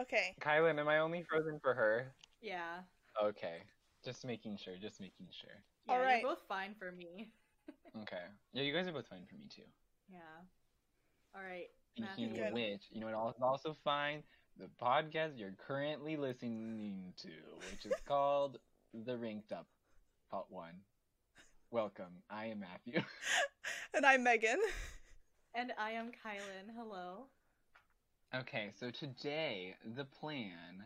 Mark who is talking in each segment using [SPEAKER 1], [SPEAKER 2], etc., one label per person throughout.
[SPEAKER 1] Okay.
[SPEAKER 2] Kylan, am I only frozen for her?
[SPEAKER 3] Yeah.
[SPEAKER 2] Okay. Just making sure, just making sure.
[SPEAKER 3] Yeah,
[SPEAKER 1] All right.
[SPEAKER 3] You're both fine for me.
[SPEAKER 2] Okay. Yeah, you guys are both fine for me too.
[SPEAKER 3] Yeah. All right. Matthew.
[SPEAKER 2] Speaking
[SPEAKER 1] Good.
[SPEAKER 2] of which, you know what else is also fine? The podcast you're currently listening to, which is called The Ranked Up Part 1. Welcome. I am Matthew.
[SPEAKER 1] And I'm Megan.
[SPEAKER 3] And I am Kylan. Hello.
[SPEAKER 2] Okay, so today the plan,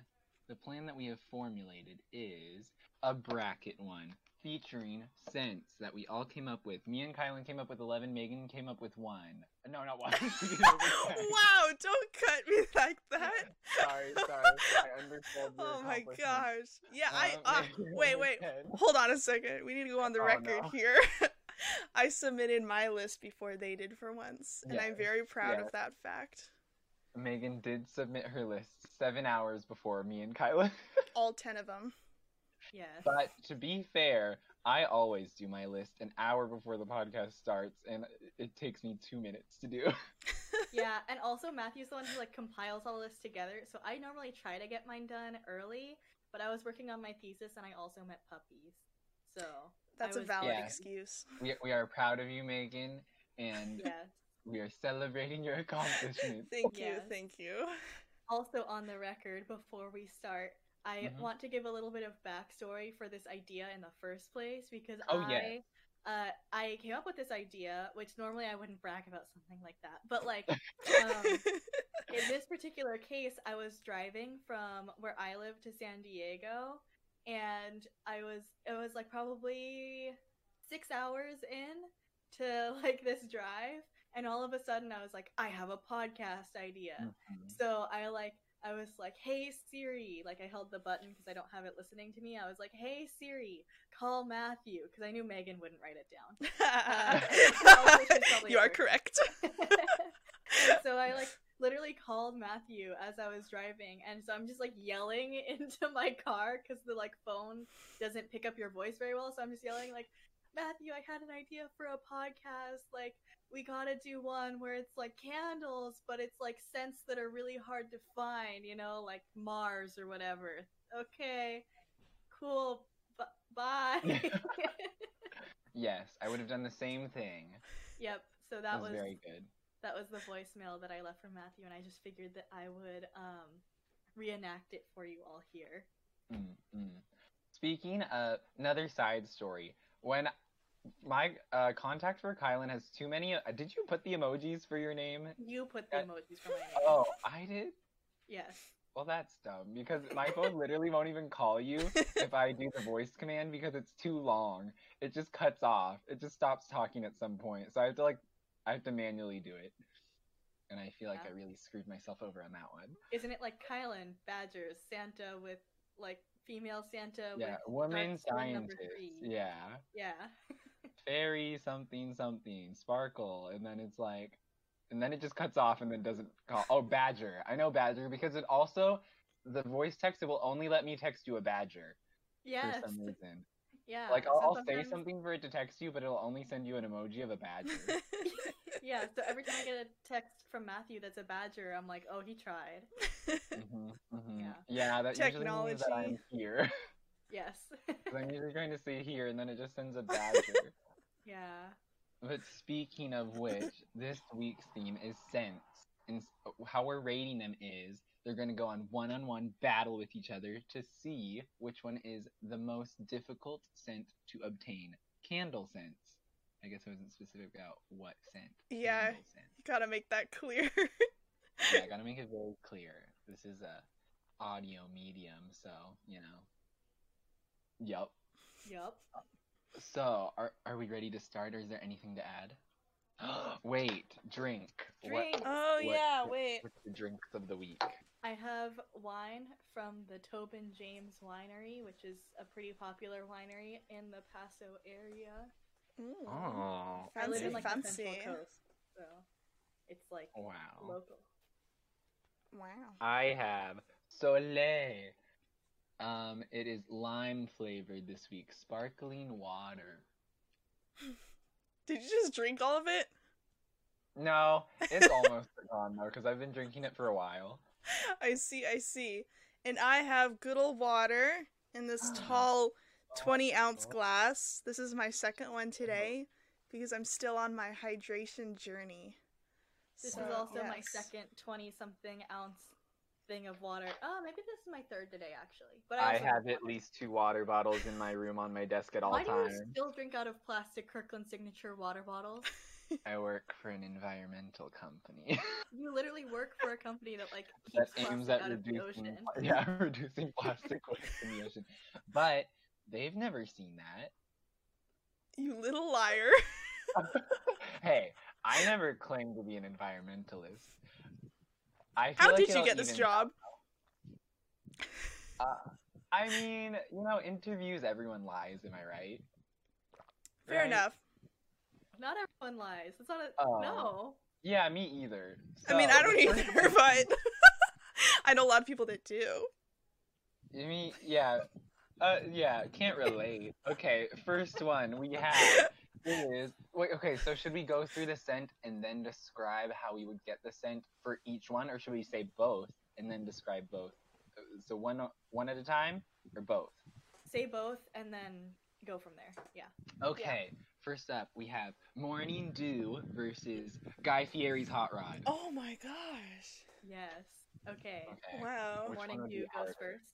[SPEAKER 2] the plan that we have formulated is a bracket one featuring scents that we all came up with. Me and Kylan came up with eleven. Megan came up with one. No, not one. She came up with ten.
[SPEAKER 1] wow, don't cut me like that.
[SPEAKER 2] Sorry, sorry. I undersold your
[SPEAKER 1] Oh my
[SPEAKER 2] accomplishment.
[SPEAKER 1] gosh. Yeah, I
[SPEAKER 2] Um,
[SPEAKER 1] uh,
[SPEAKER 2] Megan came up
[SPEAKER 1] wait,
[SPEAKER 2] with
[SPEAKER 1] wait.
[SPEAKER 2] 10.
[SPEAKER 1] Hold on a second. We need to go on the
[SPEAKER 2] Oh,
[SPEAKER 1] record
[SPEAKER 2] no.
[SPEAKER 1] here. I submitted my list before they did for once, and I'm
[SPEAKER 2] Yes,
[SPEAKER 1] very proud
[SPEAKER 2] yes.
[SPEAKER 1] of that fact.
[SPEAKER 2] Megan did submit her list seven hours before me and Kylan.
[SPEAKER 1] All 10 of them.
[SPEAKER 3] Yes.
[SPEAKER 2] But to be fair, I always do my list an hour before the podcast starts, and it takes me two minutes to do.
[SPEAKER 3] yeah, and also Matthew's the one who like compiles all this together. So I normally try to get mine done early, but I was working on my thesis and I also met puppies. So
[SPEAKER 1] That's a
[SPEAKER 3] was-
[SPEAKER 1] valid
[SPEAKER 2] Yeah.
[SPEAKER 1] excuse.
[SPEAKER 2] We, we are proud of you, Megan, and
[SPEAKER 3] yes.
[SPEAKER 2] we are celebrating your accomplishments.
[SPEAKER 1] Thank you,
[SPEAKER 3] Yes.
[SPEAKER 1] thank you.
[SPEAKER 3] Also on the record, before we start, I
[SPEAKER 2] Mhm.
[SPEAKER 3] want to give a little bit of backstory for this idea in the first place because
[SPEAKER 2] Oh,
[SPEAKER 3] I,
[SPEAKER 2] yeah.
[SPEAKER 3] uh, I came up with this idea, which normally I wouldn't brag about something like that, but like. Um, in this particular case, I was driving from where I live to San Diego, and I was it was like probably six hours in to like this drive, and all of a sudden I was like, I have a podcast idea.
[SPEAKER 2] Mhm.
[SPEAKER 3] So I like I was like, "Hey Siri," like I held the button because I don't have it listening to me. I was like, "Hey Siri, call Matthew," because I knew Megan wouldn't write it down. uh, probably
[SPEAKER 1] you are
[SPEAKER 3] true.
[SPEAKER 1] correct.
[SPEAKER 3] And so I like literally called Matthew as I was driving, and so I'm just like yelling into my car because the like phone doesn't pick up your voice very well. So I'm just yelling like, Matthew, I had an idea for a podcast. Like we gotta do one where it's like candles, but it's like scents that are really hard to find. You know, like Mars or whatever. Okay, cool. B- bye.
[SPEAKER 2] Yes, I would have done the same thing.
[SPEAKER 3] yep. So
[SPEAKER 2] That
[SPEAKER 3] that
[SPEAKER 2] was,
[SPEAKER 3] was
[SPEAKER 2] very good.
[SPEAKER 3] that was the voicemail that I left for Matthew, and I just figured that I would um, reenact it for you all here.
[SPEAKER 2] Mm-mm. Mm-hmm. Speaking of another side story, when my uh, contact for Kylan has too many, uh, did you put the emojis for your name?
[SPEAKER 3] You put the
[SPEAKER 2] Uh,
[SPEAKER 3] emojis for my name.
[SPEAKER 2] Oh, I did.
[SPEAKER 3] Yes.
[SPEAKER 2] Well, that's dumb because my phone literally won't even call you if I do the voice command because it's too long. It just cuts off. It just stops talking at some point. So I have to like, I have to manually do it, and I feel like
[SPEAKER 3] Yeah.
[SPEAKER 2] I really screwed myself over on that one.
[SPEAKER 3] Isn't it like Kylan, Badgers, Santa with like female Santa
[SPEAKER 2] yeah,
[SPEAKER 3] with
[SPEAKER 2] woman
[SPEAKER 3] dark skin number
[SPEAKER 2] scientist.
[SPEAKER 3] three.
[SPEAKER 2] Yeah.
[SPEAKER 3] yeah.
[SPEAKER 2] fairy something something sparkle and then it's like and then it just cuts off and then doesn't call oh badger i know badger because it also the voice text it will only let me text you a badger
[SPEAKER 3] Yes.
[SPEAKER 2] for some reason
[SPEAKER 3] Yeah.
[SPEAKER 2] like i'll,
[SPEAKER 3] so
[SPEAKER 2] I'll say
[SPEAKER 3] sometimes-
[SPEAKER 2] something for it to text you but it'll only send you an emoji of a badger
[SPEAKER 3] Yeah, so every time I get a text from Matthew that's a badger, I'm like, oh, he tried.
[SPEAKER 2] hmm
[SPEAKER 3] Yeah.
[SPEAKER 2] yeah that usually means that i'm
[SPEAKER 1] Technology.
[SPEAKER 2] here
[SPEAKER 3] Yes.
[SPEAKER 2] 'Cause i'm usually trying to say here and then it just sends a badger
[SPEAKER 3] yeah.
[SPEAKER 2] But speaking of which, this week's theme is scents. And s- how we're rating them is they're going to go on one on one battle with each other to see which one is the most difficult scent to obtain. Candle scents. I guess I wasn't specific about what scent.
[SPEAKER 1] Yeah.
[SPEAKER 2] Candle scent.
[SPEAKER 1] you gotta make that clear.
[SPEAKER 2] Yeah, I got to make it very clear. This is a audio medium, so, you know. Yup.
[SPEAKER 3] Yup.
[SPEAKER 2] So, are, are we ready to start or is there anything to add? Wait, drink. What-
[SPEAKER 3] Drink.
[SPEAKER 1] oh
[SPEAKER 2] What-
[SPEAKER 1] yeah, wait.
[SPEAKER 2] with the drinks of the week.
[SPEAKER 3] I have wine from the Tobin James Winery, which is a pretty popular winery in the Paso area.
[SPEAKER 1] Mm.
[SPEAKER 2] Oh,
[SPEAKER 3] I live in like the
[SPEAKER 1] Fancy,
[SPEAKER 3] Central
[SPEAKER 1] fancy.
[SPEAKER 3] Coast, so it's like
[SPEAKER 2] wow.
[SPEAKER 3] local.
[SPEAKER 1] Wow.
[SPEAKER 2] I have Soleil. Um, it is lime flavored this week, sparkling water.
[SPEAKER 1] Did you just drink all of it?
[SPEAKER 2] No, it's almost gone though, because I've been drinking it for a while.
[SPEAKER 1] I see, I see. And I have good old water in
[SPEAKER 2] Ah.
[SPEAKER 1] this tall
[SPEAKER 2] Oh.
[SPEAKER 1] 20 ounce glass. This is my second one today because I'm still on my hydration journey.
[SPEAKER 3] This
[SPEAKER 1] So,
[SPEAKER 3] is also my
[SPEAKER 1] yes.
[SPEAKER 3] second 20 something ounce thing of water. Oh, maybe this is my third today, actually. But
[SPEAKER 2] I
[SPEAKER 3] also
[SPEAKER 2] have at least two water bottles in my room on my desk at all
[SPEAKER 3] Why do
[SPEAKER 2] times.
[SPEAKER 3] you still drink out of plastic Kirkland signature water bottles?
[SPEAKER 2] I work for an environmental company
[SPEAKER 3] You literally work for a company that like
[SPEAKER 2] that
[SPEAKER 3] keeps
[SPEAKER 2] aims
[SPEAKER 3] plastic
[SPEAKER 2] at
[SPEAKER 3] out of the
[SPEAKER 2] reducing
[SPEAKER 3] ocean.
[SPEAKER 2] pla- yeah, reducing plastic waste in the ocean. But they've never seen that.
[SPEAKER 1] You little liar.
[SPEAKER 2] hey, I never claimed to be an environmentalist. I feel
[SPEAKER 1] How
[SPEAKER 2] like
[SPEAKER 1] did you
[SPEAKER 2] it'll
[SPEAKER 1] get this
[SPEAKER 2] even- uh,
[SPEAKER 1] job?
[SPEAKER 2] I mean, you know, interviews, everyone lies. Am I right?
[SPEAKER 1] Fair
[SPEAKER 2] Right?
[SPEAKER 1] enough.
[SPEAKER 3] Not everyone lies. It's not a
[SPEAKER 2] Oh.
[SPEAKER 3] no.
[SPEAKER 2] Yeah, me either.
[SPEAKER 1] I mean,
[SPEAKER 2] So,
[SPEAKER 1] I don't
[SPEAKER 2] the
[SPEAKER 1] either,
[SPEAKER 2] first-
[SPEAKER 1] but I know a lot of people that do.
[SPEAKER 2] I mean, yeah, uh, yeah, can't relate. Okay, first one we have is wait. Okay, so should we go through the scent and then describe how we would get the scent for each one, or should we say both and then describe both? Uh, So one one at a time or both?
[SPEAKER 3] Say both and then go from there. Yeah.
[SPEAKER 2] Okay, first up we have Morning Dew versus Guy Fieri's Hot Rod.
[SPEAKER 1] Oh my gosh.
[SPEAKER 3] Yes. Okay.
[SPEAKER 2] Okay.
[SPEAKER 1] Wow.
[SPEAKER 2] Which
[SPEAKER 3] Morning
[SPEAKER 2] one would
[SPEAKER 3] dew
[SPEAKER 2] be
[SPEAKER 3] goes
[SPEAKER 2] harder?
[SPEAKER 3] first.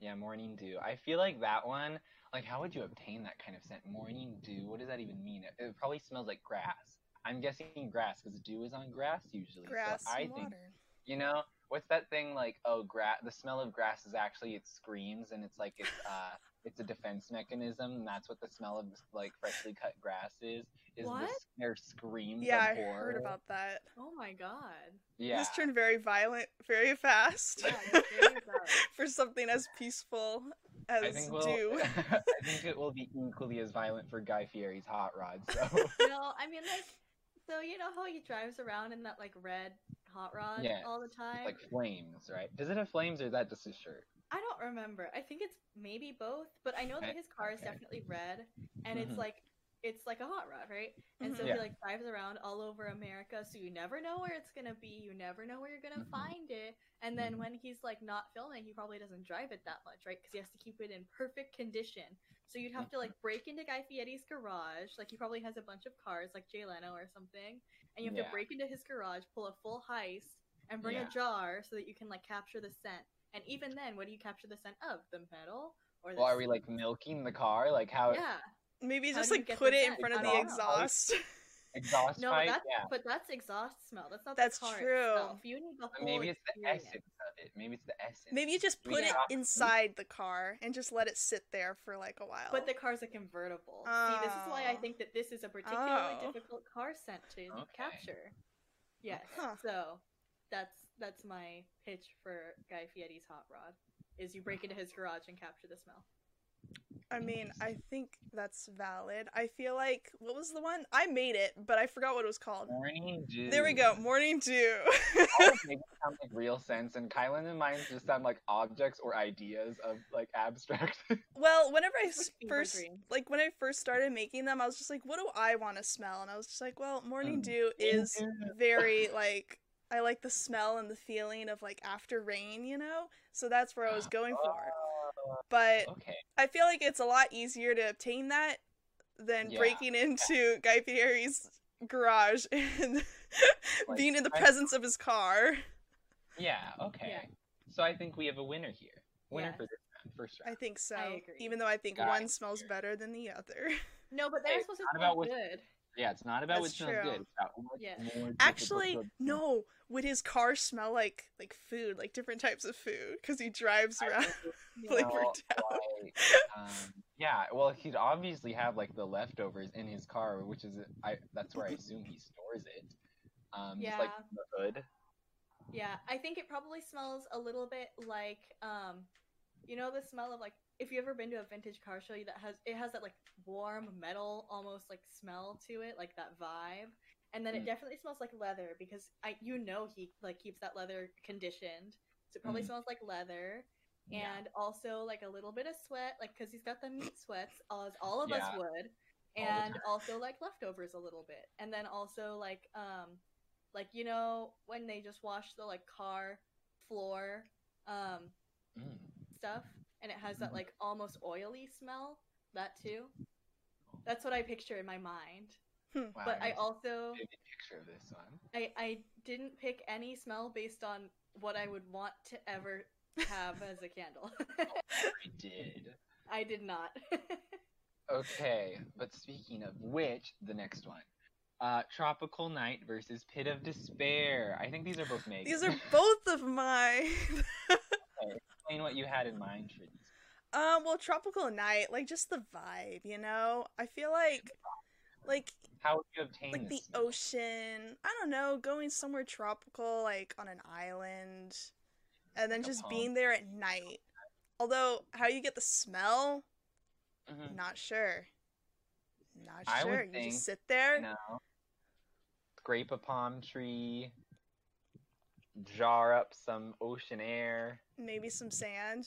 [SPEAKER 2] Yeah, morning dew. I feel like that one. Like, how would you obtain that kind of scent? Morning dew. What does that even mean? It, it probably smells like grass. I'm guessing grass because dew is on grass usually.
[SPEAKER 1] Grass
[SPEAKER 2] so I
[SPEAKER 1] and
[SPEAKER 2] think
[SPEAKER 1] water.
[SPEAKER 2] you know what's that thing like? Oh, grass. The smell of grass is actually it screams and it's like it's uh it's a defense mechanism. And that's what the smell of like freshly cut grass is. Is
[SPEAKER 3] What?
[SPEAKER 2] the their screams?
[SPEAKER 1] Yeah, I
[SPEAKER 2] of horror.
[SPEAKER 1] heard about that.
[SPEAKER 3] Oh my god.
[SPEAKER 2] Yeah.
[SPEAKER 1] This turned very violent very fast
[SPEAKER 3] Yeah, it's very dark.
[SPEAKER 1] for something as peaceful
[SPEAKER 2] I
[SPEAKER 1] as
[SPEAKER 2] think, we'll,
[SPEAKER 1] dew.
[SPEAKER 2] I think it will be equally as violent for Guy Fieri's hot rod. So
[SPEAKER 3] no, I mean like so you know how he drives around in that like red hot rod
[SPEAKER 2] Yeah,
[SPEAKER 3] all the time?
[SPEAKER 2] like flames, right? Does it have flames or is that just a shirt?
[SPEAKER 3] I don't remember. I think it's maybe both, but I know that
[SPEAKER 2] Okay,
[SPEAKER 3] his car is
[SPEAKER 2] okay.
[SPEAKER 3] definitely red and
[SPEAKER 2] Mhm.
[SPEAKER 3] it's like it's like a hot rod, right? And so
[SPEAKER 1] Mhm.
[SPEAKER 2] Yeah.
[SPEAKER 3] he like drives around all over America, so you never know where it's gonna be. You never know where you're gonna
[SPEAKER 2] Mhm.
[SPEAKER 3] find it. And then
[SPEAKER 2] Mhm.
[SPEAKER 3] when he's like not filming, he probably doesn't drive it that much, right? Because he has to keep it in perfect condition. So you'd have to
[SPEAKER 2] Mm-hmm.
[SPEAKER 3] like break into Guy Fieri's garage. Like he probably has a bunch of cars, like Jay Leno or something. And you have
[SPEAKER 2] Yeah.
[SPEAKER 3] to break into his garage, pull a full heist, and bring
[SPEAKER 2] Yeah.
[SPEAKER 3] a jar so that you can like capture the scent. And even then, what do you capture the scent of? The metal or the?
[SPEAKER 2] Well, are we
[SPEAKER 3] s-
[SPEAKER 2] like milking the car? Like how
[SPEAKER 3] Yeah.
[SPEAKER 1] Maybe
[SPEAKER 3] How
[SPEAKER 1] just
[SPEAKER 3] do you
[SPEAKER 1] like
[SPEAKER 3] get
[SPEAKER 1] put
[SPEAKER 3] this
[SPEAKER 1] it in
[SPEAKER 3] out?
[SPEAKER 1] front
[SPEAKER 3] I
[SPEAKER 1] of the
[SPEAKER 2] don't know.
[SPEAKER 1] exhaust.
[SPEAKER 2] exhaust
[SPEAKER 3] No,
[SPEAKER 2] pipe?
[SPEAKER 3] that's
[SPEAKER 2] Yeah.
[SPEAKER 3] but that's exhaust smell. That's not
[SPEAKER 1] That's
[SPEAKER 3] the car
[SPEAKER 1] true.
[SPEAKER 3] itself. You need the whole.
[SPEAKER 2] Maybe it's the
[SPEAKER 3] experience.
[SPEAKER 2] essence of it. Maybe it's the essence.
[SPEAKER 1] Maybe you just
[SPEAKER 2] We
[SPEAKER 1] put
[SPEAKER 2] can
[SPEAKER 1] it
[SPEAKER 2] talk-
[SPEAKER 1] inside the car and just let it sit there for like a while.
[SPEAKER 3] But the car's a convertible. See, this is why I
[SPEAKER 1] Oh.
[SPEAKER 3] think that this is a particularly
[SPEAKER 1] Oh.
[SPEAKER 3] difficult car scent to
[SPEAKER 2] Okay.
[SPEAKER 3] capture. Yes.
[SPEAKER 1] Huh.
[SPEAKER 3] So that's that's my pitch for Guy Fieri's hot rod. Is you break into his garage and capture the smell.
[SPEAKER 1] I mean, I think that's valid. I feel like what was the one? I made it, but I forgot what it was called.
[SPEAKER 2] Morning dew.
[SPEAKER 1] There we go. Morning dew.
[SPEAKER 2] All of Maybe sound like real sense, and Kylan and mine just sound like objects or ideas of like abstract.
[SPEAKER 1] well, whenever I
[SPEAKER 3] It's
[SPEAKER 1] s-
[SPEAKER 3] like fever
[SPEAKER 1] first
[SPEAKER 3] dream.
[SPEAKER 1] like when I first started making them, I was just like, what do I want to smell? And I was just like, well, morning
[SPEAKER 2] Mm.
[SPEAKER 1] dew is
[SPEAKER 2] Yeah.
[SPEAKER 1] very like I like the smell and the feeling of like after rain, you know? So that's where I was going for. But
[SPEAKER 2] Oh, okay.
[SPEAKER 1] I feel like it's a lot easier to obtain that than
[SPEAKER 2] Yeah.
[SPEAKER 1] breaking into Guy Fieri's garage and
[SPEAKER 2] Like,
[SPEAKER 1] being in the
[SPEAKER 2] I-
[SPEAKER 1] presence of his car.
[SPEAKER 2] Yeah. Okay.
[SPEAKER 3] Yeah.
[SPEAKER 2] So I think we have a winner here. Winner
[SPEAKER 3] Yeah.
[SPEAKER 2] for this round, first round.
[SPEAKER 1] I think so.
[SPEAKER 3] I agree.
[SPEAKER 1] Even though I think
[SPEAKER 2] Guy
[SPEAKER 1] one smells
[SPEAKER 2] Fieri.
[SPEAKER 1] better than the other.
[SPEAKER 3] No, but they're
[SPEAKER 2] Hey,
[SPEAKER 3] supposed to
[SPEAKER 2] not
[SPEAKER 3] smell
[SPEAKER 2] about with-
[SPEAKER 3] good.
[SPEAKER 2] Yeah, it's not about
[SPEAKER 1] That's
[SPEAKER 2] which smells
[SPEAKER 1] true.
[SPEAKER 2] good. It's about what
[SPEAKER 3] Yeah.
[SPEAKER 2] more difficult
[SPEAKER 1] Actually,
[SPEAKER 2] to-
[SPEAKER 1] no. Would his car smell like like food, like different types of food? Because he drives
[SPEAKER 2] I
[SPEAKER 1] around.
[SPEAKER 2] think
[SPEAKER 3] you
[SPEAKER 1] Like,
[SPEAKER 3] know.
[SPEAKER 1] we're
[SPEAKER 2] Well,
[SPEAKER 1] down.
[SPEAKER 2] like, um, yeah, well, he'd obviously have like the leftovers in his car, which is I. That's where I assume he stores it. Um, just like
[SPEAKER 3] Yeah.
[SPEAKER 2] in the hood.
[SPEAKER 3] Yeah, I think it probably smells a little bit like um you know the smell of like if you have ever been to a vintage car show that has it has that like warm metal almost like smell to it, like that vibe. And then
[SPEAKER 2] Mm.
[SPEAKER 3] it definitely smells like leather because I you know he like keeps that leather conditioned. So it probably
[SPEAKER 2] Mm.
[SPEAKER 3] smells like leather
[SPEAKER 2] Yeah.
[SPEAKER 3] and also like a little bit of sweat like cuz he's got the meat sweats as all of us
[SPEAKER 2] Yeah.
[SPEAKER 3] would
[SPEAKER 2] the
[SPEAKER 3] and also like leftovers a little bit and then also like um like you know when they just wash the like car floor um,
[SPEAKER 2] Mm.
[SPEAKER 3] stuff, and it has that
[SPEAKER 2] Mm-hmm.
[SPEAKER 3] like almost oily smell. That too. That's what I picture in my mind.
[SPEAKER 2] Wow,
[SPEAKER 3] But I
[SPEAKER 2] need to
[SPEAKER 3] also
[SPEAKER 2] take a picture of this one.
[SPEAKER 3] I, I didn't pick any smell based on what I would want to ever have as a candle.
[SPEAKER 2] I did.
[SPEAKER 3] I did not.
[SPEAKER 2] Okay, but speaking of which, the next one. Uh, Tropical Night versus Pit of Despair. I think these are both Megan.
[SPEAKER 1] These are both of my.
[SPEAKER 2] Explain what you had in mind for these.
[SPEAKER 1] um, well, tropical night, like just the vibe, you know. I feel like, like
[SPEAKER 2] How would you obtain
[SPEAKER 1] like the
[SPEAKER 2] this? smell?
[SPEAKER 1] ocean. I don't know, going somewhere tropical, like on an island, and then
[SPEAKER 2] Like a
[SPEAKER 1] just
[SPEAKER 2] palm.
[SPEAKER 1] being there at night. Although, how you get the smell,
[SPEAKER 2] Mhm.
[SPEAKER 1] not sure. Not
[SPEAKER 2] I would
[SPEAKER 1] sure. You
[SPEAKER 2] think-
[SPEAKER 1] just sit there.
[SPEAKER 2] No. Scrape a palm tree. Jar up some ocean air.
[SPEAKER 1] maybe some sand,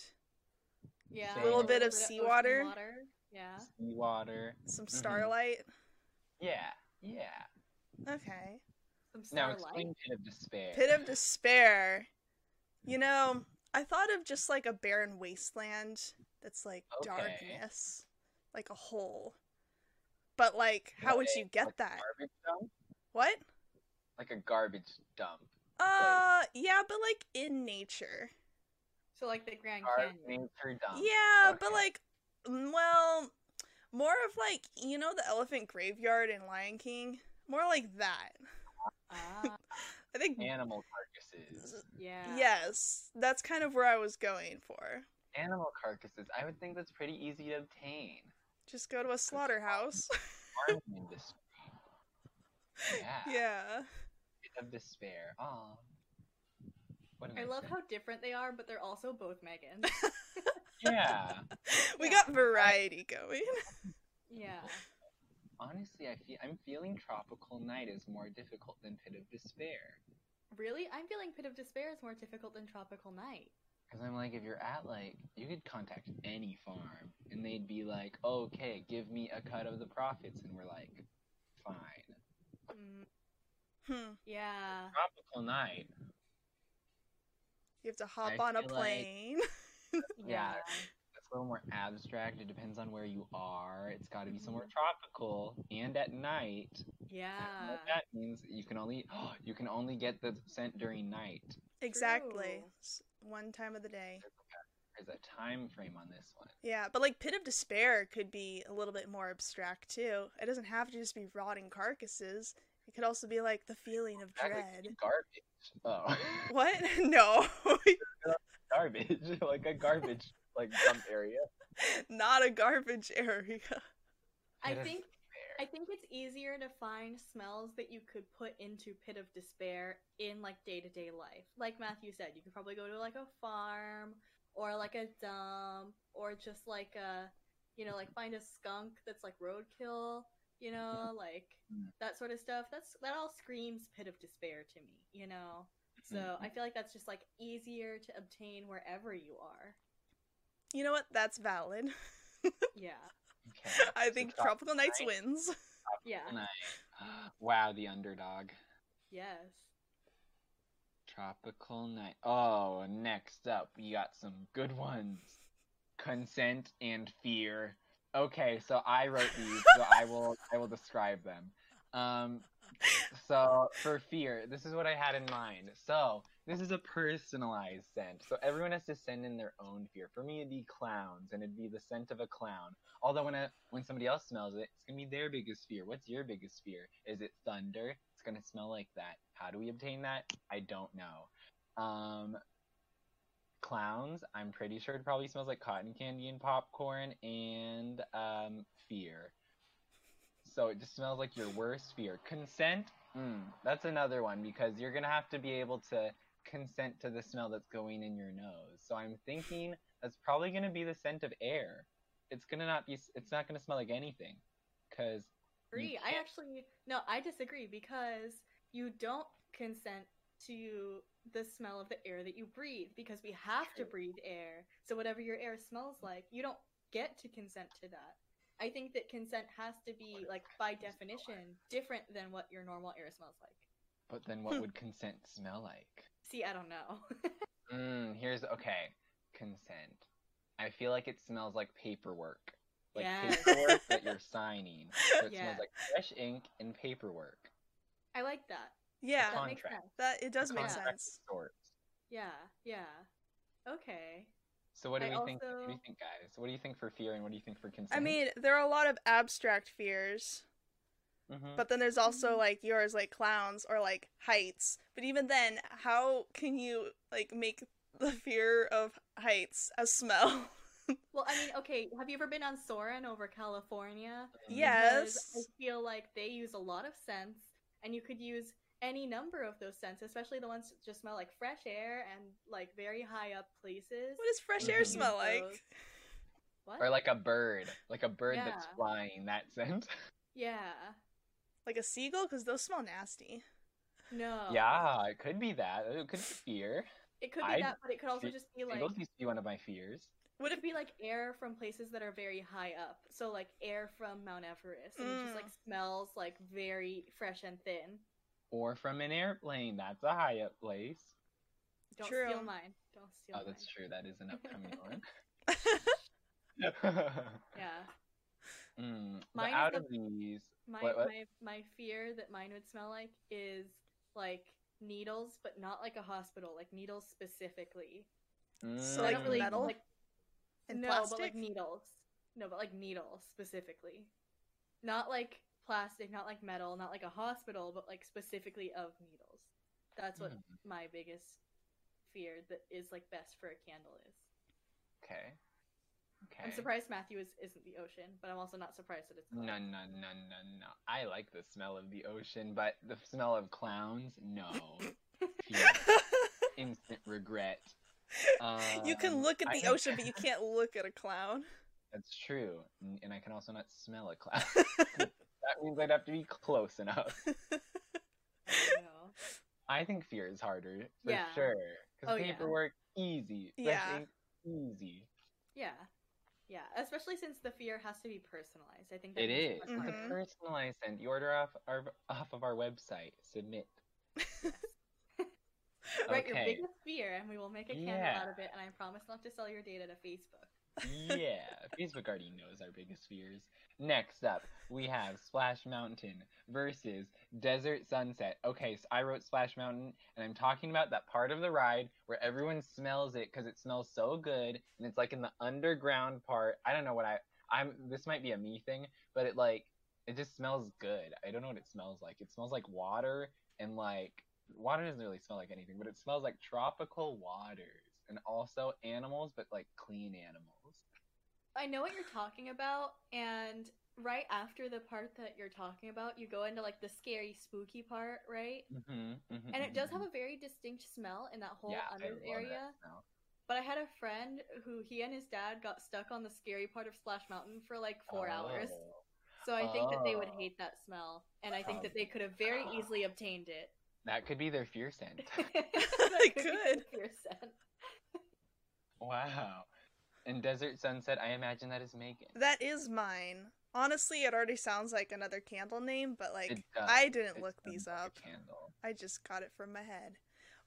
[SPEAKER 2] A
[SPEAKER 3] yeah.
[SPEAKER 2] little
[SPEAKER 1] bit of
[SPEAKER 3] ocean
[SPEAKER 1] seawater.
[SPEAKER 3] water. Yeah.
[SPEAKER 2] Sea water.
[SPEAKER 1] some
[SPEAKER 2] Mhm.
[SPEAKER 1] starlight.
[SPEAKER 2] Yeah. Yeah.
[SPEAKER 1] Okay.
[SPEAKER 3] Some
[SPEAKER 2] Now
[SPEAKER 3] starlight.
[SPEAKER 2] explain Pit of Despair.
[SPEAKER 1] Pit of Despair. You know, I thought of just like a barren wasteland that's like
[SPEAKER 2] Okay.
[SPEAKER 1] darkness, like a hole. But like, how would you get
[SPEAKER 2] Like a
[SPEAKER 1] that?
[SPEAKER 2] garbage dump?
[SPEAKER 1] What?
[SPEAKER 2] Like a garbage dump.
[SPEAKER 1] Uh, yeah, but like in nature.
[SPEAKER 3] so like the Grand
[SPEAKER 2] Garbage
[SPEAKER 3] Canyon.
[SPEAKER 2] nature dump.
[SPEAKER 1] Yeah, but
[SPEAKER 2] Oh, Okay.
[SPEAKER 1] like, mm, well, more of like you know the elephant graveyard in Lion King. More like that.
[SPEAKER 3] Ah,
[SPEAKER 1] I think.
[SPEAKER 2] Animal carcasses.
[SPEAKER 3] yeah.
[SPEAKER 1] Yes, that's kind of where I was going for.
[SPEAKER 2] Animal carcasses. I would think that's pretty easy to obtain.
[SPEAKER 1] Just go to a slaughterhouse.
[SPEAKER 2] Farming industry. Yeah.
[SPEAKER 1] yeah.
[SPEAKER 2] Pit of despair. Aw. What an
[SPEAKER 3] I love
[SPEAKER 2] accident.
[SPEAKER 3] how different they are, but they're also both Megans.
[SPEAKER 2] Yeah.
[SPEAKER 1] We
[SPEAKER 3] Yeah.
[SPEAKER 1] got variety going.
[SPEAKER 3] yeah.
[SPEAKER 2] Honestly, I feel I'm feeling tropical night is more difficult than pit of despair.
[SPEAKER 3] Really? I'm feeling Pit of Despair is more difficult than Tropical Night.
[SPEAKER 2] Because I'm like, if you're at like, you could contact any farm, and they'd be like, okay, give me a cut of the profits, and we're like, fine.
[SPEAKER 3] Mm,
[SPEAKER 1] Hmm.
[SPEAKER 3] yeah.
[SPEAKER 2] Tropical night.
[SPEAKER 1] You have to hop
[SPEAKER 2] I
[SPEAKER 1] on a
[SPEAKER 2] feel like-
[SPEAKER 1] plane.
[SPEAKER 2] Yeah. It's a little more abstract. It depends on where you are. It's got to be somewhere tropical and at night. And
[SPEAKER 3] Yeah.
[SPEAKER 2] what that means you can only you can only get the scent during night.
[SPEAKER 1] exactly.
[SPEAKER 3] True.
[SPEAKER 1] S- One time of the day.
[SPEAKER 2] There's a time frame on this one.
[SPEAKER 1] Yeah, but like Pit of Despair could be a little bit more abstract too. It doesn't have to just be rotting carcasses. It could also be like the feeling of
[SPEAKER 2] Exactly.
[SPEAKER 1] dread.
[SPEAKER 2] Garbage. Oh,
[SPEAKER 1] What? No.
[SPEAKER 2] garbage. like a garbage like dump area.
[SPEAKER 1] Not a garbage area.
[SPEAKER 3] I
[SPEAKER 2] Pit of
[SPEAKER 3] think I
[SPEAKER 2] despair.
[SPEAKER 3] think it's easier to find smells that you could put into Pit of Despair in like day to day life. Like Matthew said, you could probably go to like a farm or like a dump or just like a, you know, like find a skunk that's like roadkill, you know, like
[SPEAKER 2] Mm.
[SPEAKER 3] that sort of stuff. That's that all screams Pit of Despair to me, you know. So I feel like that's just like easier to obtain wherever you are.
[SPEAKER 1] You know what? That's valid.
[SPEAKER 3] Yeah.
[SPEAKER 2] Okay,
[SPEAKER 1] I
[SPEAKER 2] so
[SPEAKER 1] think Tropical
[SPEAKER 2] tropical
[SPEAKER 1] Nights
[SPEAKER 2] Night.
[SPEAKER 1] wins.
[SPEAKER 3] Yeah.
[SPEAKER 2] night. Wow, the underdog.
[SPEAKER 3] Yes.
[SPEAKER 2] Tropical night. Oh, next up, we got some good ones. Consent and fear. Okay, so I wrote these, so I will I will describe them. Um, so for fear, this is what I had in mind. So this is a personalized scent. So everyone has to send in their own fear. For me, it'd be clowns, and it'd be the scent of a clown. Although when a, when somebody else smells it, it's gonna be their biggest fear. What's your biggest fear? Is it thunder? It's gonna smell like that. How do we obtain that? I don't know. Um, clowns. I'm pretty sure it probably smells like cotton candy and popcorn and um, fear. So it just smells like your worst fear. Consent. Mm, that's another one because you're gonna have to be able to consent to the smell that's going in your nose. So I'm thinking that's probably gonna be the scent of air. It's gonna not be. It's not gonna smell like anything, because
[SPEAKER 3] disagree. I actually no, I disagree because you don't consent to the smell of the air that you breathe because we have to
[SPEAKER 2] True.
[SPEAKER 3] breathe air. So whatever your air smells like, you don't get to consent to that. I think that consent has to be like by definition different than what your normal air smells like.
[SPEAKER 2] But then what
[SPEAKER 1] Hmm.
[SPEAKER 2] would consent smell like?
[SPEAKER 3] See, I don't know.
[SPEAKER 2] Mm, here's okay. Consent. I feel like it smells like paperwork. Like
[SPEAKER 3] Yes.
[SPEAKER 2] paperwork that you're signing. So it
[SPEAKER 3] Yeah.
[SPEAKER 2] smells like fresh ink and paperwork.
[SPEAKER 3] I like that.
[SPEAKER 1] Yeah,
[SPEAKER 2] Con-
[SPEAKER 3] That makes
[SPEAKER 2] Contract.
[SPEAKER 3] sense.
[SPEAKER 1] that it does make
[SPEAKER 2] Contract of
[SPEAKER 1] sense.
[SPEAKER 2] sorts.
[SPEAKER 3] Yeah, yeah. Okay.
[SPEAKER 2] So what do
[SPEAKER 3] I
[SPEAKER 2] we think? What do you
[SPEAKER 3] also-
[SPEAKER 2] think, guys? What do you think for fear and what do you think for consent?
[SPEAKER 1] I mean, there are a lot of abstract fears,
[SPEAKER 2] Mhm.
[SPEAKER 1] but then there's also
[SPEAKER 3] Mhm.
[SPEAKER 1] like yours, like clowns or like heights. But even then, how can you like make the fear of heights a smell?
[SPEAKER 3] Well, I mean, okay, have you ever been on Soren over California?
[SPEAKER 1] yeah.
[SPEAKER 3] Because
[SPEAKER 1] Yes.
[SPEAKER 3] I feel like they use a lot of scents, and you could use any number of those scents, especially the ones that just smell like fresh air and like very high up places.
[SPEAKER 1] What does fresh air
[SPEAKER 3] Mm-hmm.
[SPEAKER 2] Mhm.
[SPEAKER 1] smell like?
[SPEAKER 3] Those- What?
[SPEAKER 2] Or like a bird, like a bird that's
[SPEAKER 3] Yeah.
[SPEAKER 2] flying. That scent.
[SPEAKER 3] yeah.
[SPEAKER 1] Like a seagull? Because those smell nasty. Oh.
[SPEAKER 3] No.
[SPEAKER 2] Yeah, it could be that. It could be fear.
[SPEAKER 3] It could be
[SPEAKER 2] I'd
[SPEAKER 3] that, but it could also
[SPEAKER 2] choose
[SPEAKER 3] just be like
[SPEAKER 2] Seagulls used to be one of my fears.
[SPEAKER 1] Would
[SPEAKER 3] It
[SPEAKER 1] it
[SPEAKER 3] could be like air from places that are very high up. So like air from Mount Everest, and it
[SPEAKER 1] Mm.
[SPEAKER 3] just like smells like very fresh and thin.
[SPEAKER 2] Or from an airplane. That's a high up place.
[SPEAKER 3] Don't
[SPEAKER 1] True.
[SPEAKER 3] steal mine. Don't steal
[SPEAKER 2] Oh,
[SPEAKER 3] mine.
[SPEAKER 2] that's true. That is an upcoming one.
[SPEAKER 3] Yeah.
[SPEAKER 2] Mm, but
[SPEAKER 3] Mine is
[SPEAKER 2] out
[SPEAKER 3] the-
[SPEAKER 2] of these,
[SPEAKER 3] My
[SPEAKER 2] What- what?
[SPEAKER 3] my my fear that mine would smell like is like needles, but not like a hospital, like needles specifically.
[SPEAKER 1] So,
[SPEAKER 3] I
[SPEAKER 1] like,
[SPEAKER 2] mm,
[SPEAKER 3] don't really
[SPEAKER 1] metal?
[SPEAKER 3] like
[SPEAKER 1] And
[SPEAKER 3] no,
[SPEAKER 1] plastic?
[SPEAKER 3] but like needles. No, but like needles specifically. Not like plastic, not like metal, not like a hospital, but like specifically of needles. That's what
[SPEAKER 2] Mm,
[SPEAKER 3] my biggest fear that is like best for a candle is.
[SPEAKER 2] okay. Okay.
[SPEAKER 3] I'm surprised Matthew is, isn't the ocean, but I'm also not surprised that it's
[SPEAKER 2] No, no, no, no, no. I like the smell of the ocean, but the smell of clowns, no. Pure Instant regret.
[SPEAKER 1] you can
[SPEAKER 2] Um,
[SPEAKER 1] look at
[SPEAKER 2] I
[SPEAKER 1] the
[SPEAKER 2] think-
[SPEAKER 1] ocean, but you can't look at a clown.
[SPEAKER 2] That's true, N- and I can also not smell a cloud. that means I'd have to be close enough.
[SPEAKER 3] I know.
[SPEAKER 2] I think fear is harder for
[SPEAKER 3] Yeah.
[SPEAKER 2] sure. Because
[SPEAKER 3] Oh, yeah.
[SPEAKER 2] paperwork easy, fresh
[SPEAKER 1] Yeah.
[SPEAKER 2] ink, easy.
[SPEAKER 3] Yeah. Yeah. Especially since the fear has to be personalized. I think that
[SPEAKER 2] It is. It's
[SPEAKER 3] makes much harder.
[SPEAKER 2] a personalized scent. You order off our, off of our website. Submit.
[SPEAKER 3] Write your
[SPEAKER 2] okay.
[SPEAKER 3] biggest fear and we will make a candle
[SPEAKER 2] Yeah.
[SPEAKER 3] out of it and I promise not to sell your data to Facebook.
[SPEAKER 2] yeah. Facebook already knows our biggest fears. Next up, we have Splash Mountain versus Desert Sunset. Okay, so I wrote Splash Mountain, and I'm talking about that part of the ride where everyone smells it because it smells so good, and it's like in the underground part. I don't know what I. I'm. This might be a me thing, but it like it just smells good. I don't know what it smells like. It smells like water and like water doesn't really smell like anything, but it smells like tropical waters and also animals, but like clean animals.
[SPEAKER 3] I know what you're talking about, and right after the part that you're talking about, you go into like the scary, spooky part, right?
[SPEAKER 2] Mm-hmm, mm-hmm,
[SPEAKER 3] And it does have a very distinct smell in that whole under area. But I had a friend who he and his dad got stuck on the scary part of Splash Mountain for like four
[SPEAKER 2] four
[SPEAKER 3] hours. So I think that they would
[SPEAKER 2] Oh.
[SPEAKER 3] hate that smell, and I think that they could have
[SPEAKER 1] Oh.
[SPEAKER 3] very easily obtained it.
[SPEAKER 2] That could be their fear scent.
[SPEAKER 3] That be
[SPEAKER 1] could.
[SPEAKER 3] your scent.
[SPEAKER 2] wow. And Desert Sunset, I imagine that is Megan.
[SPEAKER 1] That is mine. Honestly, it already sounds like another candle name, but like
[SPEAKER 2] It does.
[SPEAKER 1] I didn't
[SPEAKER 2] It
[SPEAKER 1] look
[SPEAKER 2] sounds
[SPEAKER 1] these
[SPEAKER 2] like a
[SPEAKER 1] up.
[SPEAKER 2] Candle.
[SPEAKER 1] I just got it from my head.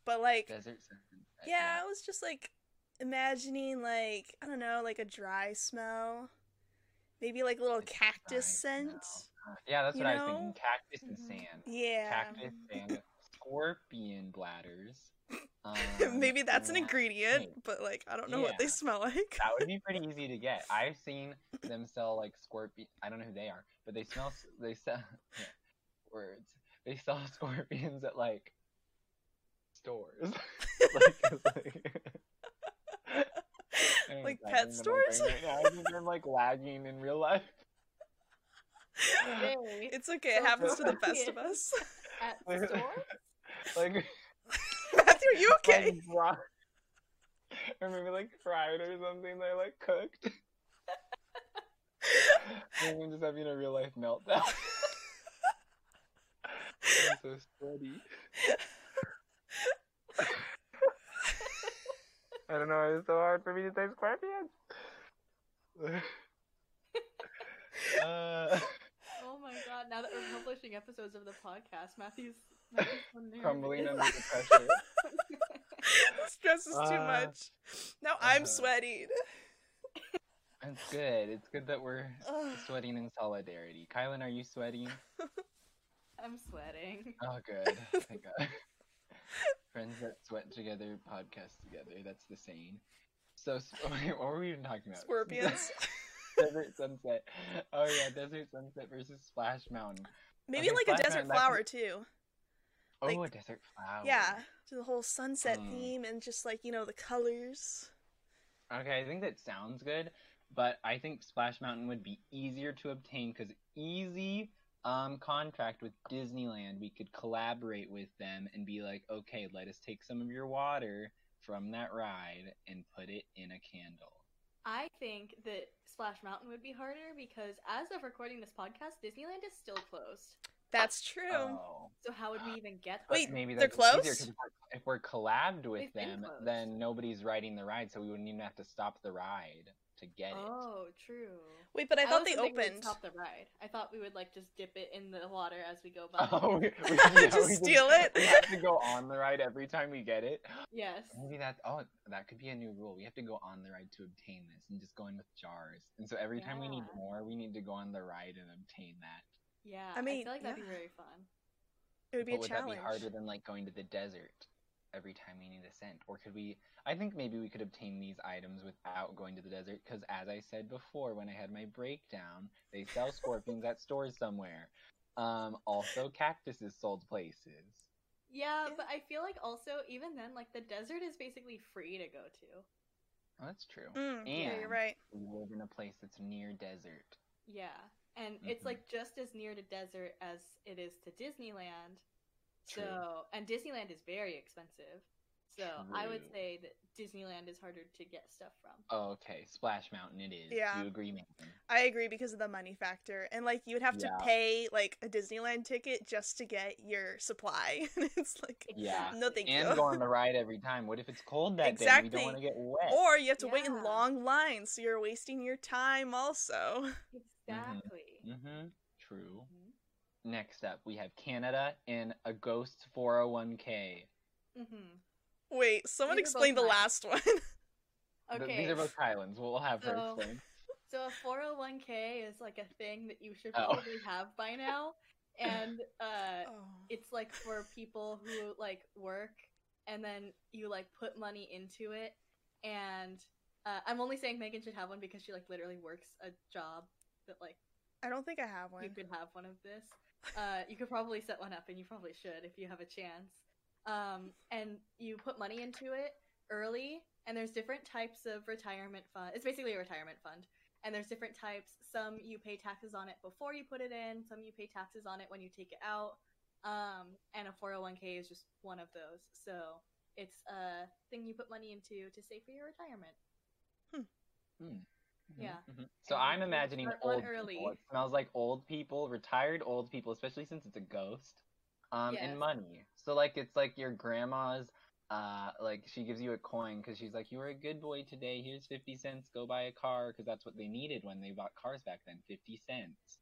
[SPEAKER 1] But like,
[SPEAKER 2] Desert Sunset.
[SPEAKER 1] yeah, I was just like imagining like I don't know, like a dry smell, maybe like a little
[SPEAKER 2] Like a dry
[SPEAKER 1] cactus
[SPEAKER 2] smell.
[SPEAKER 1] scent.
[SPEAKER 2] Uh, Yeah, that's
[SPEAKER 1] You
[SPEAKER 2] what I was thinking.
[SPEAKER 1] know?
[SPEAKER 2] Cactus and
[SPEAKER 3] Mhm.
[SPEAKER 2] sand.
[SPEAKER 1] Yeah,
[SPEAKER 2] Cactus and scorpion bladders.
[SPEAKER 1] maybe
[SPEAKER 2] Um,
[SPEAKER 1] that's an
[SPEAKER 2] yeah.
[SPEAKER 1] ingredient, but like I don't know what
[SPEAKER 2] Yeah.
[SPEAKER 1] they smell like.
[SPEAKER 2] That would be pretty easy to get. I've seen them sell like scorpion. I don't know who they are, but they smell. s- They sell yeah, words. They sell scorpions at like stores, like, like- I don't
[SPEAKER 1] Like
[SPEAKER 2] know
[SPEAKER 1] pet
[SPEAKER 2] if I can remember
[SPEAKER 1] stores?
[SPEAKER 2] right now. I think I'm like lagging in real life.
[SPEAKER 3] Yay.
[SPEAKER 1] It's okay. It
[SPEAKER 3] So
[SPEAKER 1] happens to the best
[SPEAKER 3] appropriate.
[SPEAKER 1] of us.
[SPEAKER 3] At the store?
[SPEAKER 2] like
[SPEAKER 1] Matthew, you okay?
[SPEAKER 2] like raw- or maybe like fried or something. They like cooked. and I'm just having a real life meltdown. I'm so sweaty. I don't know. It's so hard for me to say scorpions. uh,
[SPEAKER 3] Oh my god, now that we're publishing episodes of the podcast, Matthew's My people nerd
[SPEAKER 2] Crumbling
[SPEAKER 3] is-
[SPEAKER 2] under the pressure.
[SPEAKER 1] Stress is too
[SPEAKER 4] Uh,
[SPEAKER 1] much. Now I'm
[SPEAKER 2] uh,
[SPEAKER 1] sweating.
[SPEAKER 2] That's good. It's good that we're
[SPEAKER 1] Ugh.
[SPEAKER 2] sweating in solidarity. Kylan, are you sweating?
[SPEAKER 3] I'm sweating.
[SPEAKER 2] Oh, good. Thank God. Friends that sweat together, podcast together. That's the saying. So, s- wait, what were we even talking about?
[SPEAKER 1] Scorpions.
[SPEAKER 2] Desert Sunset. Oh yeah, Desert Sunset versus Splash Mountain.
[SPEAKER 1] Maybe
[SPEAKER 2] Okay,
[SPEAKER 1] like a
[SPEAKER 2] Spider-Man,
[SPEAKER 1] desert
[SPEAKER 2] that can-
[SPEAKER 1] flower too.
[SPEAKER 2] Oh,
[SPEAKER 1] Like-
[SPEAKER 2] a desert flower.
[SPEAKER 1] Yeah, to the whole sunset
[SPEAKER 2] Mm.
[SPEAKER 1] theme and just like you know the colors.
[SPEAKER 2] Okay, I think that sounds good, but I think Splash Mountain would be easier to obtain because easy um contract with Disneyland, we could collaborate with them and be like, okay, let us take some of your water from that ride and put it in a candle.
[SPEAKER 3] I think that Splash Mountain would be harder because as of recording this podcast, Disneyland is still closed.
[SPEAKER 1] That's true.
[SPEAKER 2] Oh.
[SPEAKER 3] So how would we even get
[SPEAKER 2] But
[SPEAKER 1] Wait,
[SPEAKER 3] there?
[SPEAKER 2] maybe
[SPEAKER 1] they're
[SPEAKER 2] that's easier 'cause
[SPEAKER 1] closed?
[SPEAKER 2] If we're, if we're collabed with
[SPEAKER 3] They've
[SPEAKER 2] them,
[SPEAKER 3] been closed.
[SPEAKER 2] then nobody's riding the ride, so we wouldn't even have to stop the ride to get it.
[SPEAKER 3] Oh, true.
[SPEAKER 1] Wait, but I thought
[SPEAKER 3] was
[SPEAKER 1] they
[SPEAKER 3] thinking we'd
[SPEAKER 1] opened.
[SPEAKER 3] Stop the ride. I thought we would like just dip it in the water as we go by.
[SPEAKER 2] Oh, we, we-
[SPEAKER 1] Just
[SPEAKER 2] we
[SPEAKER 1] steal it?
[SPEAKER 2] We have to go on the ride every time we get it.
[SPEAKER 3] Yes.
[SPEAKER 2] Maybe that. Oh, that could be a new rule. We have to go on the ride to obtain this, and just go in with jars. And so every time we need
[SPEAKER 3] Yeah.
[SPEAKER 2] more, we need to go on the ride and obtain that.
[SPEAKER 3] Yeah.
[SPEAKER 1] I
[SPEAKER 3] I
[SPEAKER 1] mean,
[SPEAKER 3] mean, feel like that'd
[SPEAKER 1] yeah.
[SPEAKER 3] be very fun.
[SPEAKER 1] It would be a
[SPEAKER 2] but would
[SPEAKER 1] challenge.
[SPEAKER 2] that be harder than like going to the desert every time we need a scent? Or could we? I think maybe we could obtain these items without going to the desert, because as I said before, when I had my breakdown, they sell scorpions at stores somewhere. Um, also, cactuses sold places.
[SPEAKER 3] Yeah,
[SPEAKER 1] Yeah.
[SPEAKER 3] but I feel like also even then, like the desert is basically free to go to.
[SPEAKER 2] Oh, that's true.
[SPEAKER 1] Mm, yeah, you're
[SPEAKER 2] And-
[SPEAKER 1] right.
[SPEAKER 2] We live in a place that's near desert.
[SPEAKER 3] Yeah, and it's
[SPEAKER 2] Mhm.
[SPEAKER 3] like just as near to desert as it is to Disneyland.
[SPEAKER 2] True.
[SPEAKER 3] So, and Disneyland is very expensive. So, I would
[SPEAKER 2] True.
[SPEAKER 3] say that Disneyland is harder to get stuff from.
[SPEAKER 2] Oh, okay, Splash Mountain. It is.
[SPEAKER 1] Yeah.
[SPEAKER 2] Do you agree, Mason?
[SPEAKER 1] I agree because of the money factor, and like you would have to
[SPEAKER 2] Yeah.
[SPEAKER 1] pay like a Disneyland ticket just to get your supply. it's like
[SPEAKER 2] Yeah.
[SPEAKER 1] no, thank
[SPEAKER 2] And
[SPEAKER 1] you.
[SPEAKER 2] go on the ride every time. What if it's cold that day? We
[SPEAKER 1] Exactly.
[SPEAKER 2] don't want to get wet.
[SPEAKER 1] or you have to wait in
[SPEAKER 3] Yeah.
[SPEAKER 1] long lines, so you're wasting your time. Also,
[SPEAKER 3] Exactly.
[SPEAKER 2] mm-hmm. True.
[SPEAKER 3] Mhm.
[SPEAKER 2] Next up, we have Canada and a Ghost 401k.
[SPEAKER 3] Mhm.
[SPEAKER 1] wait, someone
[SPEAKER 3] These are both
[SPEAKER 1] explain the
[SPEAKER 3] mine.
[SPEAKER 1] last one.
[SPEAKER 2] Th-
[SPEAKER 3] Okay.
[SPEAKER 2] these are both Kylan's. We'll have her
[SPEAKER 3] So-
[SPEAKER 2] explain.
[SPEAKER 3] So a 401k is like a thing that you should
[SPEAKER 2] Oh.
[SPEAKER 3] probably have by now and uh
[SPEAKER 1] oh.
[SPEAKER 3] it's like for people who like work and then you like put money into it and uh, i'm only saying megan should have one because she like literally works a job that like
[SPEAKER 1] I don't think I have one.
[SPEAKER 3] you could have one of this uh, you could probably set one up and you probably should if you have a chance um, and you put money into it early and there's different types of retirement fund it's basically a retirement fund and there's different types some you pay taxes on it before you put it in some you pay taxes on it when you take it out um, and a 401k is just one of those so it's a thing you put money into to save for your retirement Yeah.
[SPEAKER 2] Mhm, mhm. So
[SPEAKER 3] And
[SPEAKER 2] I'm
[SPEAKER 3] you
[SPEAKER 2] imagining
[SPEAKER 3] start on
[SPEAKER 2] old
[SPEAKER 3] early.
[SPEAKER 2] people. It smells like old people, retired old people, especially since it's a ghost. Um,
[SPEAKER 3] Yes.
[SPEAKER 2] and money. So like it's like your grandma's. Uh, like she gives you a coin because she's like, "You were a good boy today. Here's fifty cents. Go buy a car because that's what they needed when they bought cars back then. Fifty cents.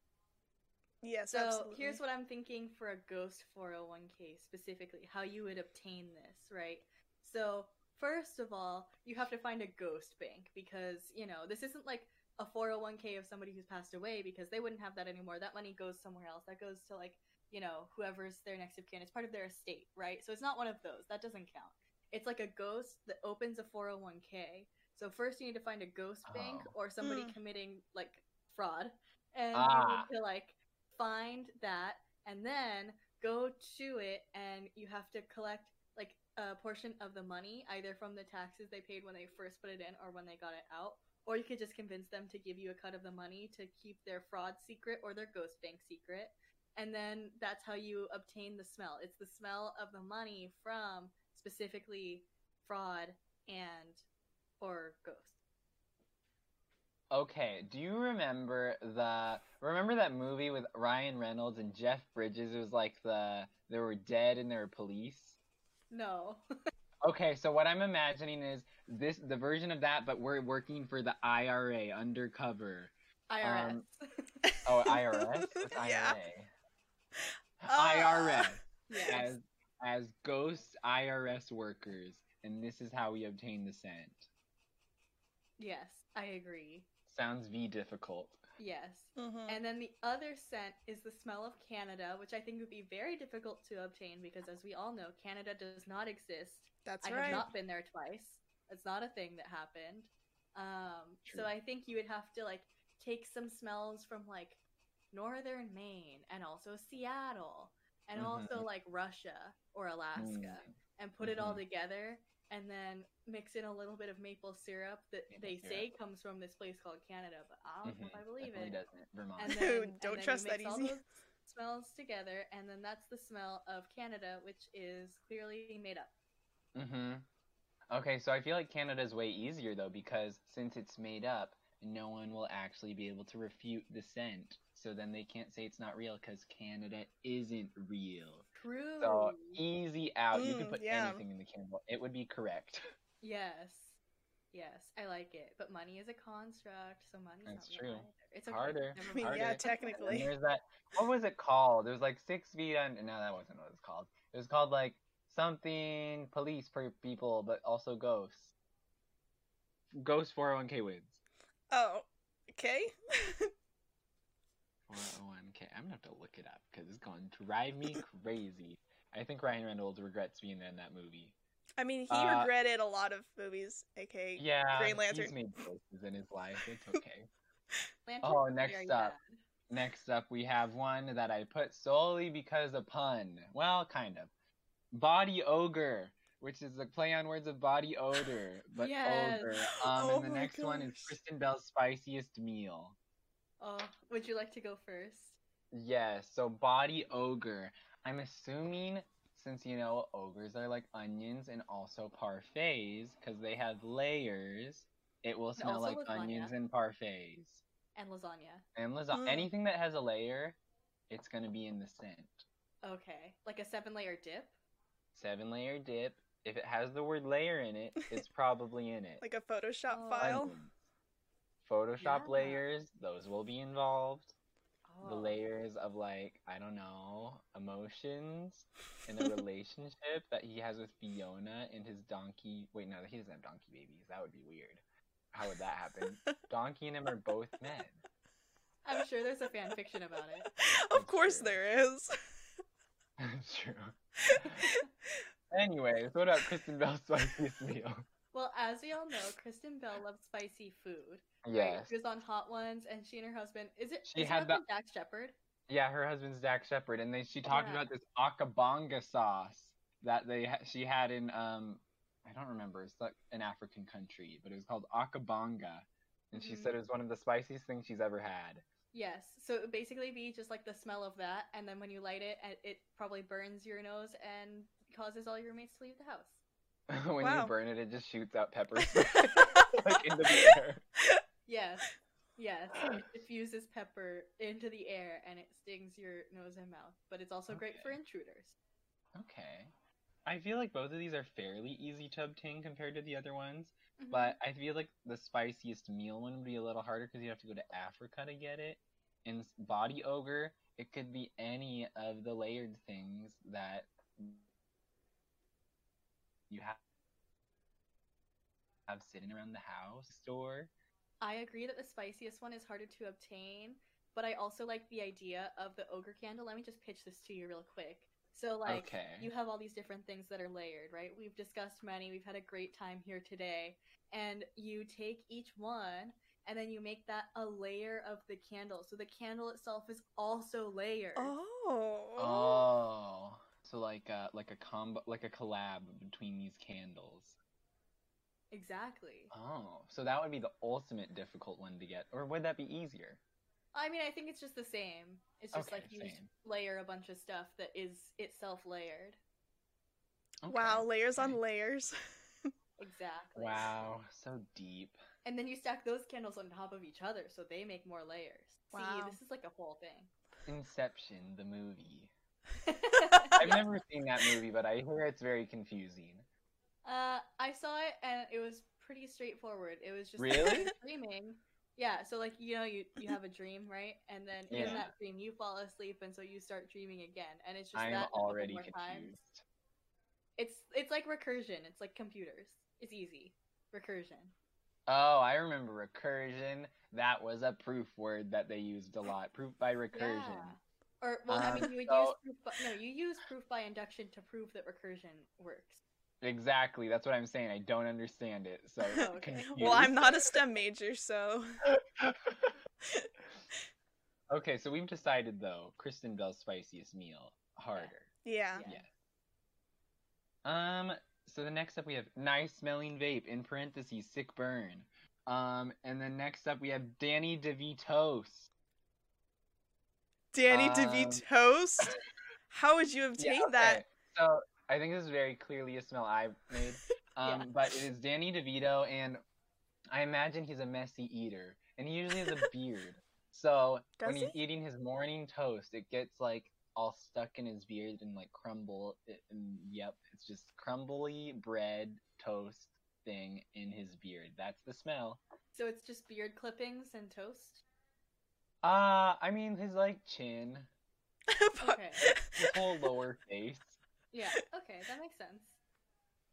[SPEAKER 1] Yes,
[SPEAKER 3] So
[SPEAKER 1] absolutely.
[SPEAKER 3] here's what I'm thinking for a ghost 401k specifically, how you would obtain this, right? So first of all, you have to find a ghost bank because, you know, this isn't like a 401k of somebody who's passed away because they wouldn't have that anymore. That money goes somewhere else. That goes to like, you know, whoever's their next of kin. It's part of their estate, right? So it's not one of those. That doesn't count. It's like a ghost that opens a 401k. So first you need to find a ghost bank
[SPEAKER 2] Oh.
[SPEAKER 3] or somebody
[SPEAKER 1] Mm.
[SPEAKER 3] committing like fraud. And
[SPEAKER 2] Ah.
[SPEAKER 3] you need to like find that and then go to it and you have to collect like a portion of the money either from the taxes they paid when they first put it in or when they got it out or you could just convince them to give you a cut of the money to keep their fraud secret or their ghost bank secret and then that's how you obtain the smell it's the smell of the money from specifically fraud and or ghost
[SPEAKER 2] Okay, do you remember the remember that movie with Ryan Reynolds and Jeff Bridges? It was like the they were dead and there were police.
[SPEAKER 3] no
[SPEAKER 2] Okay, so what I'm imagining is this the version of that, but we're working for the IRA undercover. Oh,
[SPEAKER 3] irs
[SPEAKER 2] Um, Oh, IRS? What's IRA?
[SPEAKER 1] Yeah. Uh,
[SPEAKER 2] IRS.
[SPEAKER 3] Yes.
[SPEAKER 2] as as ghost IRS workers, and this is how we obtain the scent.
[SPEAKER 3] Yes, I agree.
[SPEAKER 2] Sounds v difficult.
[SPEAKER 3] Yes.
[SPEAKER 1] Mhm.
[SPEAKER 3] And then the other scent is the smell of Canada, which I think would be very difficult to obtain because, as we all know, Canada does not exist.
[SPEAKER 1] That's
[SPEAKER 3] I
[SPEAKER 1] right.
[SPEAKER 3] have not been there twice. It's not a thing that happened. Um,
[SPEAKER 2] True.
[SPEAKER 3] so I think you would have to like take some smells from like northern Maine and also Seattle and
[SPEAKER 2] Mhm.
[SPEAKER 3] also like Russia or Alaska
[SPEAKER 2] Mm.
[SPEAKER 3] and put it all
[SPEAKER 2] Mhm.
[SPEAKER 1] Mm-hmm.
[SPEAKER 3] together and then mix in a little bit of maple syrup that
[SPEAKER 2] Maple
[SPEAKER 3] they
[SPEAKER 2] syrup.
[SPEAKER 3] say comes from this place called Canada, but I don't know if I
[SPEAKER 2] Mhm.
[SPEAKER 3] believe
[SPEAKER 2] Definitely
[SPEAKER 3] it.
[SPEAKER 2] doesn't. Vermont.
[SPEAKER 3] And then, and
[SPEAKER 1] Mm-hmm. Don't
[SPEAKER 3] then you
[SPEAKER 1] trust that
[SPEAKER 3] mix all
[SPEAKER 1] easy.
[SPEAKER 3] those Smells together, and then that's the smell of Canada, which is clearly made up.
[SPEAKER 2] hmm Okay, so I feel like Canada's way easier though because since it's made up, no one will actually be able to refute the scent. So then they can't say it's not real because Canada isn't real.
[SPEAKER 3] True.
[SPEAKER 2] So e- easy out. you
[SPEAKER 1] Mm,
[SPEAKER 2] could put
[SPEAKER 1] yeah.
[SPEAKER 2] anything in the candle. It would be correct.
[SPEAKER 3] Yes. Yes, I like it. But money is a construct, so money's
[SPEAKER 2] That's
[SPEAKER 3] not real
[SPEAKER 2] true.
[SPEAKER 3] either. It's okay.
[SPEAKER 2] Harder.
[SPEAKER 3] Never
[SPEAKER 1] I mean,
[SPEAKER 3] mind.
[SPEAKER 1] yeah,
[SPEAKER 2] Harder. And
[SPEAKER 1] technically.
[SPEAKER 2] there's that. What was it called? It was like six feet under. No, that wasn't what it was called. It was called like something police per people, but also ghosts. Ghost 401k wins.
[SPEAKER 1] Oh, okay.
[SPEAKER 2] 401k. I'm gonna have to look it up because it's going to drive me crazy. I think Ryan Reynolds regrets being in that movie.
[SPEAKER 1] I mean, he
[SPEAKER 2] Uh,
[SPEAKER 1] regretted a lot of movies, aka
[SPEAKER 2] Yeah,
[SPEAKER 1] Green Lantern.
[SPEAKER 2] he's made choices in his life. It's okay.
[SPEAKER 3] Lantern's
[SPEAKER 2] oh, next
[SPEAKER 3] very
[SPEAKER 2] up,
[SPEAKER 3] bad.
[SPEAKER 2] next up, we have one that I put solely because of pun. Well, kind of. Body ogre, which is a play on words of body odor, but
[SPEAKER 3] Yes.
[SPEAKER 2] ogre. Um,
[SPEAKER 1] Oh
[SPEAKER 2] and the
[SPEAKER 1] my
[SPEAKER 2] next one is
[SPEAKER 1] gosh.
[SPEAKER 2] Kristen Bell's spiciest meal.
[SPEAKER 3] Oh, would you like to go first?
[SPEAKER 2] Yes, so body ogre. I'm assuming since you know ogres are like onions and also parfaits because they have layers, it will smell
[SPEAKER 3] also
[SPEAKER 2] like
[SPEAKER 3] lasagna.
[SPEAKER 2] onions and parfaits.
[SPEAKER 3] And lasagna.
[SPEAKER 2] And lasagna,
[SPEAKER 1] Mm.
[SPEAKER 2] anything that has a layer, it's gonna be in the scent.
[SPEAKER 3] Okay. Like a seven layer dip?
[SPEAKER 2] Seven layer dip. If it has the word layer in it, it's probably in it.
[SPEAKER 1] like a Photoshop
[SPEAKER 3] Oh.
[SPEAKER 1] file.
[SPEAKER 2] Onions. Photoshop
[SPEAKER 3] Yeah.
[SPEAKER 2] layers, those will be involved.
[SPEAKER 3] Oh.
[SPEAKER 2] the layers of like I don't know emotions and the relationship that he has with Fiona and his donkey. Wait, no, he doesn't have donkey babies. That would be weird. How would that happen? donkey and him are both men.
[SPEAKER 3] I'm sure there's a fan fiction about it.
[SPEAKER 1] of course
[SPEAKER 2] true.
[SPEAKER 1] there is.
[SPEAKER 2] That's true. Anyways, what about Kristen Bell's spiciest meal?
[SPEAKER 3] Well, as we all know, Kristen Bell loves spicy food. right?
[SPEAKER 2] Yes.
[SPEAKER 3] She was on Hot Ones, and she and her husband is it?
[SPEAKER 2] She
[SPEAKER 3] is her
[SPEAKER 2] had the-
[SPEAKER 3] husband Dax Shepard.
[SPEAKER 2] Yeah, her husband's Dak Shepard, and they she talked
[SPEAKER 3] Yeah.
[SPEAKER 2] about this akabanga sauce that they ha- she had in um I don't remember it's like an African country, but it was called akabanga, and she
[SPEAKER 3] Mhm.
[SPEAKER 2] said it was one of the spiciest things she's ever had.
[SPEAKER 3] Yes. So it would basically be just like the smell of that, and then when you light it, it- it probably burns your nose and causes all your roommates to leave the house.
[SPEAKER 2] when
[SPEAKER 1] Wow.
[SPEAKER 2] you burn it, it just shoots out peppers like into the air.
[SPEAKER 3] Yes. Yes. It diffuses pepper into the air and it stings your nose and mouth, but it's also great for
[SPEAKER 2] Okay.
[SPEAKER 3] intruders.
[SPEAKER 2] Okay, I feel like both of these are fairly easy to obtain compared to the other ones,
[SPEAKER 3] Mhm.
[SPEAKER 2] but I feel like the spiciest meal one would be a little harder because you have to go to Africa to get it. And s- body ogre, it could be any of the layered things that you have have sitting around the house store.
[SPEAKER 3] I agree that the spiciest one is harder to obtain, but I also like the idea of the ogre candle. Let me just pitch this to you real quick. So, like,
[SPEAKER 2] Okay.
[SPEAKER 3] you have all these different things that are layered, right? We've discussed many. We've had a great time here today. And you take each one and then you make that a layer of the candle. So the candle itself is also layered.
[SPEAKER 1] Oh.
[SPEAKER 2] Oh, so like a like a combo, like a collab between these candles.
[SPEAKER 3] Exactly.
[SPEAKER 2] Oh, so that would be the ultimate difficult one to get, or would that be easier?
[SPEAKER 3] I mean, I think it's just the same. It's just
[SPEAKER 2] Okay,
[SPEAKER 3] like you just
[SPEAKER 2] same.
[SPEAKER 3] layer a bunch of stuff that is itself layered.
[SPEAKER 2] Okay.
[SPEAKER 1] Wow, layers
[SPEAKER 2] okay.
[SPEAKER 1] on layers.
[SPEAKER 3] Exactly.
[SPEAKER 2] Wow, so deep.
[SPEAKER 3] And then you stack those candles on top of each other so they make more layers.
[SPEAKER 1] Wow.
[SPEAKER 3] See, this is like a whole thing.
[SPEAKER 2] Inception, the movie. I've never seen that movie, but I hear it's very confusing.
[SPEAKER 3] Uh, I saw it and it was pretty straightforward. It was just
[SPEAKER 2] Really?
[SPEAKER 3] screaming. Yeah, so like you know, you you have a dream, right? And then
[SPEAKER 2] Yeah.
[SPEAKER 3] in that dream, you fall asleep, and so you start dreaming again, and it's just
[SPEAKER 2] I'm
[SPEAKER 3] that a couple
[SPEAKER 2] already
[SPEAKER 3] more
[SPEAKER 2] confused.
[SPEAKER 3] times. It's it's like recursion. It's like computers. It's easy. Recursion.
[SPEAKER 2] Oh, I remember recursion. That was a proof word that they used a lot. Proof by recursion.
[SPEAKER 3] Yeah. Or well, I
[SPEAKER 2] Um,
[SPEAKER 3] mean, you would use
[SPEAKER 2] so-
[SPEAKER 3] proof by, no, you use proof by induction to prove that recursion works.
[SPEAKER 2] Exactly. That's what I'm saying. I don't understand it. So
[SPEAKER 1] Oh,
[SPEAKER 3] okay.
[SPEAKER 2] confused.
[SPEAKER 1] Well, I'm not a STEM major, so
[SPEAKER 2] okay, so we've decided though, Kristen Bell's spiciest meal harder.
[SPEAKER 1] yeah.
[SPEAKER 3] Yeah.
[SPEAKER 2] Um, so the next up we have nice smelling vape in parentheses sick burn. Um, and then next up we have Danny DeVito's.
[SPEAKER 1] Danny
[SPEAKER 2] Um,
[SPEAKER 1] DeVito's. How would you obtain
[SPEAKER 2] Yeah,
[SPEAKER 1] that?
[SPEAKER 2] okay. So I think this is very clearly a smell I made. Um,
[SPEAKER 3] Yeah.
[SPEAKER 2] but it is Danny DeVito, and I imagine he's a messy eater, and he usually has a beard. So when
[SPEAKER 1] Does
[SPEAKER 2] he's eating his morning toast, it gets like all stuck in his beard and like crumble. It, and, yep, it's just crumbly bread toast thing in his beard. That's the smell.
[SPEAKER 3] So it's just beard clippings and toast.
[SPEAKER 2] Uh, I mean his like chin,
[SPEAKER 3] Okay.
[SPEAKER 2] his whole lower face,
[SPEAKER 3] Yeah. Okay, that makes sense.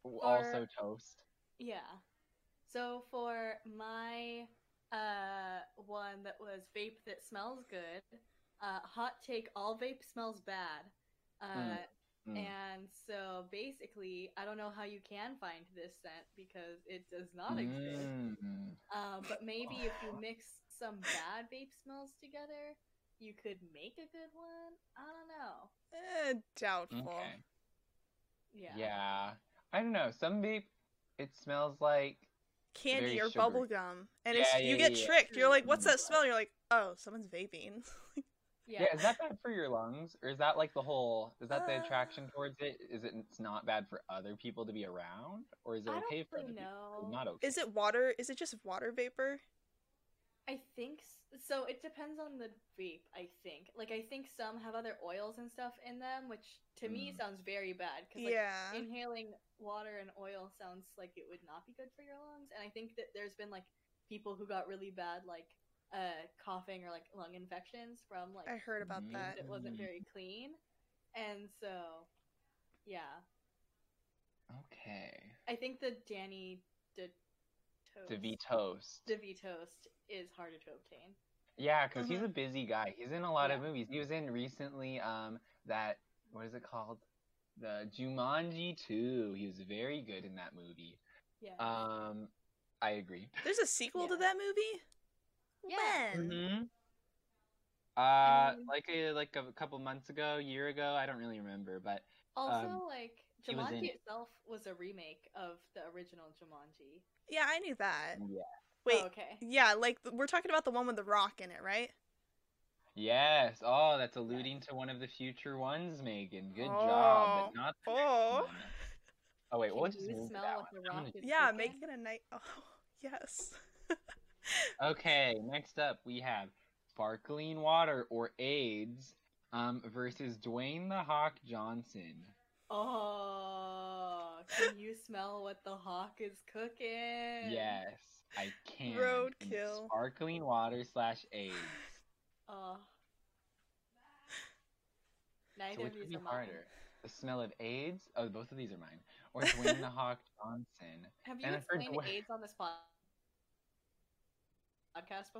[SPEAKER 2] w- also toast.
[SPEAKER 3] Yeah. So for my uh one that was vape that smells good, uh hot take all vape smells bad. Uh
[SPEAKER 2] Mm, Mm.
[SPEAKER 3] and so basically I don't know how you can find this scent because it does not
[SPEAKER 2] Hmm.
[SPEAKER 3] exist.
[SPEAKER 2] Mm.
[SPEAKER 3] Uh, but maybe if you
[SPEAKER 2] Oh.
[SPEAKER 3] mix some bad vape smells together, you could make a good one. I don't know.
[SPEAKER 1] Eh, doubtful.
[SPEAKER 2] Okay.
[SPEAKER 3] Yeah.
[SPEAKER 2] Yeah. I don't know. Some vape, it smells like.
[SPEAKER 1] Candy
[SPEAKER 2] Very
[SPEAKER 1] or
[SPEAKER 2] sugary.
[SPEAKER 1] bubble gum, and
[SPEAKER 2] Yeah,
[SPEAKER 1] it's,
[SPEAKER 2] yeah,
[SPEAKER 1] you get
[SPEAKER 2] yeah, yeah.
[SPEAKER 1] tricked. You're like, "What's that
[SPEAKER 2] Mm.
[SPEAKER 1] smell?" You're like, "Oh, someone's vaping."
[SPEAKER 2] Yeah. is that bad for your lungs? Or is that like the whole. Is that the
[SPEAKER 1] Uh,
[SPEAKER 2] attraction towards it? Is it it's not bad for other people to be around? Or is it
[SPEAKER 3] I don't
[SPEAKER 2] okay for
[SPEAKER 3] really
[SPEAKER 2] other people?
[SPEAKER 3] know.
[SPEAKER 2] Not okay.
[SPEAKER 1] Is it water? Is it just water vapor?
[SPEAKER 3] I think s- so. It depends on the vape. I think like I think some have other oils and stuff in them, which to me
[SPEAKER 2] Mm.
[SPEAKER 3] sounds very bad because like
[SPEAKER 1] Yeah.
[SPEAKER 3] inhaling water and oil sounds like it would not be good for your lungs. And I think that there's been like people who got really bad like uh coughing or like lung infections from like
[SPEAKER 1] I heard about
[SPEAKER 2] Mm.
[SPEAKER 1] that.
[SPEAKER 3] that it wasn't
[SPEAKER 2] Mm.
[SPEAKER 3] very clean. And so, yeah,
[SPEAKER 2] Okay.
[SPEAKER 3] I think the Danny De Toast,
[SPEAKER 2] To be toast.
[SPEAKER 3] DeVitoast is harder to obtain.
[SPEAKER 2] Yeah, because he's
[SPEAKER 1] Mhm.
[SPEAKER 2] a busy guy. He's in a lot of
[SPEAKER 3] Uh-huh. Yeah.
[SPEAKER 2] movies. He was in recently um that what is it called? The Jumanji 2. He was very good in that movie.
[SPEAKER 3] Yeah.
[SPEAKER 2] Um I agree.
[SPEAKER 1] There's a sequel to
[SPEAKER 3] Yeah.
[SPEAKER 1] that movie.
[SPEAKER 3] Yeah.
[SPEAKER 1] When?
[SPEAKER 2] hmm Uh,
[SPEAKER 3] mean-
[SPEAKER 2] like a like a couple months ago, year ago, I don't really remember, but
[SPEAKER 3] also,
[SPEAKER 2] um,
[SPEAKER 3] like
[SPEAKER 2] he was
[SPEAKER 3] Jumanji
[SPEAKER 2] in-
[SPEAKER 3] itself was a remake of the original Jumanji.
[SPEAKER 1] Yeah, I knew
[SPEAKER 3] Uh,
[SPEAKER 1] that.
[SPEAKER 2] yeah.
[SPEAKER 1] Wait,
[SPEAKER 3] Oh, okay.
[SPEAKER 1] yeah, like th- we're talking about the one with the rock in it, right?
[SPEAKER 2] Yes. Oh, that's alluding to one of the future ones, Megan. Good
[SPEAKER 1] Oh.
[SPEAKER 2] job, but not the next
[SPEAKER 1] Oh,
[SPEAKER 2] one. Oh wait,
[SPEAKER 3] Can
[SPEAKER 2] what
[SPEAKER 3] you
[SPEAKER 2] is
[SPEAKER 3] smell
[SPEAKER 2] that
[SPEAKER 3] what
[SPEAKER 2] one?
[SPEAKER 3] the
[SPEAKER 2] I'm
[SPEAKER 3] rock
[SPEAKER 2] gonna-
[SPEAKER 3] is
[SPEAKER 1] yeah,
[SPEAKER 3] cooking?
[SPEAKER 1] make it a night. Oh, yes.
[SPEAKER 2] Okay, next up we have sparkling water or AIDS um versus Dwayne the Hawk Johnson.
[SPEAKER 3] Oh, can you smell what the hawk is cooking?
[SPEAKER 2] Yes, I can. in
[SPEAKER 1] Roadkill.
[SPEAKER 2] Sparkling water slash AIDS.
[SPEAKER 3] Oh.
[SPEAKER 2] So
[SPEAKER 3] Neither
[SPEAKER 2] which
[SPEAKER 3] of
[SPEAKER 2] would
[SPEAKER 3] these
[SPEAKER 2] be
[SPEAKER 3] are mine.
[SPEAKER 2] harder? The smell of AIDS? Oh, both of these are mine. Or Dwayne the Hawk Johnson.
[SPEAKER 3] Have you
[SPEAKER 2] And I've heard
[SPEAKER 3] explained
[SPEAKER 2] Dwayne-
[SPEAKER 3] AIDS on this pod- podcast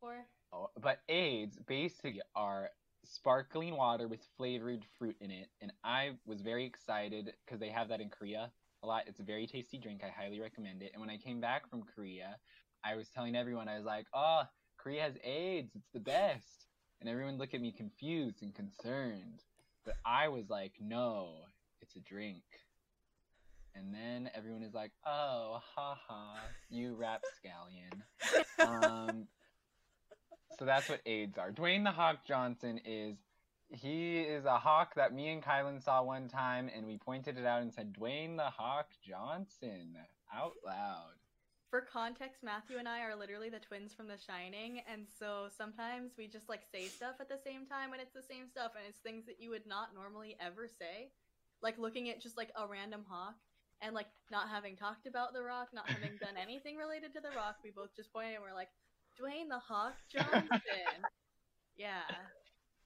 [SPEAKER 3] before?
[SPEAKER 2] Oh, But AIDS basically are sparkling water with flavored fruit in it. And I was very excited because they have that in Korea a lot. It's a very tasty drink. I highly recommend it. And when I came back from Korea, I was telling everyone, I was like, oh, Korea has AIDS. It's the best. And everyone looked at me confused and concerned. But I was like, no, it's a drink. And then everyone is like, oh, haha, you rapscallion. Um, so that's what AIDS are. Dwayne the Hawk Johnson is he is a hawk that me and Kylan saw one time, and we pointed it out and said, "Dwayne the Hawk Johnson" out loud.
[SPEAKER 3] For context, Matthew and I are literally the twins from The Shining, and so sometimes we just like say stuff at the same time, and it's the same stuff, and it's things that you would not normally ever say. Like looking at just like a random hawk and like not having talked about The Rock, not having done anything related to The Rock, we both just pointed and we're like, Dwayne the Hawk Johnson. yeah.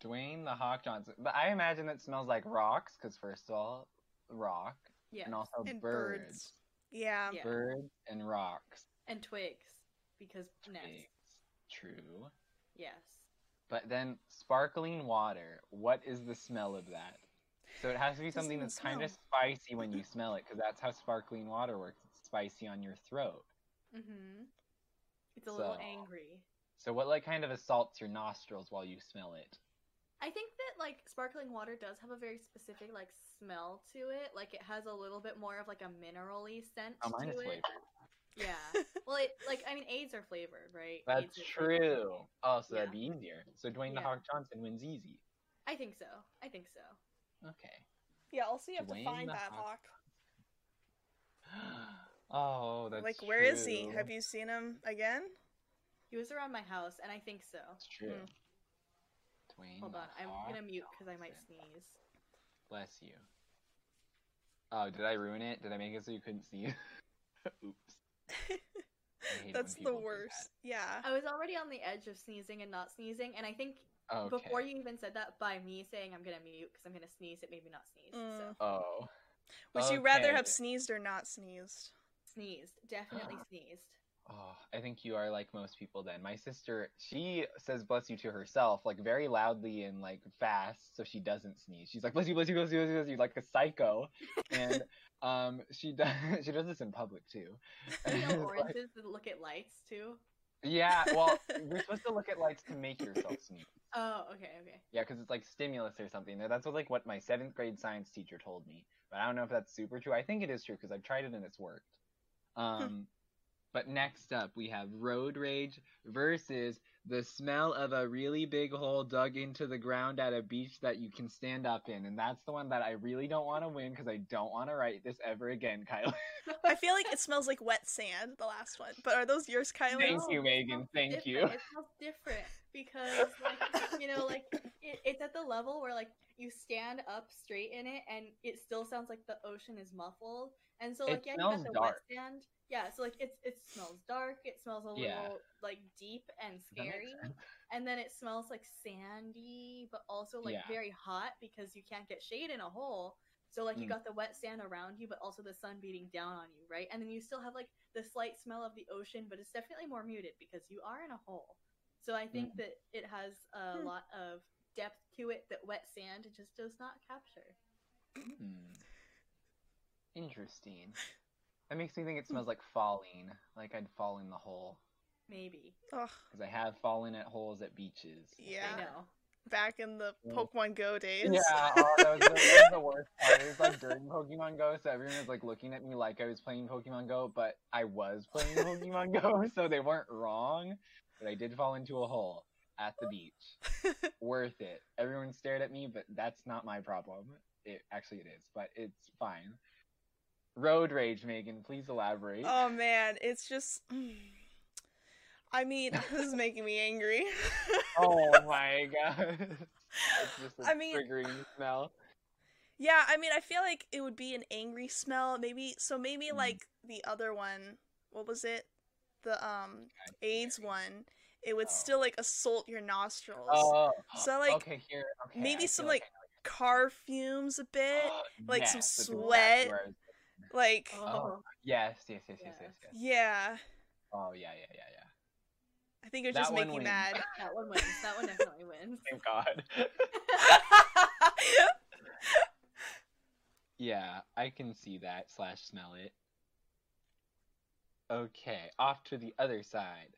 [SPEAKER 2] Dwayne the Hawk Johnson. But I imagine that smells like rocks, because first of all, rock,
[SPEAKER 3] Yeah.
[SPEAKER 2] and also
[SPEAKER 1] And
[SPEAKER 2] birds.
[SPEAKER 1] birds. Yeah.
[SPEAKER 3] Yeah.
[SPEAKER 2] Birds and rocks.
[SPEAKER 3] And twigs. Because next.
[SPEAKER 2] Twigs. True.
[SPEAKER 3] Yes.
[SPEAKER 2] But then sparkling water. What is the smell of that? So it has to be
[SPEAKER 1] Doesn't
[SPEAKER 2] something
[SPEAKER 1] even
[SPEAKER 2] that's kind of
[SPEAKER 1] smell.
[SPEAKER 2] spicy when you smell it, because that's how sparkling water works. It's spicy on your throat.
[SPEAKER 3] Mm-hmm. It's a little
[SPEAKER 2] So-
[SPEAKER 3] angry.
[SPEAKER 2] So what like kind of assaults your nostrils while you smell it?
[SPEAKER 3] I think that like sparkling water does have a very specific like smell to it. Like it has a little bit more of like a minerally scent
[SPEAKER 2] Oh, mine
[SPEAKER 3] to
[SPEAKER 2] is
[SPEAKER 3] it.
[SPEAKER 2] flavored.
[SPEAKER 3] Yeah. well, it like I mean AIDS are flavored, right?
[SPEAKER 2] That's
[SPEAKER 3] AIDS is flavored.
[SPEAKER 2] true. Oh, so that'd
[SPEAKER 3] Yeah.
[SPEAKER 2] be easier. So Dwayne the
[SPEAKER 3] Yeah.
[SPEAKER 2] Hawk Johnson wins easy.
[SPEAKER 3] I think so. I think so.
[SPEAKER 2] Okay.
[SPEAKER 1] Yeah, also you have
[SPEAKER 2] Dwayne
[SPEAKER 1] to find
[SPEAKER 2] the
[SPEAKER 1] that
[SPEAKER 2] Hawk
[SPEAKER 1] hawk.
[SPEAKER 2] Oh, that's
[SPEAKER 1] Like, where is he?
[SPEAKER 2] true.
[SPEAKER 1] Have you seen him again?
[SPEAKER 3] He was around my house, and I think so.
[SPEAKER 2] That's true.
[SPEAKER 1] Hmm.
[SPEAKER 2] Dwayne
[SPEAKER 3] Hold
[SPEAKER 2] the
[SPEAKER 3] on, I'm
[SPEAKER 2] Hawk
[SPEAKER 3] gonna mute because I might
[SPEAKER 2] Johnson.
[SPEAKER 3] sneeze.
[SPEAKER 2] Bless you. Oh, did I ruin it? Did I make it so you couldn't see? Oops. I hate it when
[SPEAKER 1] That's the
[SPEAKER 2] people do that.
[SPEAKER 1] worst. Yeah.
[SPEAKER 3] I was already on the edge of sneezing and not sneezing, and I think
[SPEAKER 2] Okay.
[SPEAKER 3] before you even said that, by me saying I'm gonna mute because I'm gonna sneeze, it made me not sneeze. So
[SPEAKER 1] Mm.
[SPEAKER 2] Oh.
[SPEAKER 1] Would you rather have
[SPEAKER 2] Okay.
[SPEAKER 1] sneezed or not sneezed?
[SPEAKER 3] sneezed, definitely sneezed.
[SPEAKER 2] Oh, I think you are like most people then. My sister, she says bless you to herself, like very loudly and like fast, so she doesn't sneeze. She's like, bless you, bless you, bless you, bless you, bless you, like a psycho. And um she does she does this in public too.
[SPEAKER 3] You know,
[SPEAKER 2] It's like-
[SPEAKER 3] oranges that look at lights too.
[SPEAKER 2] yeah, well, you're supposed to look at lights to make yourself sneeze.
[SPEAKER 3] Oh, okay, okay.
[SPEAKER 2] Yeah, because it's like stimulus or something. That's what like what my seventh grade science teacher told me. But I don't know if that's super true. I think it is true because I've tried it and it's worked. Um, but next up we have road rage versus the smell of a really big hole dug into the ground at a beach that you can stand up in, and that's the one that I really don't want to win because I don't want to write this ever again, Kyle.
[SPEAKER 1] I feel like it smells like wet sand, the last one. But are those yours, Kylie?
[SPEAKER 2] Thank
[SPEAKER 3] No,
[SPEAKER 2] you,
[SPEAKER 3] it
[SPEAKER 2] Megan.
[SPEAKER 3] smells
[SPEAKER 2] Thank
[SPEAKER 3] different.
[SPEAKER 2] you.
[SPEAKER 3] It smells different because, like, you know, like it, it's at the level where like you stand up straight in it, and it still sounds like the ocean is muffled. And so,
[SPEAKER 2] It
[SPEAKER 3] like, yeah, you
[SPEAKER 2] smells
[SPEAKER 3] got the
[SPEAKER 2] dark.
[SPEAKER 3] wet sand. Yeah, so like it's it smells dark. It smells a little
[SPEAKER 2] Yeah.
[SPEAKER 3] like deep and
[SPEAKER 2] that make
[SPEAKER 3] scary, and then it smells like sandy, but also like
[SPEAKER 2] Yeah.
[SPEAKER 3] very hot because you can't get shade in a hole. So like you
[SPEAKER 2] Mm.
[SPEAKER 3] got the wet sand around you, but also the sun beating down on you, right? And then you still have like the slight smell of the ocean, but it's definitely more muted because you are in a hole. So I think
[SPEAKER 2] Mm.
[SPEAKER 3] that it has a
[SPEAKER 1] Hmm.
[SPEAKER 3] lot of depth to it that wet sand just does not capture.
[SPEAKER 2] Hmm. Interesting. That makes me think it smells like falling, like I'd fall in the hole.
[SPEAKER 3] Maybe.
[SPEAKER 1] Ugh,
[SPEAKER 2] because I have fallen at holes at beaches.
[SPEAKER 1] Yeah.
[SPEAKER 3] I know.
[SPEAKER 1] back in the
[SPEAKER 2] Mm.
[SPEAKER 1] Pokemon Go days.
[SPEAKER 2] Yeah, oh, that, was the, that was the worst part. It was like during Pokemon Go, so everyone was like looking at me like I was playing Pokemon Go, but I was playing Pokemon Go, so they weren't wrong. But I did fall into a hole at the beach. Worth it. Everyone stared at me, but that's not my problem. It actually it is, but it's fine. Road rage, Megan. Please elaborate.
[SPEAKER 1] Oh man, it's just. I mean, this is making me angry.
[SPEAKER 2] oh my god. It's just a
[SPEAKER 1] I mean-
[SPEAKER 2] triggering smell.
[SPEAKER 1] yeah, I mean, I feel like it would be an angry smell. Maybe so. Maybe
[SPEAKER 2] Mm.
[SPEAKER 1] like the other one. What was it? The um AIDS one. It would
[SPEAKER 2] Oh.
[SPEAKER 1] still like assault your nostrils,
[SPEAKER 2] Oh,
[SPEAKER 1] So, like,
[SPEAKER 2] okay, here, okay,
[SPEAKER 1] maybe
[SPEAKER 2] I Uh,
[SPEAKER 1] some,
[SPEAKER 2] feel
[SPEAKER 1] car fumes a
[SPEAKER 2] I
[SPEAKER 1] bit,
[SPEAKER 2] know-
[SPEAKER 1] like some
[SPEAKER 2] that's exactly
[SPEAKER 1] sweat.
[SPEAKER 2] where I was-
[SPEAKER 1] like
[SPEAKER 3] Oh.
[SPEAKER 2] Yes, yes, yes, yes, yes, yes.
[SPEAKER 1] yeah.
[SPEAKER 2] Oh yeah, yeah, yeah, yeah.
[SPEAKER 1] I think it would
[SPEAKER 2] That
[SPEAKER 1] just
[SPEAKER 2] one
[SPEAKER 1] make you
[SPEAKER 2] wins.
[SPEAKER 1] mad.
[SPEAKER 3] Oh, That one wins. That one definitely wins.
[SPEAKER 2] Thank God. yeah, I can see that slash smell it. Okay, off to the other side.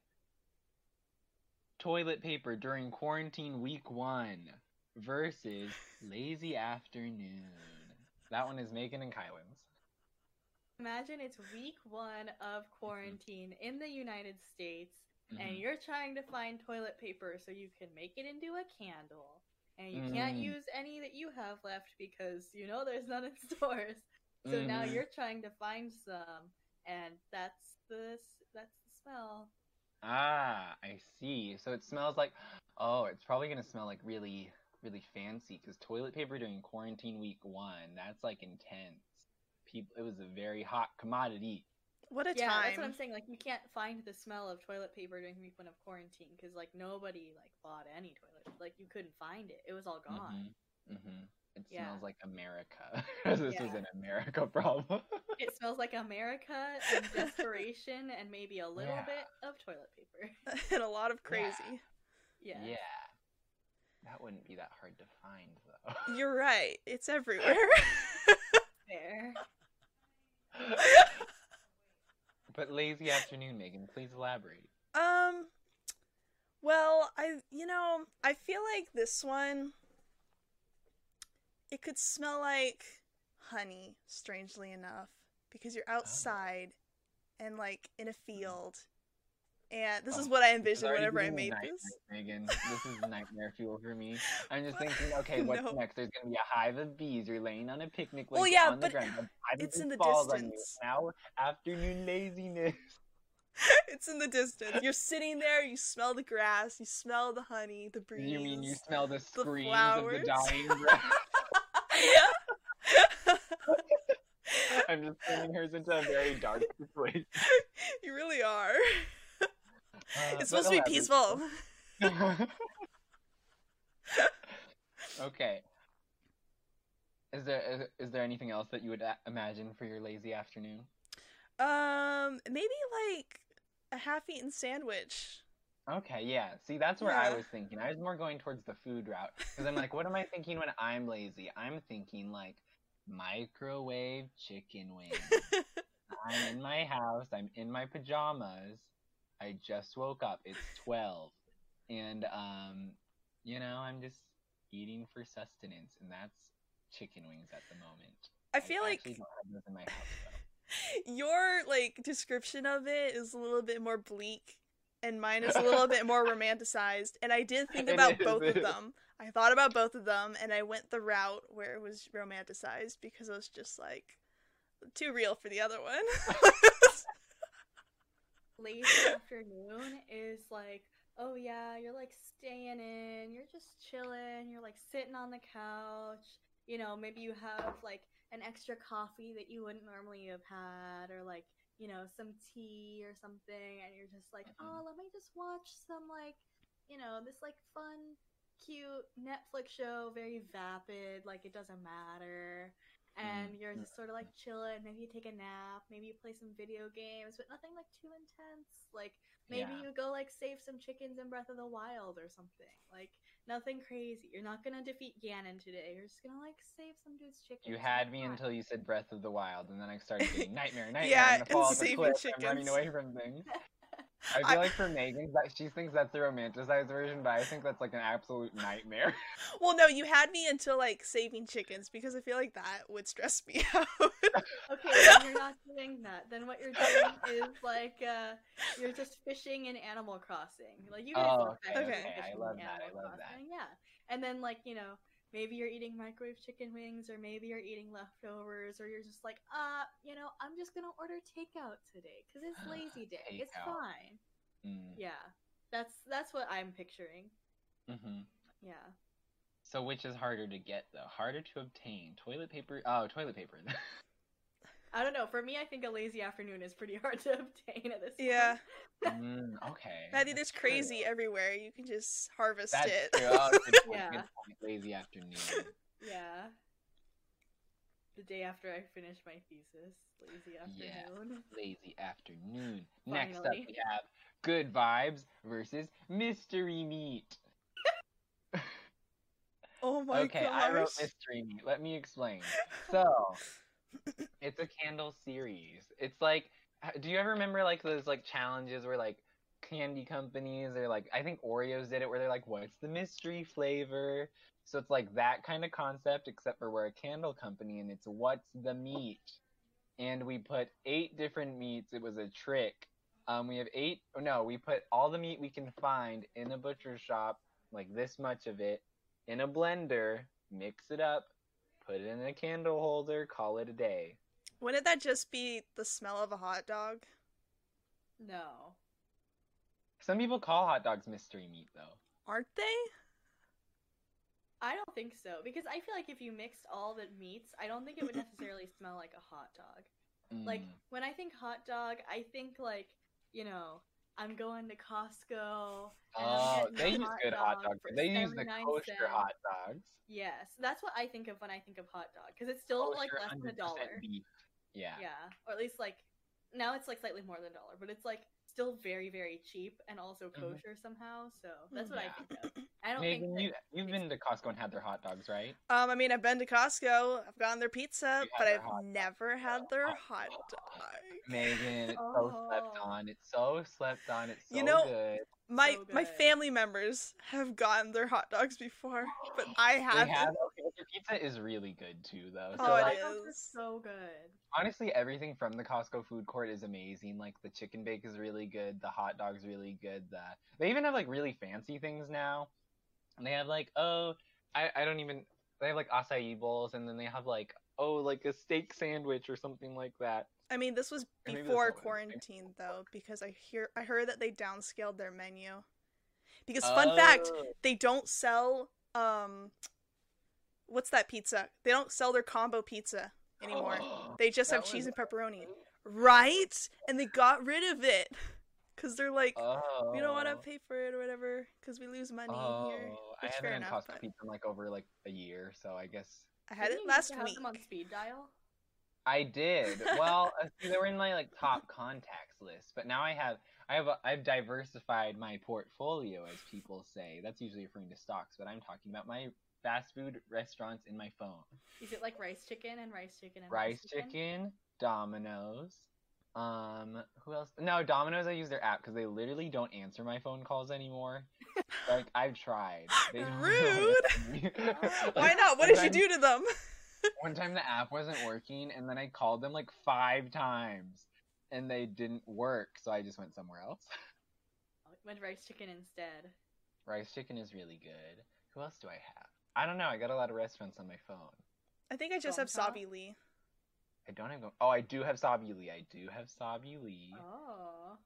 [SPEAKER 2] Toilet paper during quarantine week one versus lazy afternoon. That one is Megan and Kylan's.
[SPEAKER 3] Imagine it's week one of
[SPEAKER 2] Mm-hmm.
[SPEAKER 3] quarantine in the United States, and you're trying to find toilet paper so you can make it into a candle. And you can't
[SPEAKER 2] Mm.
[SPEAKER 3] use any that you have left because you know there's none in stores. So now
[SPEAKER 2] Mhm.
[SPEAKER 3] you're trying to find some, and that's the s- that's the smell.
[SPEAKER 2] Ah, I see. So it smells like. Oh, it's probably gonna smell like really, really fancy because toilet paper during quarantine week one. That's like intense. people. It was a very hot commodity.
[SPEAKER 1] What a
[SPEAKER 3] yeah,
[SPEAKER 1] time.
[SPEAKER 3] that's what I'm saying. Like, you can't find the smell of toilet paper during the week of quarantine because, like, nobody like bought any toilet. Like, you couldn't find it. It was all gone.
[SPEAKER 2] hmm It
[SPEAKER 3] Yeah.
[SPEAKER 2] smells like America. 'Cause this was
[SPEAKER 3] Yeah.
[SPEAKER 2] an America problem.
[SPEAKER 3] It smells like America and desperation and maybe a little
[SPEAKER 2] Yeah.
[SPEAKER 3] bit of toilet paper.
[SPEAKER 1] and a lot of crazy.
[SPEAKER 3] Yeah.
[SPEAKER 2] That wouldn't be that hard to find though.
[SPEAKER 1] You're right. It's everywhere.
[SPEAKER 3] Fair.
[SPEAKER 2] but lazy afternoon, Megan. Please elaborate.
[SPEAKER 1] um well, I you know, I feel like this one it could smell like honey, strangely enough, because
[SPEAKER 2] Oh.
[SPEAKER 1] you're outside and like in a field. And this is
[SPEAKER 2] Hmm. Oh,
[SPEAKER 1] what I
[SPEAKER 2] This is
[SPEAKER 1] envisioned
[SPEAKER 2] already
[SPEAKER 1] whenever I
[SPEAKER 2] giving me
[SPEAKER 1] made
[SPEAKER 2] nightmares,
[SPEAKER 1] this.
[SPEAKER 2] Megan. This is nightmare fuel for me. I'm just thinking, okay, what's
[SPEAKER 1] No.
[SPEAKER 2] next? There's gonna be a hive of bees. You're laying on a picnic
[SPEAKER 1] Well,
[SPEAKER 2] blanket
[SPEAKER 1] yeah,
[SPEAKER 2] on the
[SPEAKER 1] but
[SPEAKER 2] ground. A hive of
[SPEAKER 1] it's
[SPEAKER 2] bees
[SPEAKER 1] in the
[SPEAKER 2] falls on you.
[SPEAKER 1] distance.
[SPEAKER 2] Now afternoon laziness.
[SPEAKER 1] It's in the distance. You're sitting there, you smell the grass, you smell the honey, the breeze.
[SPEAKER 2] You mean you smell the screams of the
[SPEAKER 1] flowers.
[SPEAKER 2] dying breath? I'm just turning hers into a very dark situation.
[SPEAKER 1] you really are.
[SPEAKER 2] Uh,
[SPEAKER 1] it's
[SPEAKER 2] but
[SPEAKER 1] supposed to be
[SPEAKER 2] elaborate.
[SPEAKER 1] peaceful.
[SPEAKER 2] okay. Is there is, is there anything else that you would a- imagine for your lazy afternoon?
[SPEAKER 1] Um, maybe like a half-eaten sandwich.
[SPEAKER 2] Okay, yeah. See, that's where I
[SPEAKER 1] Yeah.
[SPEAKER 2] was thinking. I was more going towards the food route because I'm like, what am I thinking when I'm lazy? I'm thinking like microwave chicken wings. I'm in my house. I'm in my pajamas. I just woke up. It's twelve, and um, you know, I'm just eating for sustenance, and that's chicken wings at the moment.
[SPEAKER 1] I feel like
[SPEAKER 2] actually don't have those in my house. Though.
[SPEAKER 1] your like description of it is a little bit more bleak, and mine is a little bit more romanticized. And I did think
[SPEAKER 2] It
[SPEAKER 1] about
[SPEAKER 2] is,
[SPEAKER 1] both
[SPEAKER 2] it
[SPEAKER 1] of
[SPEAKER 2] is.
[SPEAKER 1] them. I thought about both of them, and I went the route where it was romanticized because I was just like too real for the other one.
[SPEAKER 3] Late afternoon is like, oh yeah, you're like staying in, you're just chilling, you're like sitting on the couch. You know, maybe you have like an extra coffee that you wouldn't normally have had, or like, you know, some tea or something, and you're just like,
[SPEAKER 2] Mhm.
[SPEAKER 3] oh, let me just watch some like, you know, this like fun, cute Netflix show, very vapid, like it doesn't matter
[SPEAKER 2] Mm.
[SPEAKER 3] and you're just sort of like chilling. Maybe you take a nap. Maybe you play some video games, but nothing like too intense. Like maybe
[SPEAKER 2] Yeah.
[SPEAKER 3] you go like save some chickens in Breath of the Wild or something. Like nothing crazy. You're not gonna defeat Ganon today. You're just gonna like save some dude's chickens.
[SPEAKER 2] You had me
[SPEAKER 3] Come on.
[SPEAKER 2] until you said Breath of the Wild, and then I started getting nightmare, nightmare.
[SPEAKER 1] Yeah,
[SPEAKER 2] I'm gonna fall
[SPEAKER 1] and
[SPEAKER 2] off a
[SPEAKER 1] saving
[SPEAKER 2] cliff. I'm
[SPEAKER 1] chickens.
[SPEAKER 2] running away from things. I
[SPEAKER 1] I-
[SPEAKER 2] feel like for Megan, that she thinks that's the romanticized version, but I think that's like an absolute nightmare.
[SPEAKER 1] well, no, you had me until like saving chickens because I feel like that would stress me out.
[SPEAKER 3] Okay, then you're not doing that. Then what you're doing is like uh, you're just fishing in Animal Crossing. Like you guys
[SPEAKER 2] Oh,
[SPEAKER 3] love that.
[SPEAKER 1] okay,
[SPEAKER 3] you're
[SPEAKER 1] okay,
[SPEAKER 2] I
[SPEAKER 3] fishing
[SPEAKER 2] love
[SPEAKER 3] in
[SPEAKER 2] that, I
[SPEAKER 3] Animal
[SPEAKER 2] love that.
[SPEAKER 3] Crossing, Yeah, and then like you know maybe you're eating microwave chicken wings or maybe you're eating leftovers or you're just like uh you know I'm just gonna order takeout today because it's lazy day. It's
[SPEAKER 2] Takeout.
[SPEAKER 3] fine.
[SPEAKER 2] Mm,
[SPEAKER 3] Yeah, that's that's what I'm picturing.
[SPEAKER 2] hmm
[SPEAKER 3] Yeah.
[SPEAKER 2] So which is harder to get though? Harder to obtain? Toilet paper? Oh, toilet paper.
[SPEAKER 3] I don't know. For me, I think a lazy afternoon is pretty hard to obtain at this point.
[SPEAKER 1] Yeah.
[SPEAKER 2] mm, okay.
[SPEAKER 1] Maddie, there's
[SPEAKER 2] that's true.
[SPEAKER 1] crazy everywhere. You can just harvest
[SPEAKER 2] That's
[SPEAKER 1] it.
[SPEAKER 2] true. Oh, good point,
[SPEAKER 3] Yeah.
[SPEAKER 2] good point. Lazy afternoon.
[SPEAKER 3] Yeah. The day after I finish my thesis, lazy
[SPEAKER 2] Yeah.
[SPEAKER 3] afternoon.
[SPEAKER 2] Lazy afternoon. Next up,
[SPEAKER 3] Finally.
[SPEAKER 2] we have good vibes versus mystery meat.
[SPEAKER 1] oh my
[SPEAKER 2] okay,
[SPEAKER 1] gosh.
[SPEAKER 2] I wrote mystery meat. Let me explain. So, it's a candle series. It's like, h- do you ever remember like those like challenges where like candy companies or like I think Oreos did it where they're like, what's the mystery flavor? So it's like that kind of concept, except for we're a candle company and it's what's the meat. And we put eight different meats. It was a trick. Um, we have eight. oh, No, we put all the meat we can find in a butcher shop, like this much of it, in a blender, mix it up, put it in a candle holder, call it a day.
[SPEAKER 1] Wouldn't that just be the smell of a hot dog?
[SPEAKER 3] No.
[SPEAKER 2] Some people call hot dogs mystery meat, though.
[SPEAKER 1] Aren't they?
[SPEAKER 3] I don't think so because I feel like if you mixed all the meats, I don't think it would necessarily smell like a hot dog. Like
[SPEAKER 2] Mm.
[SPEAKER 3] when I think hot dog, I think like you know I'm going to Costco. and I'm
[SPEAKER 2] oh,
[SPEAKER 3] getting
[SPEAKER 2] they
[SPEAKER 3] a
[SPEAKER 2] use good hot dogs.
[SPEAKER 3] for
[SPEAKER 2] They use the
[SPEAKER 3] 79
[SPEAKER 2] kosher
[SPEAKER 3] cents.
[SPEAKER 2] hot dogs.
[SPEAKER 3] Yes, that's what I think of when I think of hot dog because it's still like
[SPEAKER 2] Kosher
[SPEAKER 3] less than a
[SPEAKER 2] 100%
[SPEAKER 3] dollar.
[SPEAKER 2] beef. Yeah.
[SPEAKER 3] Yeah, or at least like now it's like slightly more than a dollar, but it's like still very very cheap and also kosher somehow. So
[SPEAKER 1] Hmm.
[SPEAKER 3] that's what
[SPEAKER 2] Mm-hmm. Yeah.
[SPEAKER 3] I think of. I don't
[SPEAKER 2] Megan,
[SPEAKER 3] think that-
[SPEAKER 2] you, you've been to Costco and had their hot dogs, right?
[SPEAKER 1] Um, I mean, I've been to Costco, I've gotten their pizza,
[SPEAKER 2] You had
[SPEAKER 1] but
[SPEAKER 2] their
[SPEAKER 1] I've
[SPEAKER 2] hot dog.
[SPEAKER 1] never had their hot dog.
[SPEAKER 2] Megan, it's so slept
[SPEAKER 3] Oh.
[SPEAKER 2] on. It's so slept on. It's so
[SPEAKER 1] You know-
[SPEAKER 2] good.
[SPEAKER 1] My
[SPEAKER 3] So
[SPEAKER 1] my
[SPEAKER 3] good.
[SPEAKER 1] family members have gotten their hot dogs before, but I
[SPEAKER 2] They
[SPEAKER 1] haven't.
[SPEAKER 2] have okay, the pizza is really good too, though. So
[SPEAKER 1] Oh, it
[SPEAKER 2] like,
[SPEAKER 3] hot dogs are
[SPEAKER 1] is.
[SPEAKER 3] so good.
[SPEAKER 2] honestly, everything from the Costco food court is amazing. Like the chicken bake is really good. The hot dog's really good. The they even have like really fancy things now. And they have like oh, I I don't even. They have like acai bowls, and then they have like oh, like a steak sandwich or something like that.
[SPEAKER 1] I mean, this was
[SPEAKER 2] Or maybe that's
[SPEAKER 1] before
[SPEAKER 2] not what it-
[SPEAKER 1] quarantine though, because I hear I heard that they downscaled their menu. Because fun fact,
[SPEAKER 2] Oh,
[SPEAKER 1] they don't sell um, what's that pizza? They don't sell their combo pizza
[SPEAKER 2] Oh,
[SPEAKER 1] anymore. They just
[SPEAKER 2] That
[SPEAKER 1] have cheese and
[SPEAKER 2] was-
[SPEAKER 1] pepperoni, right? And they got rid of it because they're like,
[SPEAKER 2] Oh,
[SPEAKER 1] we don't want to pay for it or whatever because we lose money
[SPEAKER 2] Oh,
[SPEAKER 1] E here.
[SPEAKER 2] I
[SPEAKER 1] which
[SPEAKER 2] haven't
[SPEAKER 1] fair
[SPEAKER 2] had
[SPEAKER 1] enough,
[SPEAKER 2] Costco
[SPEAKER 1] but-
[SPEAKER 2] pizza in like over like a year, so I guess
[SPEAKER 1] I had
[SPEAKER 3] Didn't
[SPEAKER 1] it
[SPEAKER 3] you used
[SPEAKER 1] last
[SPEAKER 3] to have
[SPEAKER 1] week.
[SPEAKER 3] Them on speed dial.
[SPEAKER 2] I did. Well, uh, see, they were in my like top contacts list, but now I have I have a, I've diversified my portfolio, as people say. That's usually referring to stocks, but I'm talking about my fast food restaurants in my phone:
[SPEAKER 3] Is it like rice chicken and rice chicken and
[SPEAKER 2] Rice Chicken, Domino's. Um, who else? No, Domino's. I use their app because they literally don't answer my phone calls anymore. like I've tried. They really don't answer me.
[SPEAKER 1] Why not? What did you do to them?
[SPEAKER 2] One time the app wasn't working, and then I called them like five times, and they didn't work, so I just went somewhere else.
[SPEAKER 3] Oh, Went rice chicken instead.
[SPEAKER 2] Rice chicken is really good. Who else do I have? I don't know. I got a lot of restaurants on my phone.
[SPEAKER 1] I think I just have
[SPEAKER 3] Gongcha?
[SPEAKER 1] Sabi Lee.
[SPEAKER 2] I don't have. Oh, I do have Sabi Lee. I do have Sabi Lee.
[SPEAKER 3] Oh,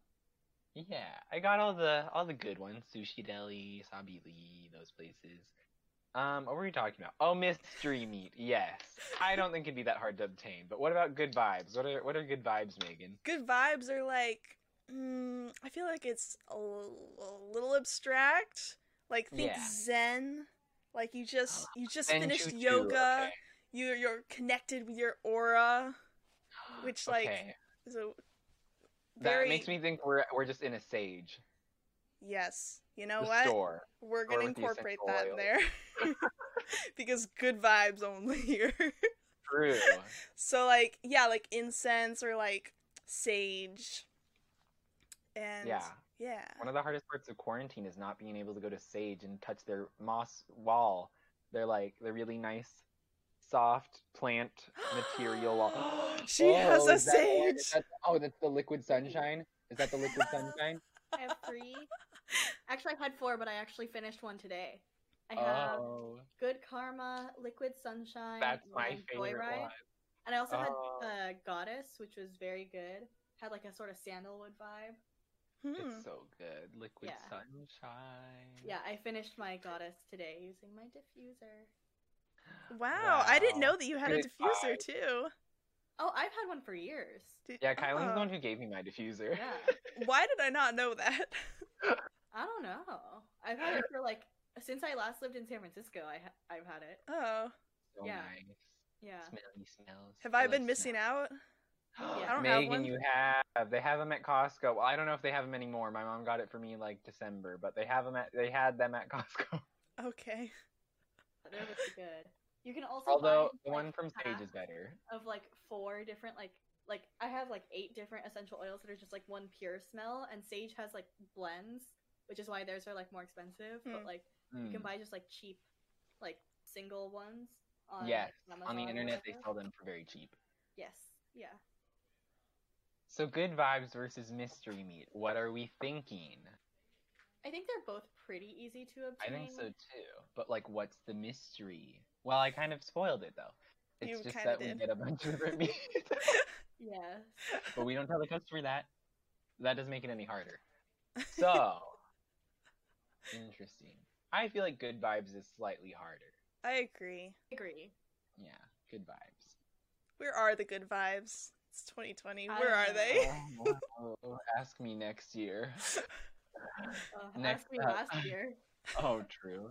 [SPEAKER 2] Yeah, I got all the all the good ones: Sushi Deli, Sabi Lee, those places. Um, what were we talking about? Oh, mystery meat. Yes, I don't think it'd be that hard to obtain. But what about good vibes? What are what are good vibes, Megan?
[SPEAKER 1] good vibes are like mm, i feel like it's a, l- a little abstract like think
[SPEAKER 2] Yeah.
[SPEAKER 1] zen like you
[SPEAKER 3] Oh,
[SPEAKER 1] just you just
[SPEAKER 2] Zen
[SPEAKER 1] finished
[SPEAKER 2] Choo Choo,
[SPEAKER 1] yoga
[SPEAKER 2] okay.
[SPEAKER 1] you're you're connected with your aura which, like, is a very
[SPEAKER 2] that makes me think we're we're just in a sage
[SPEAKER 1] yes you know
[SPEAKER 2] the
[SPEAKER 1] what
[SPEAKER 2] store.
[SPEAKER 1] we're gonna
[SPEAKER 2] with the
[SPEAKER 1] incorporate
[SPEAKER 2] essential
[SPEAKER 1] that in there
[SPEAKER 2] oils.
[SPEAKER 1] because good vibes only here
[SPEAKER 2] True.
[SPEAKER 1] so like yeah like incense or like sage and
[SPEAKER 2] yeah.
[SPEAKER 1] yeah
[SPEAKER 2] One of the hardest parts of quarantine is not being able to go to sage and touch their moss wall. They're like they're really nice, soft plant material. wall.
[SPEAKER 1] She has a
[SPEAKER 2] is that the one-
[SPEAKER 1] sage.
[SPEAKER 2] is that- oh, that's the liquid sunshine. Is that the liquid sunshine?
[SPEAKER 3] I have three. actually, I had four, but I actually finished one today. I have
[SPEAKER 2] oh,
[SPEAKER 3] Good Karma, Liquid Sunshine.
[SPEAKER 2] that's my
[SPEAKER 3] and
[SPEAKER 2] favorite
[SPEAKER 3] Joyride.
[SPEAKER 2] one.
[SPEAKER 3] And I also
[SPEAKER 2] Oh.
[SPEAKER 3] had uh, Goddess, which was very good. Had like a sort of sandalwood vibe.
[SPEAKER 1] Hmm.
[SPEAKER 2] It's so good. Liquid
[SPEAKER 3] Yeah.
[SPEAKER 2] sunshine.
[SPEAKER 3] Yeah, I finished my Goddess today using my diffuser.
[SPEAKER 1] Wow, I didn't
[SPEAKER 2] Wow.
[SPEAKER 1] know that you had a
[SPEAKER 2] Good
[SPEAKER 1] diffuser
[SPEAKER 2] vibe.
[SPEAKER 1] too.
[SPEAKER 3] Oh, I've had one for years.
[SPEAKER 1] Did-
[SPEAKER 2] Yeah, Kylan's the
[SPEAKER 1] oh.
[SPEAKER 2] one who gave me my diffuser.
[SPEAKER 3] Yeah.
[SPEAKER 1] Why did I not know that?
[SPEAKER 3] I don't know. I've had it for like since I last lived in San Francisco. I ha- I've had it.
[SPEAKER 1] Oh,
[SPEAKER 2] So
[SPEAKER 3] Yeah.
[SPEAKER 2] nice.
[SPEAKER 3] Yeah.
[SPEAKER 2] Smelly smells.
[SPEAKER 1] have I been missing out?
[SPEAKER 2] out?
[SPEAKER 3] Yeah. I
[SPEAKER 1] don't have
[SPEAKER 2] Megan,
[SPEAKER 1] one.
[SPEAKER 2] you have. They have them at Costco. Well, I don't know if they have them anymore. My mom got it for me like December, but they have them at. They had them at Costco.
[SPEAKER 1] Okay.
[SPEAKER 3] They're really good. You can also
[SPEAKER 2] Although
[SPEAKER 3] buy,
[SPEAKER 2] the
[SPEAKER 3] like,
[SPEAKER 2] one from Sage
[SPEAKER 3] half
[SPEAKER 2] is better.
[SPEAKER 3] of like four different like like I have like eight different essential oils that are just like one pure smell, and Sage has like blends, which is why theirs are like more expensive. But
[SPEAKER 1] Mm.
[SPEAKER 3] like you
[SPEAKER 2] Mm.
[SPEAKER 3] can buy just like cheap, like single ones on
[SPEAKER 2] Yes,
[SPEAKER 3] like,
[SPEAKER 2] On the
[SPEAKER 3] Amazon or
[SPEAKER 2] internet, they
[SPEAKER 3] whatever.
[SPEAKER 2] sell them for very cheap.
[SPEAKER 3] Yes, yeah.
[SPEAKER 2] So good vibes versus mystery meat. What are we thinking?
[SPEAKER 3] I think they're both pretty easy to
[SPEAKER 2] I
[SPEAKER 3] obtain.
[SPEAKER 2] think so too. But like, what's the mystery? Well, I kind of spoiled it though. It's
[SPEAKER 1] You
[SPEAKER 2] just
[SPEAKER 1] kinda
[SPEAKER 2] that
[SPEAKER 1] did.
[SPEAKER 2] we get a bunch of different meat.
[SPEAKER 3] Yes.
[SPEAKER 2] but we don't tell the customer that. That doesn't make it any harder. So, interesting. I feel like good vibes is slightly harder.
[SPEAKER 1] I agree.
[SPEAKER 3] agree.
[SPEAKER 2] Yeah, good vibes.
[SPEAKER 1] Where are the good vibes? It's 2020.
[SPEAKER 3] I
[SPEAKER 1] Where
[SPEAKER 3] don't
[SPEAKER 1] are
[SPEAKER 3] know.
[SPEAKER 1] they?
[SPEAKER 2] Oh, wow. ask me next year.
[SPEAKER 3] Uh,
[SPEAKER 2] Next
[SPEAKER 3] ask me
[SPEAKER 2] up.
[SPEAKER 3] last year.
[SPEAKER 2] Oh, true.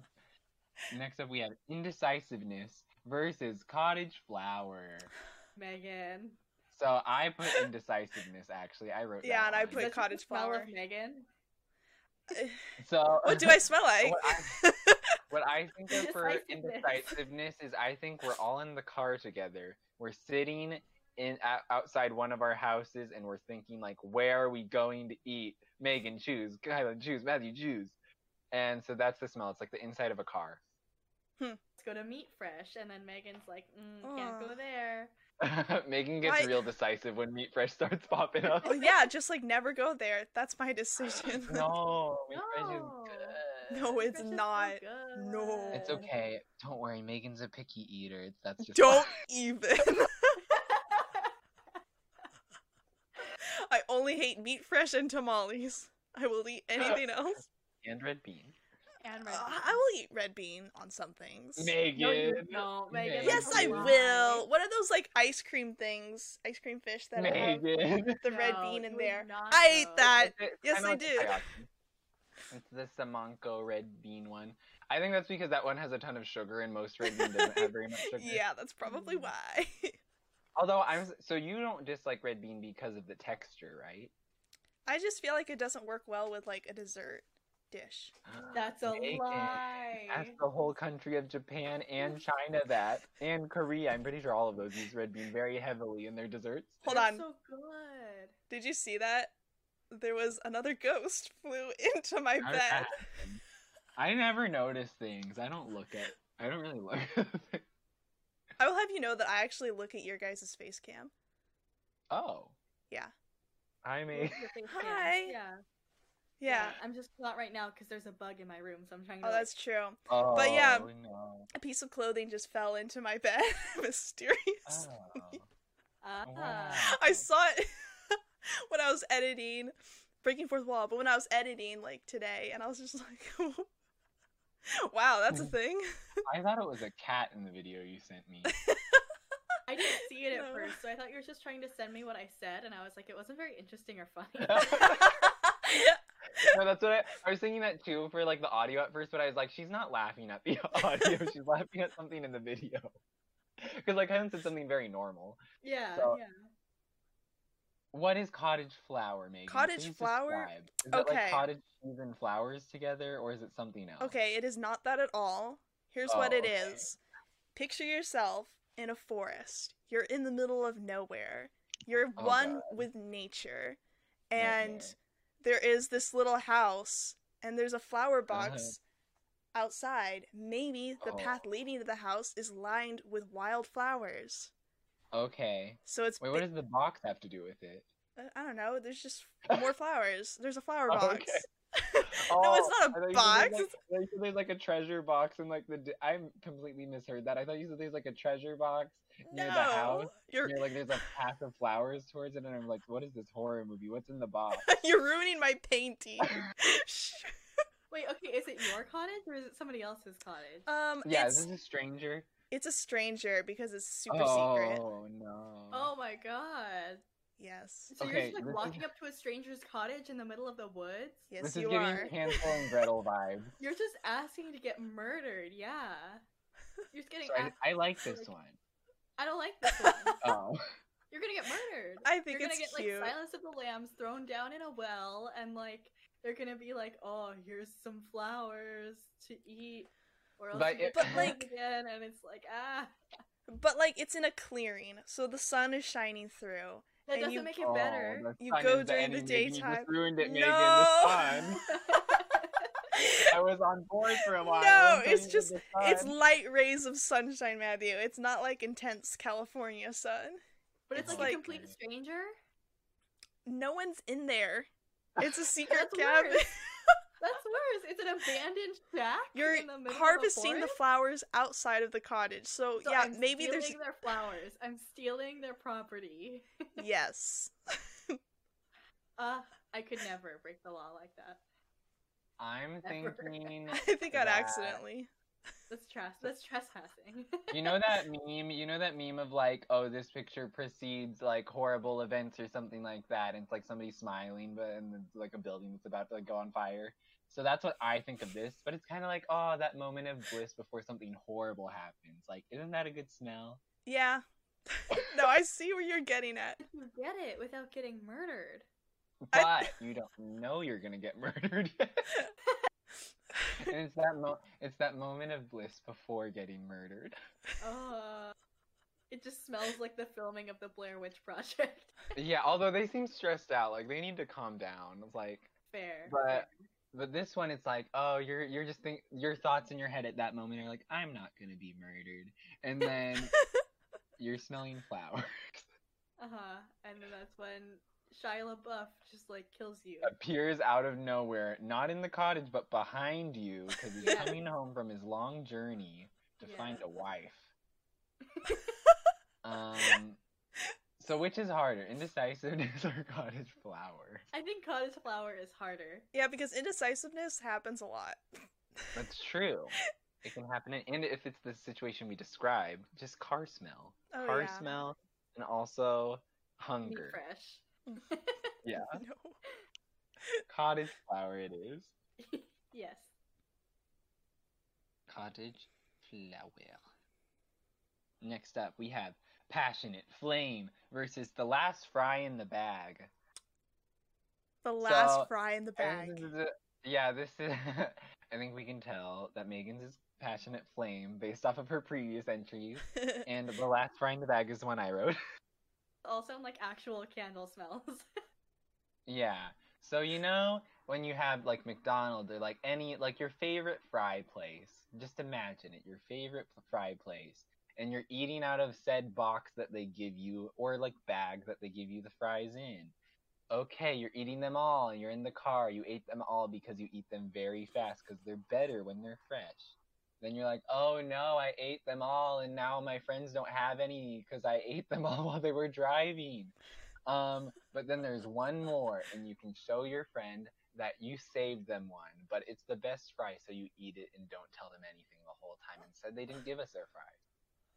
[SPEAKER 2] Next up, we have indecisiveness versus cottage flower.
[SPEAKER 3] Megan.
[SPEAKER 2] So I put indecisiveness. Actually, I wrote.
[SPEAKER 1] Yeah,
[SPEAKER 2] that
[SPEAKER 1] and I
[SPEAKER 2] one.
[SPEAKER 1] put
[SPEAKER 3] Such a
[SPEAKER 1] cottage
[SPEAKER 3] smell
[SPEAKER 1] flower.
[SPEAKER 3] Of Megan.
[SPEAKER 2] So
[SPEAKER 1] What do I smell like?
[SPEAKER 2] What I, what I think of for
[SPEAKER 3] Indecisiveness.
[SPEAKER 2] indecisiveness is I think we're all in the car together. We're sitting in out outside one of our houses and we're thinking like, where are we going to eat? Megan, choose. Kylan, choose. Matthew, choose. And so that's the smell. It's like the inside of a car.
[SPEAKER 3] Let's go to Meat Fresh, and then Megan's like, mm, can't
[SPEAKER 1] Aw.
[SPEAKER 3] go there.
[SPEAKER 2] Megan gets
[SPEAKER 1] Why-
[SPEAKER 2] real decisive when meat fresh starts popping up.
[SPEAKER 1] Oh yeah, just like never go there. That's my decision.
[SPEAKER 2] no, meat fresh is
[SPEAKER 3] No.
[SPEAKER 2] good.
[SPEAKER 1] No,
[SPEAKER 3] Meat
[SPEAKER 1] it's
[SPEAKER 3] Fresh is so
[SPEAKER 1] not.
[SPEAKER 3] good.
[SPEAKER 1] No.
[SPEAKER 2] It's okay. Don't worry. Megan's a picky eater. It's- That's just
[SPEAKER 1] Don't even. I only hate meat fresh and tamales. I will eat anything else.
[SPEAKER 2] and red bean.
[SPEAKER 3] and
[SPEAKER 1] Uh,
[SPEAKER 3] red
[SPEAKER 1] I will eat red bean on some things.
[SPEAKER 2] Megan.
[SPEAKER 3] No, you don't, Megan.
[SPEAKER 2] Megan.
[SPEAKER 1] Yes, I
[SPEAKER 3] Why?
[SPEAKER 1] will. What are those like ice cream things? Ice cream fish that I have
[SPEAKER 2] Megan.
[SPEAKER 1] the red
[SPEAKER 3] No,
[SPEAKER 1] bean in
[SPEAKER 3] you would
[SPEAKER 1] there.
[SPEAKER 3] not
[SPEAKER 1] I ate
[SPEAKER 3] go.
[SPEAKER 1] that. yes,
[SPEAKER 2] Kinda
[SPEAKER 1] I
[SPEAKER 2] like the
[SPEAKER 1] do.
[SPEAKER 2] Kayaki. It's the Samanco red bean one. I think that's because that one has a ton of sugar, and most red bean doesn't have very much sugar.
[SPEAKER 1] Yeah, that's probably
[SPEAKER 3] Mm.
[SPEAKER 1] why.
[SPEAKER 2] Although I'm s- so you don't dislike red bean because of the texture, right?
[SPEAKER 1] I just feel like it doesn't work well with like a dessert dish.
[SPEAKER 3] That's a
[SPEAKER 2] Megan,
[SPEAKER 3] lie.
[SPEAKER 2] Ask the whole country of Japan and China that, and Korea. I'm pretty sure all of those use red bean very heavily in their desserts.
[SPEAKER 1] Hold
[SPEAKER 3] They're
[SPEAKER 1] on.
[SPEAKER 3] So good.
[SPEAKER 1] Did you see that? There was another ghost flew into my
[SPEAKER 2] How did that
[SPEAKER 1] bed.
[SPEAKER 2] happen? I never notice things. I don't look at. I don't really look.
[SPEAKER 1] I will have you know that I actually look at your guys' face cam.
[SPEAKER 2] oh.
[SPEAKER 1] Yeah.
[SPEAKER 2] I mean.
[SPEAKER 3] Your face cam.
[SPEAKER 1] Hi.
[SPEAKER 3] Yeah.
[SPEAKER 1] Yeah.
[SPEAKER 3] I'm just not right now because there's a bug in my room, so I'm trying to.
[SPEAKER 1] Oh,
[SPEAKER 3] like,
[SPEAKER 1] that's true.
[SPEAKER 2] Oh,
[SPEAKER 1] yeah.
[SPEAKER 2] No.
[SPEAKER 1] A piece of clothing just fell into my bed. Mysterious.
[SPEAKER 2] Oh.
[SPEAKER 3] Ah.
[SPEAKER 2] Wow.
[SPEAKER 1] I saw it when I was editing Breaking Fourth Wall, but when I was editing like today, and I was just like, wow, that's a thing.
[SPEAKER 2] I thought it was a cat in the video you sent me.
[SPEAKER 3] I didn't see it at
[SPEAKER 1] No.
[SPEAKER 3] first, so I thought you were just trying to send me what I said, and I was like, it wasn't very interesting or funny.
[SPEAKER 2] no, that's what I, I was thinking that too for like the audio at first, but I was like, she's not laughing at the audio. she's laughing at something in the video. Because like Helen said something very normal.
[SPEAKER 3] yeah,
[SPEAKER 2] So-
[SPEAKER 3] yeah.
[SPEAKER 2] What is cottage flower, Megan?
[SPEAKER 1] Cottage
[SPEAKER 2] Please
[SPEAKER 1] flower?
[SPEAKER 2] describe. Is it
[SPEAKER 1] Okay.
[SPEAKER 2] like cottage cheese and flowers together, or is it something else?
[SPEAKER 1] Okay, it is not that at all. Here's what
[SPEAKER 2] Oh,
[SPEAKER 1] it
[SPEAKER 2] okay.
[SPEAKER 1] is. Picture yourself in a forest. You're in the middle of nowhere. You're
[SPEAKER 2] Oh,
[SPEAKER 1] one with nature.
[SPEAKER 2] Nightmare.
[SPEAKER 1] And there is this little house and there's a flower box outside. Maybe the
[SPEAKER 2] Oh.
[SPEAKER 1] path leading to the house is lined with wild flowers.
[SPEAKER 2] Okay.
[SPEAKER 1] So it's
[SPEAKER 2] Wait, what does the box have to do with it?
[SPEAKER 1] bi- I don't know, there's just more flowers. There's a flower box.
[SPEAKER 2] Okay.
[SPEAKER 1] No, it's
[SPEAKER 2] Oh,
[SPEAKER 1] not a
[SPEAKER 2] I thought
[SPEAKER 1] box.
[SPEAKER 2] you said There's like, I thought you said there's like a treasure box and like the. d- I completely misheard that. I thought you said there's like a treasure box. Near
[SPEAKER 1] no.
[SPEAKER 2] the house?
[SPEAKER 1] You're
[SPEAKER 2] And you're like there's a path of flowers towards it, and I'm like, what is this horror movie? What's in the box?
[SPEAKER 1] you're ruining my painting.
[SPEAKER 3] Wait, okay, is it your cottage or is it somebody else's cottage?
[SPEAKER 1] um
[SPEAKER 2] yeah,
[SPEAKER 1] it's
[SPEAKER 2] is this a stranger?
[SPEAKER 1] It's a stranger because it's super
[SPEAKER 2] oh
[SPEAKER 1] secret.
[SPEAKER 2] no.
[SPEAKER 3] oh my god.
[SPEAKER 1] Yes.
[SPEAKER 3] So
[SPEAKER 2] Okay,
[SPEAKER 3] you're just
[SPEAKER 2] this is-
[SPEAKER 3] like walking up to a stranger's cottage in the middle of the woods?
[SPEAKER 1] Yes,
[SPEAKER 2] This is
[SPEAKER 1] you
[SPEAKER 2] giving
[SPEAKER 1] are.
[SPEAKER 2] Hansel and Gretel vibes.
[SPEAKER 3] You're just asking to get murdered, yeah. You're just getting
[SPEAKER 2] So I,
[SPEAKER 3] asked,
[SPEAKER 2] I like this one.
[SPEAKER 3] I don't like this one.
[SPEAKER 2] Oh,
[SPEAKER 3] You're gonna get murdered.
[SPEAKER 1] I think
[SPEAKER 3] You're gonna
[SPEAKER 1] it's
[SPEAKER 3] get
[SPEAKER 1] cute.
[SPEAKER 3] like Silence of the Lambs thrown down in a well, and like they're gonna be like, "Oh, here's some flowers to eat," or else
[SPEAKER 2] But
[SPEAKER 3] you get
[SPEAKER 2] it-
[SPEAKER 1] But,
[SPEAKER 3] killed
[SPEAKER 1] like-
[SPEAKER 3] again, and it's like, ah,
[SPEAKER 1] But like it's in a clearing, so the sun is shining through.
[SPEAKER 3] that
[SPEAKER 1] And
[SPEAKER 3] doesn't
[SPEAKER 1] you-
[SPEAKER 3] make
[SPEAKER 2] Oh,
[SPEAKER 3] it better.
[SPEAKER 2] the
[SPEAKER 1] You
[SPEAKER 2] sun
[SPEAKER 1] go
[SPEAKER 2] is
[SPEAKER 1] during the
[SPEAKER 2] enemy. Megan, You
[SPEAKER 1] daytime.
[SPEAKER 2] just ruined it, Megan.
[SPEAKER 1] No.
[SPEAKER 2] The sun. I was on board for a while.
[SPEAKER 1] No,
[SPEAKER 2] until
[SPEAKER 1] it's
[SPEAKER 2] you did
[SPEAKER 1] just-
[SPEAKER 2] the
[SPEAKER 1] It's
[SPEAKER 2] sun.
[SPEAKER 1] light rays of sunshine, Matthew. It's not like intense California sun.
[SPEAKER 3] but it's,
[SPEAKER 1] It's like-
[SPEAKER 3] like, a complete stranger.
[SPEAKER 1] No one's in there. It's a secret
[SPEAKER 3] That's
[SPEAKER 1] cabin.
[SPEAKER 3] worse. That's worse. It's an abandoned shack.
[SPEAKER 1] You're
[SPEAKER 3] in the middle of a
[SPEAKER 1] harvesting the
[SPEAKER 3] forest?
[SPEAKER 1] flowers outside of the cottage. So,
[SPEAKER 3] So
[SPEAKER 1] yeah,
[SPEAKER 3] I'm
[SPEAKER 1] maybe there's
[SPEAKER 3] stealing their flowers. I'm stealing their property.
[SPEAKER 1] yes.
[SPEAKER 3] Uh, I could never break the law like that.
[SPEAKER 2] I'm
[SPEAKER 3] Never.
[SPEAKER 2] thinking.
[SPEAKER 1] I think I'd
[SPEAKER 2] that-
[SPEAKER 1] accidentally.
[SPEAKER 3] That's trash. That's trespassing.
[SPEAKER 2] You know that meme? You know that meme of like, oh, this picture precedes like horrible events or something like that. And it's like somebody smiling, but and it's like a building that's about to like go on fire. So that's what I think of this. But it's kind of like, oh, that moment of bliss before something horrible happens. Like, isn't that a good smell?
[SPEAKER 1] Yeah. no, I see where you're getting at.
[SPEAKER 3] you get it without getting murdered.
[SPEAKER 2] But
[SPEAKER 1] I-
[SPEAKER 2] you don't know you're gonna get murdered. and it's that mo- it's that moment of bliss before getting murdered.
[SPEAKER 3] Oh. It just smells like the filming of the Blair Witch Project.
[SPEAKER 2] Yeah, although they seem stressed out, like they need to calm down. It's Like,
[SPEAKER 3] Fair.
[SPEAKER 2] But- but this one, it's like, oh, you're you're just think your thoughts in your head at that moment are like, I'm not gonna be murdered, and then you're smelling flowers.
[SPEAKER 3] Uh huh. And then that's when Shia LaBeouf just like kills you.
[SPEAKER 2] Appears out of nowhere, not in the cottage, but behind you, because he's
[SPEAKER 3] Yeah.
[SPEAKER 2] coming home from his long journey to
[SPEAKER 3] Yeah.
[SPEAKER 2] find a wife. um, so which is harder, indecisiveness or cottage flower?
[SPEAKER 3] I think cottage flower is harder.
[SPEAKER 1] Yeah, because indecisiveness happens a lot.
[SPEAKER 2] That's true. It can happen, in, and if it's the situation we describe, just car smell,
[SPEAKER 1] Oh,
[SPEAKER 2] car
[SPEAKER 1] yeah.
[SPEAKER 2] smell, and also
[SPEAKER 3] Meat
[SPEAKER 2] hunger.
[SPEAKER 3] fresh.
[SPEAKER 2] Yeah,
[SPEAKER 1] No.
[SPEAKER 2] cottage flower it is.
[SPEAKER 3] yes.
[SPEAKER 2] Cottage flower. Next up, we have passionate flame versus the last fry in the bag.
[SPEAKER 1] The last
[SPEAKER 2] So,
[SPEAKER 1] fry in the
[SPEAKER 2] I
[SPEAKER 1] bag.
[SPEAKER 2] think this is a- yeah, this is. I think we can tell that Megan's is passionate flame based off of her previous entries, and the last fry in the bag is the one I wrote.
[SPEAKER 3] All sound like actual candle smells.
[SPEAKER 2] Yeah. So you know when you have like McDonald's or like any like your favorite fry place, just imagine it, your favorite p- fry place, and you're eating out of said box that they give you or like bag that they give you the fries in. Okay, you're eating them all, and you're in the car. You ate them all because you eat them very fast because they're better when they're fresh. Then you're like, oh no, I ate them all, and now my friends don't have any because I ate them all while they were driving. Um, but then there's one more, and you can show your friend that you saved them one, but it's the best fry, so you eat it and don't tell them anything the whole time. And said they didn't give us their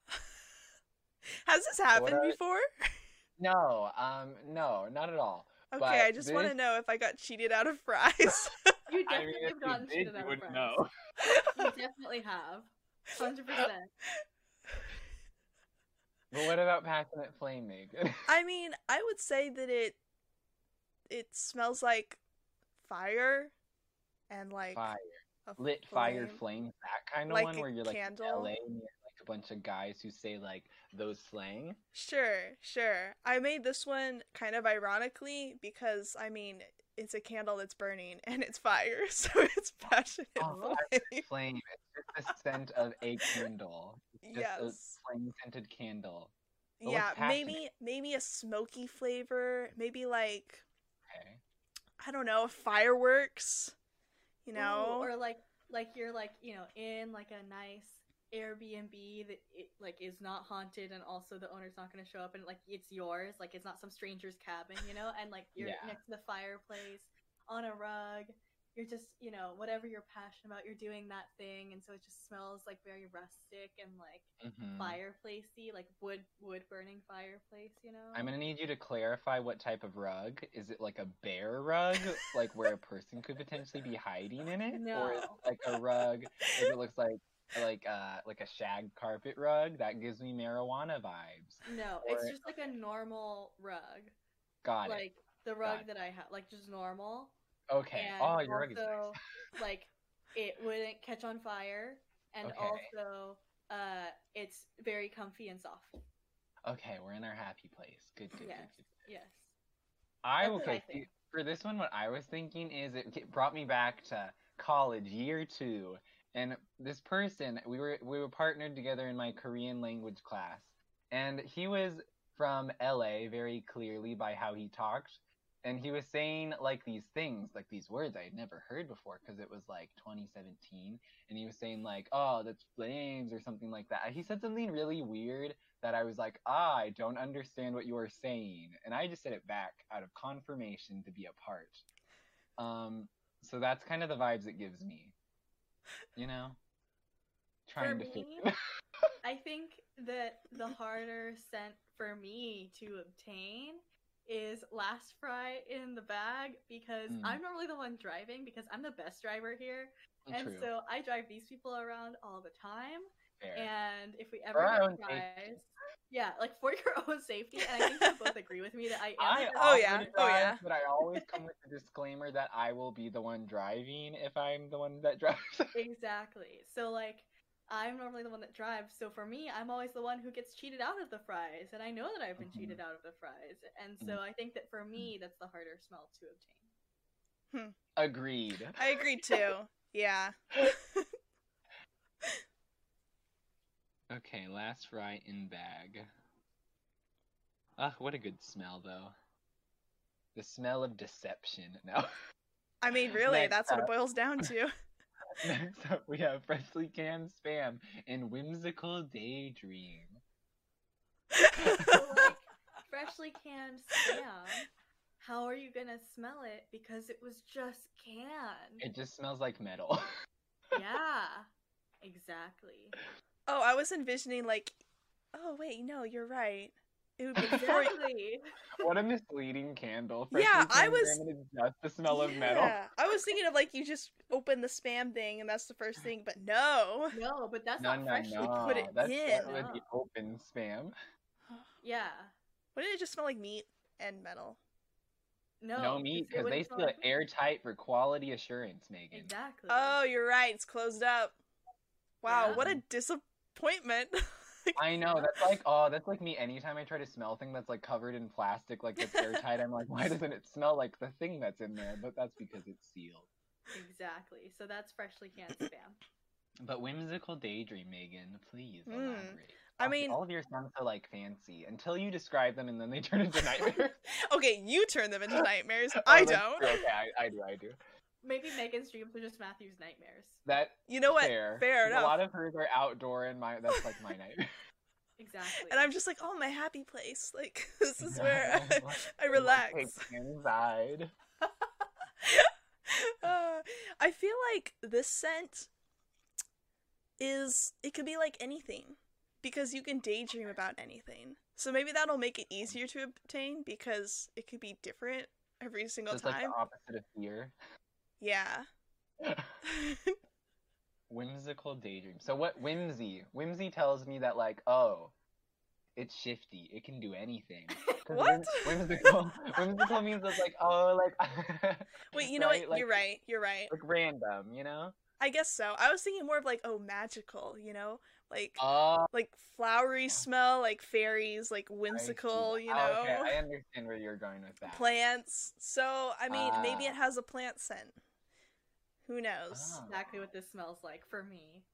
[SPEAKER 2] fries.
[SPEAKER 1] Has this happened
[SPEAKER 2] I-
[SPEAKER 1] before?
[SPEAKER 2] No, um, no, not at all.
[SPEAKER 1] Okay,
[SPEAKER 2] But
[SPEAKER 1] I just want to
[SPEAKER 2] this-
[SPEAKER 1] know if I got cheated out of fries.
[SPEAKER 3] You
[SPEAKER 2] I mean,
[SPEAKER 3] definitely
[SPEAKER 2] if
[SPEAKER 3] have gotten
[SPEAKER 2] you
[SPEAKER 3] shit
[SPEAKER 2] did,
[SPEAKER 3] out
[SPEAKER 2] you
[SPEAKER 3] of
[SPEAKER 2] wouldn't
[SPEAKER 3] friends.
[SPEAKER 2] know.
[SPEAKER 3] You definitely have. Hundred percent.
[SPEAKER 2] But what about passionate flame, Megan?
[SPEAKER 1] I mean, I would say that it it smells like fire and like
[SPEAKER 2] fire,
[SPEAKER 1] a
[SPEAKER 2] lit fire,
[SPEAKER 1] flame.
[SPEAKER 2] flames, that kind of
[SPEAKER 1] Like
[SPEAKER 2] one
[SPEAKER 1] a
[SPEAKER 2] where you're like
[SPEAKER 1] candle?
[SPEAKER 2] in LA and you're like a bunch of guys who say like those slang.
[SPEAKER 1] Sure, sure. I made this one kind of ironically because I mean it's a candle that's burning and it's fire, so it's passionate
[SPEAKER 2] Oh,
[SPEAKER 1] flame.
[SPEAKER 2] Flame, it's just the scent of a candle. It's just
[SPEAKER 1] Yes.
[SPEAKER 2] a flame scented candle. But
[SPEAKER 1] Yeah,
[SPEAKER 2] what's passionate?
[SPEAKER 1] maybe maybe a smoky flavor, maybe like
[SPEAKER 2] Okay.
[SPEAKER 1] I don't know, fireworks. You know,
[SPEAKER 3] Ooh, or like like you're like you know in like a nice airbnb that it, like is not haunted and also the owner's not going to show up and like it's yours like it's not some stranger's cabin you know and like you're
[SPEAKER 2] Yeah.
[SPEAKER 3] next to the fireplace on a rug you're just you know whatever you're passionate about you're doing that thing and so it just smells like very rustic and like
[SPEAKER 2] Mhm.
[SPEAKER 3] fireplacey like wood wood burning fireplace you know
[SPEAKER 2] I'm gonna need you to clarify what type of rug. Is it like a bear rug, like where a person could potentially be hiding in it, or is it
[SPEAKER 3] No.
[SPEAKER 2] like a rug if it looks like like uh like a shag carpet rug that gives me marijuana vibes?
[SPEAKER 3] no it's
[SPEAKER 2] or-
[SPEAKER 3] just like a normal rug
[SPEAKER 2] Got
[SPEAKER 3] like the rug
[SPEAKER 2] it.
[SPEAKER 3] that i have like just normal
[SPEAKER 2] it. Okay.
[SPEAKER 3] And
[SPEAKER 2] Oh, your rug is nice.
[SPEAKER 3] also, like it wouldn't catch on fire, and
[SPEAKER 2] Okay.
[SPEAKER 3] also uh, it's very comfy and soft.
[SPEAKER 2] Okay, we're in our happy place. Good, good,
[SPEAKER 3] Yes.
[SPEAKER 2] good, good.
[SPEAKER 3] Yes.
[SPEAKER 2] I
[SPEAKER 3] That's what I
[SPEAKER 2] okay see,
[SPEAKER 3] think.
[SPEAKER 2] for this one. What I was thinking is it ca- brought me back to college year two, and this person we were we were partnered together in my Korean language class, and he was from LA very clearly by how he talked, and he was saying like these things like these words I had never heard before because it was like 2017, and he was saying like oh that's flames or something like that. He said something really weird that I was like, ah, I don't understand what you are saying. And I just said it back out of confirmation to be a part. Um, so that's kind of the vibes it gives me. You know? trying
[SPEAKER 3] for
[SPEAKER 2] to figure.
[SPEAKER 3] me, I think that the harder scent for me to obtain is last fry in the bag because
[SPEAKER 2] Mm.
[SPEAKER 3] I'm normally the one driving because I'm the best driver here. and
[SPEAKER 2] True.
[SPEAKER 3] so I drive these people around all the time.
[SPEAKER 2] fair.
[SPEAKER 3] And if we
[SPEAKER 2] For
[SPEAKER 3] ever
[SPEAKER 2] our
[SPEAKER 3] get
[SPEAKER 2] own safety.
[SPEAKER 3] fries, yeah, like for your own safety. And I think you both agree with me that I am.
[SPEAKER 2] I
[SPEAKER 3] the
[SPEAKER 1] Oh,
[SPEAKER 2] often
[SPEAKER 1] yeah.
[SPEAKER 2] drive,
[SPEAKER 1] Oh, yeah.
[SPEAKER 2] But I always come with the disclaimer that I will be the one driving if I'm the one that drives.
[SPEAKER 3] Exactly. So like I'm normally the one that drives, so for me, I'm always the one who gets cheated out of the fries, and I know that I've been
[SPEAKER 2] Mhm.
[SPEAKER 3] cheated out of the fries, and
[SPEAKER 2] Mm-hmm.
[SPEAKER 3] so I think that for me, that's the harder smell to obtain.
[SPEAKER 2] Agreed.
[SPEAKER 1] I agree too. Yeah.
[SPEAKER 2] Okay, last fry in bag. Ah, what a good smell though. The smell of deception. No.
[SPEAKER 1] I mean, really,
[SPEAKER 2] Next
[SPEAKER 1] that's what it
[SPEAKER 2] up.
[SPEAKER 1] boils down to.
[SPEAKER 2] Next up, we have freshly canned spam and whimsical daydream.
[SPEAKER 3] So like freshly canned spam, how are you gonna smell it? Because it was just canned.
[SPEAKER 2] It just smells like metal.
[SPEAKER 3] Yeah, exactly.
[SPEAKER 1] Oh, I was envisioning like, oh wait, no, you're right. It would be before.
[SPEAKER 3] Exactly.
[SPEAKER 2] what a misleading candle.
[SPEAKER 1] Yeah,
[SPEAKER 2] Freshly
[SPEAKER 1] I
[SPEAKER 2] canned
[SPEAKER 1] was-
[SPEAKER 2] spam and it's just the smell of metal.
[SPEAKER 1] Yeah, I was thinking of like you just open the spam thing and that's the first thing, but no.
[SPEAKER 3] No, but that's
[SPEAKER 2] No,
[SPEAKER 3] not
[SPEAKER 2] no,
[SPEAKER 3] freshly.
[SPEAKER 2] no.
[SPEAKER 1] put it
[SPEAKER 2] That's
[SPEAKER 1] in.
[SPEAKER 2] that would be open spam.
[SPEAKER 3] Yeah.
[SPEAKER 1] Wouldn't it just smell like meat and metal?
[SPEAKER 3] No.
[SPEAKER 2] no meat
[SPEAKER 3] because
[SPEAKER 2] because they
[SPEAKER 3] it wouldn't smell
[SPEAKER 2] still
[SPEAKER 3] like meat.
[SPEAKER 2] airtight for quality assurance, Megan.
[SPEAKER 3] Exactly.
[SPEAKER 1] Oh, you're right. It's closed up. Wow,
[SPEAKER 3] Yeah.
[SPEAKER 1] what a disappointment.
[SPEAKER 2] I know that's like oh that's like me anytime I try to smell thing that's like covered in plastic like it's airtight I'm like why doesn't it smell like the thing that's in there but that's because it's sealed.
[SPEAKER 3] Exactly. So that's freshly canned spam.
[SPEAKER 2] But whimsical daydream, Megan, please
[SPEAKER 1] Mm.
[SPEAKER 2] elaborate.
[SPEAKER 1] I
[SPEAKER 2] All-
[SPEAKER 1] mean-
[SPEAKER 2] all of yours sound so like fancy until you describe them and then they turn into nightmares.
[SPEAKER 1] okay, you turn them into nightmares.
[SPEAKER 2] Oh,
[SPEAKER 1] I
[SPEAKER 2] that's
[SPEAKER 1] don't.
[SPEAKER 2] true. Okay, I, I do. I do.
[SPEAKER 3] Maybe Megan's dreams are just Matthew's nightmares.
[SPEAKER 2] That
[SPEAKER 1] You know what?
[SPEAKER 2] fair.
[SPEAKER 1] Fair
[SPEAKER 2] A
[SPEAKER 1] enough.
[SPEAKER 2] lot of hers are outdoor, and my that's like my nightmare.
[SPEAKER 3] Exactly.
[SPEAKER 1] And I'm just like, oh, my happy place. Like, this is where I, I
[SPEAKER 2] Take
[SPEAKER 1] relax.
[SPEAKER 2] me inside.
[SPEAKER 1] Uh, I feel like this scent is, it could be like anything because you can daydream about anything. So maybe that'll make it easier to obtain because it could be different every single
[SPEAKER 2] Just like
[SPEAKER 1] time.
[SPEAKER 2] the opposite of fear.
[SPEAKER 1] yeah.
[SPEAKER 2] Whimsical daydream. So what whimsy? Whimsy tells me that like, oh, it's shifty. It can do anything. 'Cause
[SPEAKER 1] What?
[SPEAKER 2] whim- whimsical. whimsical means it's like, oh, like.
[SPEAKER 1] Wait, you know
[SPEAKER 2] right?
[SPEAKER 1] what?
[SPEAKER 2] Like,
[SPEAKER 1] You're right. You're right.
[SPEAKER 2] Like random, you know.
[SPEAKER 1] I guess so. I was thinking more of like, oh, magical, you know? Like,
[SPEAKER 2] Oh,
[SPEAKER 1] like flowery smell, like fairies, like whimsical,
[SPEAKER 2] I see.
[SPEAKER 1] you
[SPEAKER 2] Oh,
[SPEAKER 1] know?
[SPEAKER 2] okay, I understand where you're going with that.
[SPEAKER 1] plants. So, I mean, maybe
[SPEAKER 2] Ah.
[SPEAKER 1] it has a plant scent. Who knows?
[SPEAKER 2] Ah.
[SPEAKER 3] exactly what this smells like for me.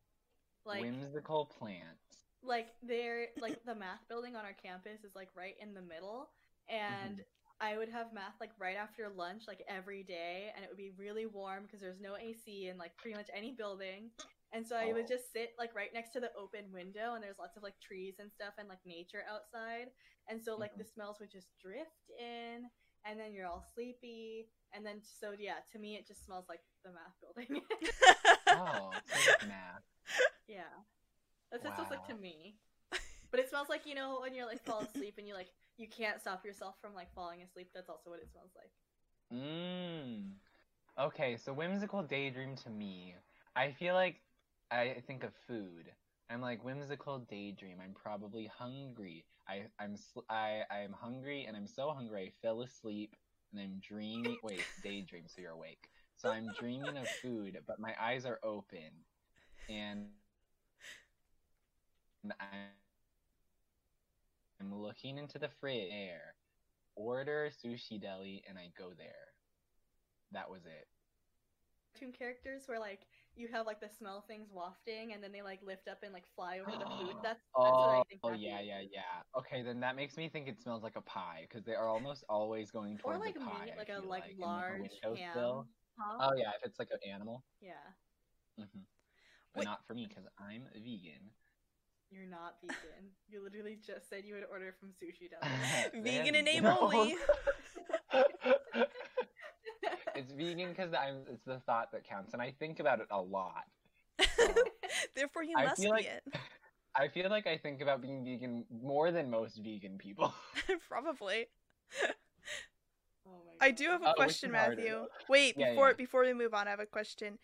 [SPEAKER 3] Like
[SPEAKER 2] whimsical plants.
[SPEAKER 3] like they're like the math building on our campus is like right in the middle and I would have math like right after lunch like every day and it would be really warm because there's no AC in like pretty much any building. And so I
[SPEAKER 2] Oh.
[SPEAKER 3] would just sit like right next to the open window and there's lots of like trees and stuff and like nature outside. And so like
[SPEAKER 2] Mhm.
[SPEAKER 3] the smells would just drift in and then you're all sleepy and then so yeah, to me it just smells like the math building.
[SPEAKER 2] Oh, so it's math.
[SPEAKER 3] Yeah. That's what it smells like to
[SPEAKER 2] Wow.
[SPEAKER 3] me. But it smells like, you know, when you're like fall asleep and you like you can't stop yourself from like falling asleep. That's also what it smells like.
[SPEAKER 2] Mm. Okay, so whimsical daydream to me, I feel like I think of food. I'm like whimsical daydream. I'm probably hungry. I I'm sl- I I'm hungry and I'm so hungry I fell asleep and I'm dreaming. Wait, daydream. So you're awake. So I'm dreaming of food, but my eyes are open, and and I'm I'm looking into the fridge. There, order sushi deli, and I go there. That was it.
[SPEAKER 3] Cartoon characters where like you have like the smell things wafting and then they like lift up and like fly over the food. That's that's what I
[SPEAKER 2] Oh,
[SPEAKER 3] think. that
[SPEAKER 2] yeah,
[SPEAKER 3] is.
[SPEAKER 2] yeah, yeah. Okay, then that makes me think it smells like a pie because they are almost always going
[SPEAKER 3] Or
[SPEAKER 2] towards
[SPEAKER 3] like
[SPEAKER 2] a pie.
[SPEAKER 3] meat,
[SPEAKER 2] I
[SPEAKER 3] like a
[SPEAKER 2] feel
[SPEAKER 3] like
[SPEAKER 2] and
[SPEAKER 3] large ham.
[SPEAKER 2] windowsill.
[SPEAKER 3] Huh?
[SPEAKER 2] Oh yeah, if it's like an animal.
[SPEAKER 3] yeah.
[SPEAKER 2] hmm But
[SPEAKER 1] Wait.
[SPEAKER 2] not for me because I'm vegan.
[SPEAKER 3] You're not vegan. you literally just said you would order from sushi deli.
[SPEAKER 2] There
[SPEAKER 1] Vegan
[SPEAKER 2] we
[SPEAKER 1] and name
[SPEAKER 2] go.
[SPEAKER 1] only.
[SPEAKER 2] it's vegan because I'm. It's the thought that counts, and I think about it a lot.
[SPEAKER 1] Therefore, you
[SPEAKER 2] I
[SPEAKER 1] must be
[SPEAKER 2] feel like-
[SPEAKER 1] it.
[SPEAKER 2] I feel like I think about being vegan more than most vegan people.
[SPEAKER 1] Probably.
[SPEAKER 3] Oh my
[SPEAKER 1] I do have a
[SPEAKER 2] Uh, which
[SPEAKER 1] question,
[SPEAKER 2] is harder?
[SPEAKER 1] Matthew. Wait,
[SPEAKER 2] Yeah,
[SPEAKER 1] before
[SPEAKER 2] yeah. Mm-hmm.
[SPEAKER 1] before we move on, I have a question.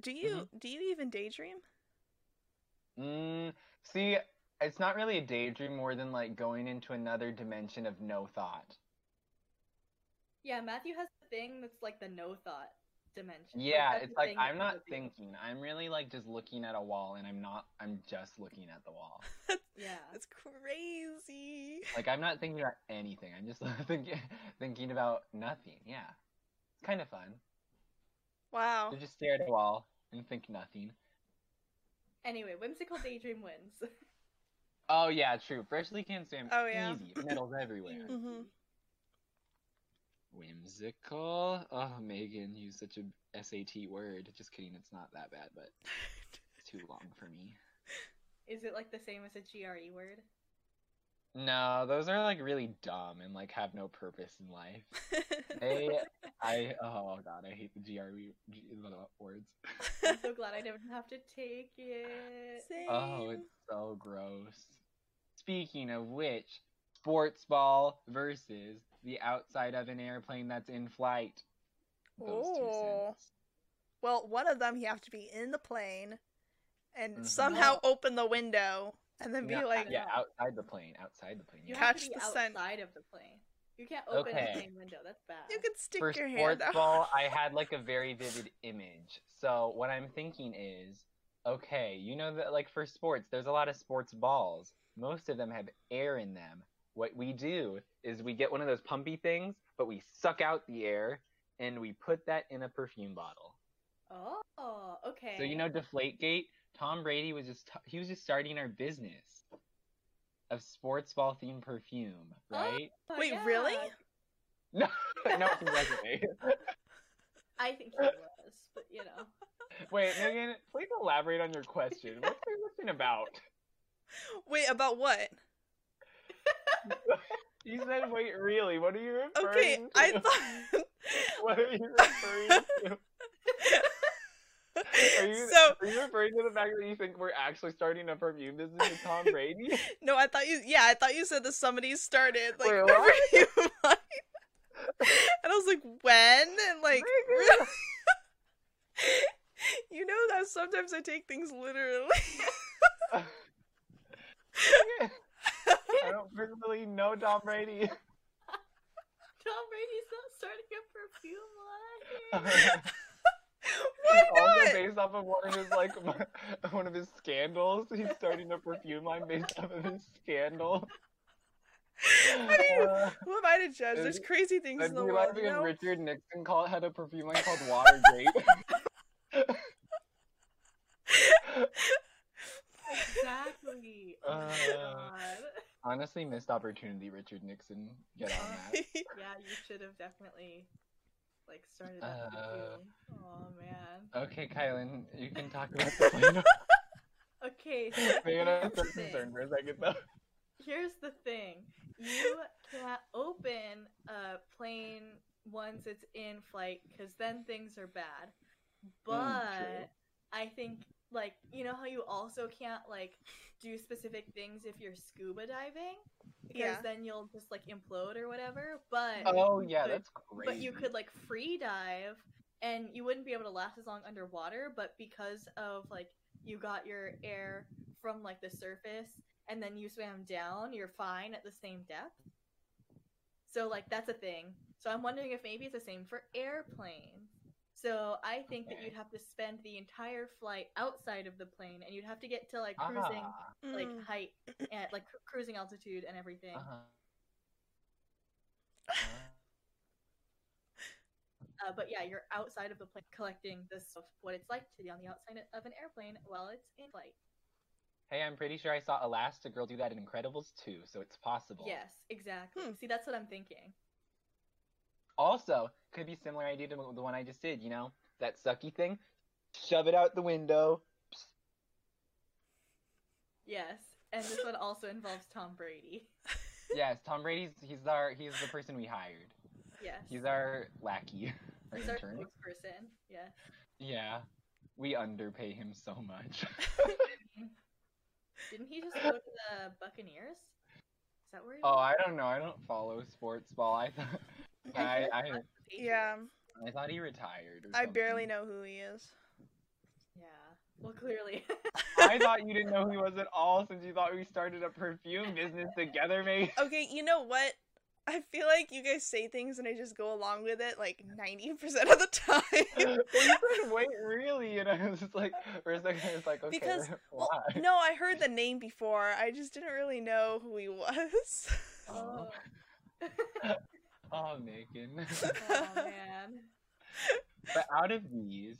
[SPEAKER 1] Do you do you even daydream?
[SPEAKER 2] Mm, see, it's not really a daydream more than like going into another dimension of no thought. Oh.
[SPEAKER 3] Yeah, Matthew has the thing that's like the no thought dimension.
[SPEAKER 2] Yeah,
[SPEAKER 3] that's
[SPEAKER 2] it's
[SPEAKER 3] the
[SPEAKER 2] like
[SPEAKER 3] thing that
[SPEAKER 2] I'm
[SPEAKER 3] he
[SPEAKER 2] not
[SPEAKER 3] would do.
[SPEAKER 2] thinking. I'm really like just looking at a wall and I'm not I'm just looking at the wall.
[SPEAKER 3] Yeah.
[SPEAKER 1] That's crazy.
[SPEAKER 2] Like I'm not thinking about anything. I'm just thinking thinking about nothing. Yeah. It's kind of fun.
[SPEAKER 1] Wow.
[SPEAKER 2] To just stare at a wall and think nothing.
[SPEAKER 3] Anyway, whimsical daydream wins.
[SPEAKER 2] Oh yeah, true. Freshly canned Sam
[SPEAKER 1] Oh, yeah.
[SPEAKER 2] easy. Metals everywhere.
[SPEAKER 3] Mm-hmm.
[SPEAKER 1] Mhm.
[SPEAKER 2] Whimsical. Oh, Megan used such a SAT word. Just kidding, it's not that bad, but it's too long for me.
[SPEAKER 3] Is it like the same as a GRE word?
[SPEAKER 2] No, those are like really dumb and like have no purpose in life. They, I, oh god, I hate the GRE G, blah, words.
[SPEAKER 3] I'm so glad I didn't have to take it.
[SPEAKER 1] Same.
[SPEAKER 2] Oh, it's so gross. Speaking of which, sports ball versus the outside of an airplane that's in flight. Those two
[SPEAKER 1] Oh.
[SPEAKER 2] cents.
[SPEAKER 1] Well, one of them you have to be in the plane and
[SPEAKER 2] Mhm.
[SPEAKER 1] somehow open the window and then be
[SPEAKER 2] No,
[SPEAKER 1] like,
[SPEAKER 2] yeah, outside the plane, outside the plane.
[SPEAKER 3] You
[SPEAKER 2] yeah.
[SPEAKER 3] have
[SPEAKER 1] Catch
[SPEAKER 3] to be
[SPEAKER 1] the
[SPEAKER 3] outside
[SPEAKER 1] scent.
[SPEAKER 3] of the plane. You can't open
[SPEAKER 2] Okay.
[SPEAKER 3] the plane window. That's bad.
[SPEAKER 1] you could stick
[SPEAKER 2] for
[SPEAKER 1] your hand
[SPEAKER 2] sports
[SPEAKER 1] out.
[SPEAKER 2] ball, I had like a very vivid image. So what I'm thinking is, okay, you know that like for sports, there's a lot of sports balls. Most of them have air in them. What we do is we get one of those pumpy things, but we suck out the air and we put that in a perfume bottle.
[SPEAKER 3] Oh, okay.
[SPEAKER 2] So you know, Deflategate. Tom Brady was just he was just starting our business of sports ball themed perfume, right?
[SPEAKER 3] Oh,
[SPEAKER 1] Wait,
[SPEAKER 3] yeah.
[SPEAKER 1] really?
[SPEAKER 2] No, no, he wasn't.
[SPEAKER 3] I think he was, but you know.
[SPEAKER 2] Wait, Megan, please elaborate on your question. What's your question about?
[SPEAKER 1] Wait, about what?
[SPEAKER 2] You said, wait, really? What are you referring
[SPEAKER 1] Okay,
[SPEAKER 2] to?
[SPEAKER 1] I thought.
[SPEAKER 2] What are you referring to? Are you,
[SPEAKER 1] so
[SPEAKER 2] are you referring to the fact that you think we're actually starting a perfume business with Tom Brady?
[SPEAKER 1] no, I thought you. Yeah, I thought you said that somebody started like
[SPEAKER 2] Wait,
[SPEAKER 1] a
[SPEAKER 2] what?
[SPEAKER 1] perfume line. and I was like, when? And like,
[SPEAKER 2] Megan!
[SPEAKER 1] you know that sometimes I take things literally.
[SPEAKER 2] Megan, I don't personally know Tom Brady.
[SPEAKER 3] Tom Brady's not starting a perfume line.
[SPEAKER 2] It's
[SPEAKER 1] Why
[SPEAKER 2] also
[SPEAKER 1] not?
[SPEAKER 2] based off of one of his like one of his scandals. He's starting a perfume line based off of his scandal.
[SPEAKER 1] I mean,
[SPEAKER 2] Uh,
[SPEAKER 1] who am I to judge? There's
[SPEAKER 2] That'd-
[SPEAKER 1] crazy things in
[SPEAKER 2] That'd
[SPEAKER 1] the
[SPEAKER 2] be
[SPEAKER 1] world.
[SPEAKER 2] like
[SPEAKER 1] You
[SPEAKER 2] if
[SPEAKER 1] know?
[SPEAKER 2] Richard Nixon call, had a perfume line called Watergate.
[SPEAKER 3] Exactly. Oh my
[SPEAKER 2] Uh,
[SPEAKER 3] God.
[SPEAKER 2] Honestly, missed opportunity, Richard Nixon. Get on that.
[SPEAKER 3] Yeah, you should have definitely like started
[SPEAKER 2] Uh,
[SPEAKER 3] up perfume. Oh man.
[SPEAKER 2] Okay, Kylan, you can talk about the plane.
[SPEAKER 3] Okay, so
[SPEAKER 2] Man, I'm so
[SPEAKER 3] here's the
[SPEAKER 2] concerned
[SPEAKER 3] thing.
[SPEAKER 2] for a second though.
[SPEAKER 3] Here's the thing. You can't open a plane once it's in flight because then things are bad. But
[SPEAKER 2] Mm,
[SPEAKER 3] I think, like, you know how you also can't, like, do specific things if you're scuba diving? Because
[SPEAKER 1] Yeah.
[SPEAKER 3] then you'll just, like, implode or whatever. But,
[SPEAKER 2] Oh
[SPEAKER 3] you
[SPEAKER 2] yeah,
[SPEAKER 3] could-
[SPEAKER 2] that's crazy.
[SPEAKER 3] but you could, like, free dive and you wouldn't be able to last as long underwater. But because of, like, you got your air from, like, the surface and then you swam down, you're fine at the same depth. So like that's a thing. So I'm wondering if maybe it's the same for airplanes. So I think that
[SPEAKER 2] Okay.
[SPEAKER 3] you'd have to spend the entire flight outside of the plane, and you'd have to get to like
[SPEAKER 2] Ah,
[SPEAKER 3] cruising like
[SPEAKER 1] Mm.
[SPEAKER 3] height and like cru- cruising altitude and everything. uh
[SPEAKER 2] uh-huh.
[SPEAKER 3] Uh, but yeah, you're outside of the plane collecting this of what it's like to be on the outside of an airplane while it's in flight.
[SPEAKER 2] Hey, I'm pretty sure I saw Elastigirl do that in Incredibles 2, so it's possible.
[SPEAKER 3] Yes, exactly.
[SPEAKER 1] Hmm.
[SPEAKER 3] See, that's what I'm thinking.
[SPEAKER 2] Also, could be similar idea to the one I just did, you know? That sucky thing. Shove it out the window.
[SPEAKER 3] Yes, and this one also involves Tom Brady.
[SPEAKER 2] Yes, Tom Brady's he's our he's the person we hired.
[SPEAKER 3] Yes,
[SPEAKER 2] He's our lackey. Our
[SPEAKER 3] He's our
[SPEAKER 2] intern.
[SPEAKER 3] spokesperson. Yes.
[SPEAKER 2] Yeah. We underpay him so much.
[SPEAKER 3] Didn't he just go to the Buccaneers? Is that where he
[SPEAKER 2] oh,
[SPEAKER 3] went?
[SPEAKER 2] I don't know. I don't follow sports ball. I thought I,
[SPEAKER 3] feel like
[SPEAKER 2] I,
[SPEAKER 3] that's the Patriots.
[SPEAKER 1] Yeah,
[SPEAKER 2] I thought he retired. Or
[SPEAKER 1] I barely
[SPEAKER 2] something.
[SPEAKER 1] know who he is.
[SPEAKER 3] Yeah. Well, clearly.
[SPEAKER 2] I thought you didn't know who he was at all since you thought we started a perfume business together, mate.
[SPEAKER 1] Okay, you know what? I feel like you guys say things and I just go along with it like 90% of the
[SPEAKER 2] well,
[SPEAKER 1] time.
[SPEAKER 2] you said wait, really? And I was just like, for a second, I was like, okay,
[SPEAKER 1] Because-
[SPEAKER 2] why?
[SPEAKER 1] well, no, I heard the name before. I just didn't really know who he was.
[SPEAKER 2] Oh. oh, Megan.
[SPEAKER 3] oh man.
[SPEAKER 2] but out of these,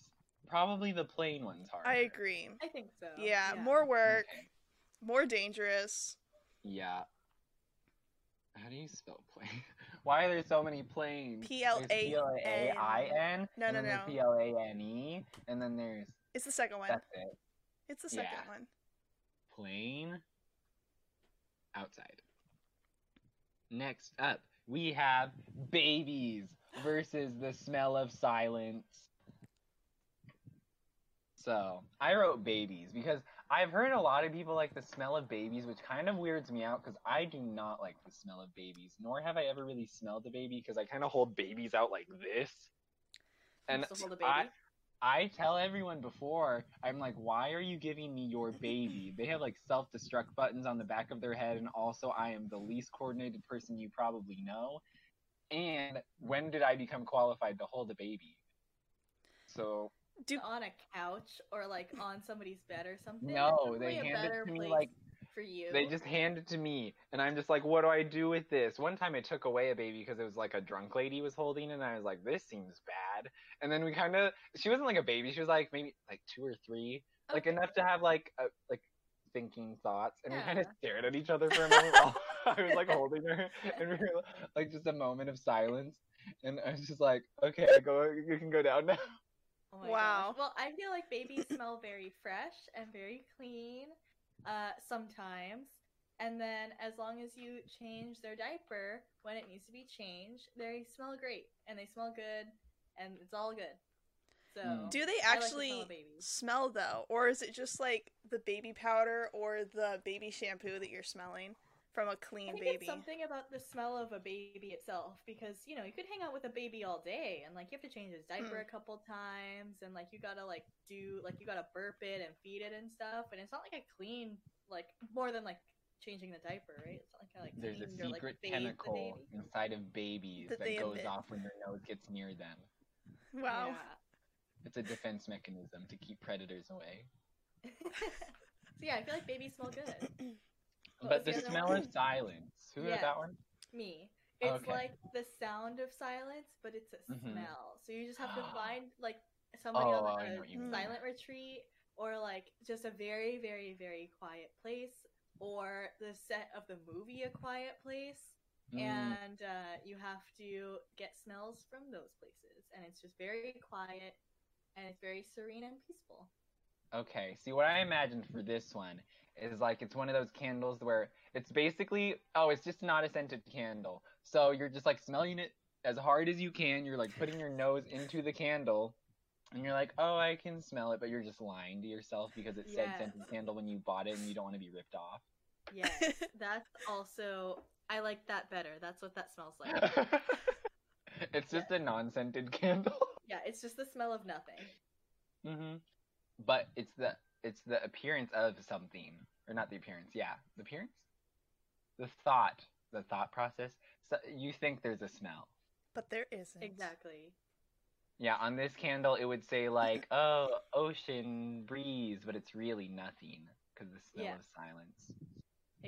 [SPEAKER 2] probably the plain one's hard.
[SPEAKER 1] I agree.
[SPEAKER 3] I think so.
[SPEAKER 1] Yeah, more work, more dangerous.
[SPEAKER 2] Yeah. How do you spell plane? Why are there so many planes?
[SPEAKER 1] P L
[SPEAKER 2] There's
[SPEAKER 1] A
[SPEAKER 2] P-L-A-I-N,
[SPEAKER 1] No,
[SPEAKER 2] and
[SPEAKER 1] no,
[SPEAKER 2] then there's
[SPEAKER 1] no.
[SPEAKER 2] P-L-A-N-E, E, and then there's,
[SPEAKER 1] It's the second one.
[SPEAKER 2] that's it,
[SPEAKER 1] It's the second
[SPEAKER 2] yeah.
[SPEAKER 1] one.
[SPEAKER 2] plane outside. Next up, we have babies versus the smell of silence. So, I wrote babies because I've heard a lot of people like the smell of babies, which kind of weirds me out because I do not like the smell of babies, nor have I ever really smelled a baby because I kind of hold babies out like this.
[SPEAKER 3] You
[SPEAKER 2] And
[SPEAKER 3] still hold a baby?
[SPEAKER 2] I, I tell everyone before, I'm like, why are you giving me your baby? They have like self destruct buttons on the back of their head, and also I am the least coordinated person you probably know. And when did I become qualified to hold a baby? So,
[SPEAKER 1] Do
[SPEAKER 3] on a couch or like on somebody's bed or something. That's
[SPEAKER 2] no,
[SPEAKER 3] probably
[SPEAKER 2] they
[SPEAKER 3] a
[SPEAKER 2] hand
[SPEAKER 3] better
[SPEAKER 2] it to me
[SPEAKER 3] place
[SPEAKER 2] like,
[SPEAKER 3] for you.
[SPEAKER 2] they just hand it to me, and I'm just like, what do I do with this? One time I took away a baby because it was like a drunk lady was holding, it, and I was like, this seems bad. And then we kind of, she wasn't like a baby, she was like maybe like two or three. like
[SPEAKER 3] Okay.
[SPEAKER 2] enough to have like a, like thinking thoughts and we kind of
[SPEAKER 3] Yeah.
[SPEAKER 2] stared at each other for a moment while i was like holding her and we were like just a moment of silence and i was just like okay go you can go down now
[SPEAKER 3] Oh my
[SPEAKER 1] Wow.
[SPEAKER 3] gosh. Well, I feel like babies smell very fresh and very clean uh, sometimes. And then as long as you change their diaper when it needs to be changed, they smell great and they smell good and it's all good. So
[SPEAKER 2] Mm.
[SPEAKER 1] do they
[SPEAKER 3] I like the smell
[SPEAKER 1] actually
[SPEAKER 3] of babies.
[SPEAKER 1] smell though, or is it just like the baby powder or the baby shampoo that you're smelling from a
[SPEAKER 3] I
[SPEAKER 1] clean
[SPEAKER 3] think
[SPEAKER 1] baby?
[SPEAKER 3] it's something about the smell of a baby itself because you know you could hang out with a baby all day and like you have to change his diaper
[SPEAKER 1] Hmm.
[SPEAKER 3] a couple times and like you gotta like do like you gotta burp it and feed it and stuff and it's not like a clean like more than like changing the diaper right it's not like I, like
[SPEAKER 2] there's a
[SPEAKER 3] cleaned or, like,
[SPEAKER 2] secret
[SPEAKER 3] bathed the
[SPEAKER 2] chemical
[SPEAKER 3] baby.
[SPEAKER 2] inside of babies
[SPEAKER 1] That
[SPEAKER 2] that,
[SPEAKER 1] they
[SPEAKER 2] goes
[SPEAKER 1] emit.
[SPEAKER 2] off when their nose gets near them
[SPEAKER 1] Wow.
[SPEAKER 2] it's a defense mechanism to keep predators away
[SPEAKER 3] Yeah. so yeah I feel like babies smell good What
[SPEAKER 2] but the
[SPEAKER 3] was the other
[SPEAKER 2] smell
[SPEAKER 3] one?
[SPEAKER 2] of silence who
[SPEAKER 3] Yes.
[SPEAKER 2] wrote that one
[SPEAKER 3] me. It's
[SPEAKER 2] Okay.
[SPEAKER 3] like the sound of silence, but it's a
[SPEAKER 2] Mhm.
[SPEAKER 3] smell. So you just have to find like somebody
[SPEAKER 2] Oh,
[SPEAKER 3] on
[SPEAKER 2] I know
[SPEAKER 3] like,
[SPEAKER 2] what
[SPEAKER 3] a
[SPEAKER 2] you
[SPEAKER 1] mean.
[SPEAKER 3] silent retreat or like just a very, very, very quiet place or the set of the movie A Quiet Place.
[SPEAKER 2] Mm,
[SPEAKER 3] And uh, you have to get smells from those places. And it's just very quiet and it's very serene and peaceful.
[SPEAKER 2] okay see what i imagined for this one is like it's one of those candles where it's basically oh it's just not a scented candle so you're just like smelling it as hard as you can you're like putting your nose into the candle and you're like oh i can smell it but you're just lying to yourself because it said
[SPEAKER 3] Yes.
[SPEAKER 2] scented candle when you bought it and you don't want to be ripped off
[SPEAKER 3] Yes, that's also, I like that better. That's what that smells like.
[SPEAKER 2] it's just a non-scented candle
[SPEAKER 3] yeah, it's just the smell of nothing.
[SPEAKER 2] hmm but it's the it's the appearance of something or not the appearance yeah the appearance the thought the thought process so you think there's a smell
[SPEAKER 1] But there isn't.
[SPEAKER 3] Exactly.
[SPEAKER 2] Yeah, on this candle it would say like, "Oh, ocean breeze," but it's really nothing because the smell
[SPEAKER 3] Yeah.
[SPEAKER 2] of silence.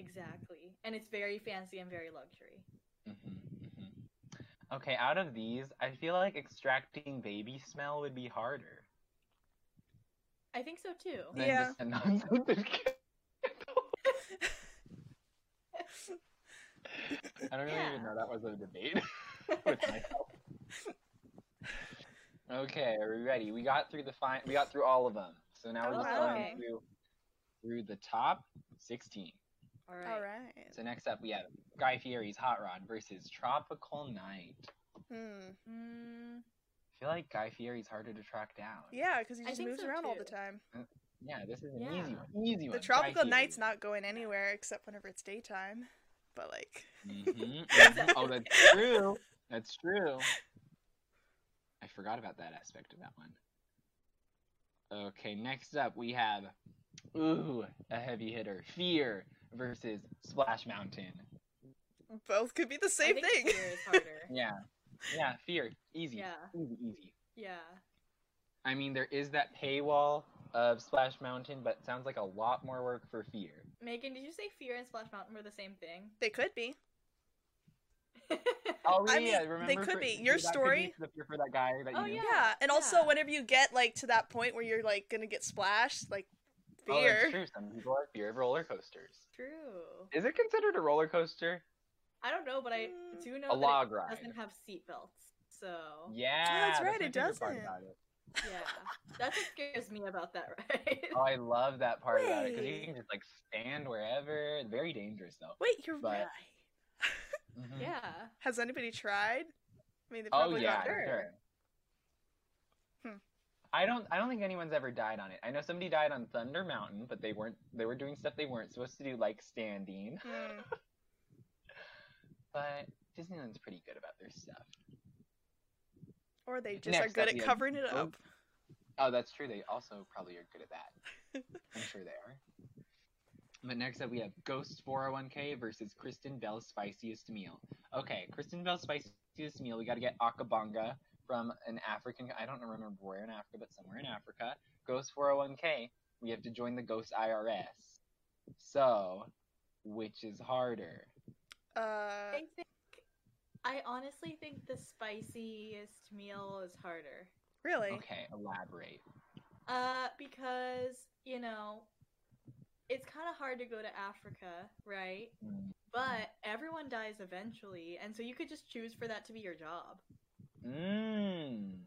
[SPEAKER 3] Exactly. And it's very fancy and very luxury.
[SPEAKER 2] hmm hmm Okay, out of these, I feel like extracting baby smell would be harder
[SPEAKER 3] I think so too.
[SPEAKER 2] than
[SPEAKER 1] Yeah.
[SPEAKER 2] just a non-scented candle. I don't really
[SPEAKER 3] Yeah.
[SPEAKER 2] even know that was a debate with myself. Okay, are we ready? We got through the fine. We got through all of them. So now we're
[SPEAKER 1] Oh,
[SPEAKER 2] just
[SPEAKER 1] wow.
[SPEAKER 2] going
[SPEAKER 3] Okay.
[SPEAKER 2] through through the top sixteen.
[SPEAKER 3] All right.
[SPEAKER 1] All right.
[SPEAKER 2] So next up, we have Guy Fieri's Hot Rod versus Tropical Night.
[SPEAKER 1] Hmm.
[SPEAKER 3] Mm,
[SPEAKER 2] feel like Guy Fieri's harder to track down.
[SPEAKER 1] Yeah, because he
[SPEAKER 3] I
[SPEAKER 1] just
[SPEAKER 3] think
[SPEAKER 1] moves
[SPEAKER 3] so,
[SPEAKER 1] around all the
[SPEAKER 3] too.
[SPEAKER 1] time.
[SPEAKER 2] Yeah, this is an
[SPEAKER 3] Yeah.
[SPEAKER 2] easy one. Easy one.
[SPEAKER 1] The tropical night's not going anywhere except whenever it's daytime. But like,
[SPEAKER 2] hmm Oh, that's true. That's true. I forgot about that aspect of that one. Okay, next up we have ooh a heavy hitter fear versus Splash Mountain.
[SPEAKER 1] both could be the
[SPEAKER 3] I
[SPEAKER 1] same
[SPEAKER 3] think
[SPEAKER 1] thing.
[SPEAKER 3] Fear is harder.
[SPEAKER 2] Yeah, yeah, fear, easy,
[SPEAKER 3] yeah,
[SPEAKER 2] easy, easy.
[SPEAKER 3] yeah.
[SPEAKER 2] I mean, there is that paywall of Splash Mountain, but it sounds like a lot more work for fear.
[SPEAKER 3] Megan, did you say Fear and Splash Mountain were the same thing?
[SPEAKER 1] They could be.
[SPEAKER 2] Oh
[SPEAKER 1] I
[SPEAKER 2] yeah,
[SPEAKER 1] mean,
[SPEAKER 2] remember
[SPEAKER 1] they could
[SPEAKER 2] for-
[SPEAKER 1] be. Your
[SPEAKER 2] that could
[SPEAKER 1] story-
[SPEAKER 2] the fear for that guy that
[SPEAKER 3] Oh,
[SPEAKER 2] you knew.
[SPEAKER 1] Yeah,
[SPEAKER 3] Yeah,
[SPEAKER 1] and also
[SPEAKER 3] yeah.
[SPEAKER 1] whenever you get like to that point where you're like gonna get splashed, like
[SPEAKER 2] Oh, that's
[SPEAKER 1] fear.
[SPEAKER 2] true. Some people are fear of roller coasters.
[SPEAKER 3] True.
[SPEAKER 2] Is it considered a roller coaster?
[SPEAKER 3] I don't know, but I
[SPEAKER 1] Mm.
[SPEAKER 3] do know
[SPEAKER 2] A
[SPEAKER 3] that
[SPEAKER 2] log
[SPEAKER 3] it
[SPEAKER 2] ride.
[SPEAKER 3] doesn't have seatbelts. So yeah,
[SPEAKER 2] Yeah,
[SPEAKER 1] Oh, that's right,
[SPEAKER 2] my
[SPEAKER 1] it
[SPEAKER 2] favorite part
[SPEAKER 1] doesn't.
[SPEAKER 2] about it.
[SPEAKER 3] that's what scares me about that ride.
[SPEAKER 2] Oh, I love that part about it because you
[SPEAKER 1] Wait.
[SPEAKER 2] can just like stand wherever. Very dangerous though.
[SPEAKER 1] Wait, you're
[SPEAKER 2] But-
[SPEAKER 1] right.
[SPEAKER 2] Mhm.
[SPEAKER 3] yeah,
[SPEAKER 1] Has anybody tried? I mean, they
[SPEAKER 2] Oh
[SPEAKER 1] probably
[SPEAKER 2] yeah,
[SPEAKER 1] got hurt.
[SPEAKER 2] sure.
[SPEAKER 1] Hmm.
[SPEAKER 2] I don't. I don't think anyone's ever died on it. I know somebody died on Thunder Mountain, but they weren't. They were doing stuff they weren't supposed to do, like standing.
[SPEAKER 1] Hmm.
[SPEAKER 2] But Disneyland's pretty good about their stuff.
[SPEAKER 1] Or they just are
[SPEAKER 2] Next
[SPEAKER 1] good
[SPEAKER 2] up,
[SPEAKER 1] at
[SPEAKER 2] we have
[SPEAKER 1] covering it
[SPEAKER 2] Bo-
[SPEAKER 1] up.
[SPEAKER 2] Oh, that's true. They also probably are good at that. I'm sure they are. But next up, we have Ghost 401k versus Kristen Bell's Spiciest Meal. Okay, Kristen Bell's Spiciest Meal, we gotta get Akabanga from an African, I don't remember where in Africa, but somewhere in Africa. Ghost 401k, we have to join the Ghost IRS. So, which is harder?
[SPEAKER 1] Uh,
[SPEAKER 3] I think I honestly think the spiciest meal is harder.
[SPEAKER 1] really?
[SPEAKER 2] Okay, elaborate.
[SPEAKER 3] Uh, because you know, it's kind of hard to go to Africa, right?
[SPEAKER 2] Mm.
[SPEAKER 3] But everyone dies eventually, and so you could just choose for that to be your job.
[SPEAKER 2] Mm.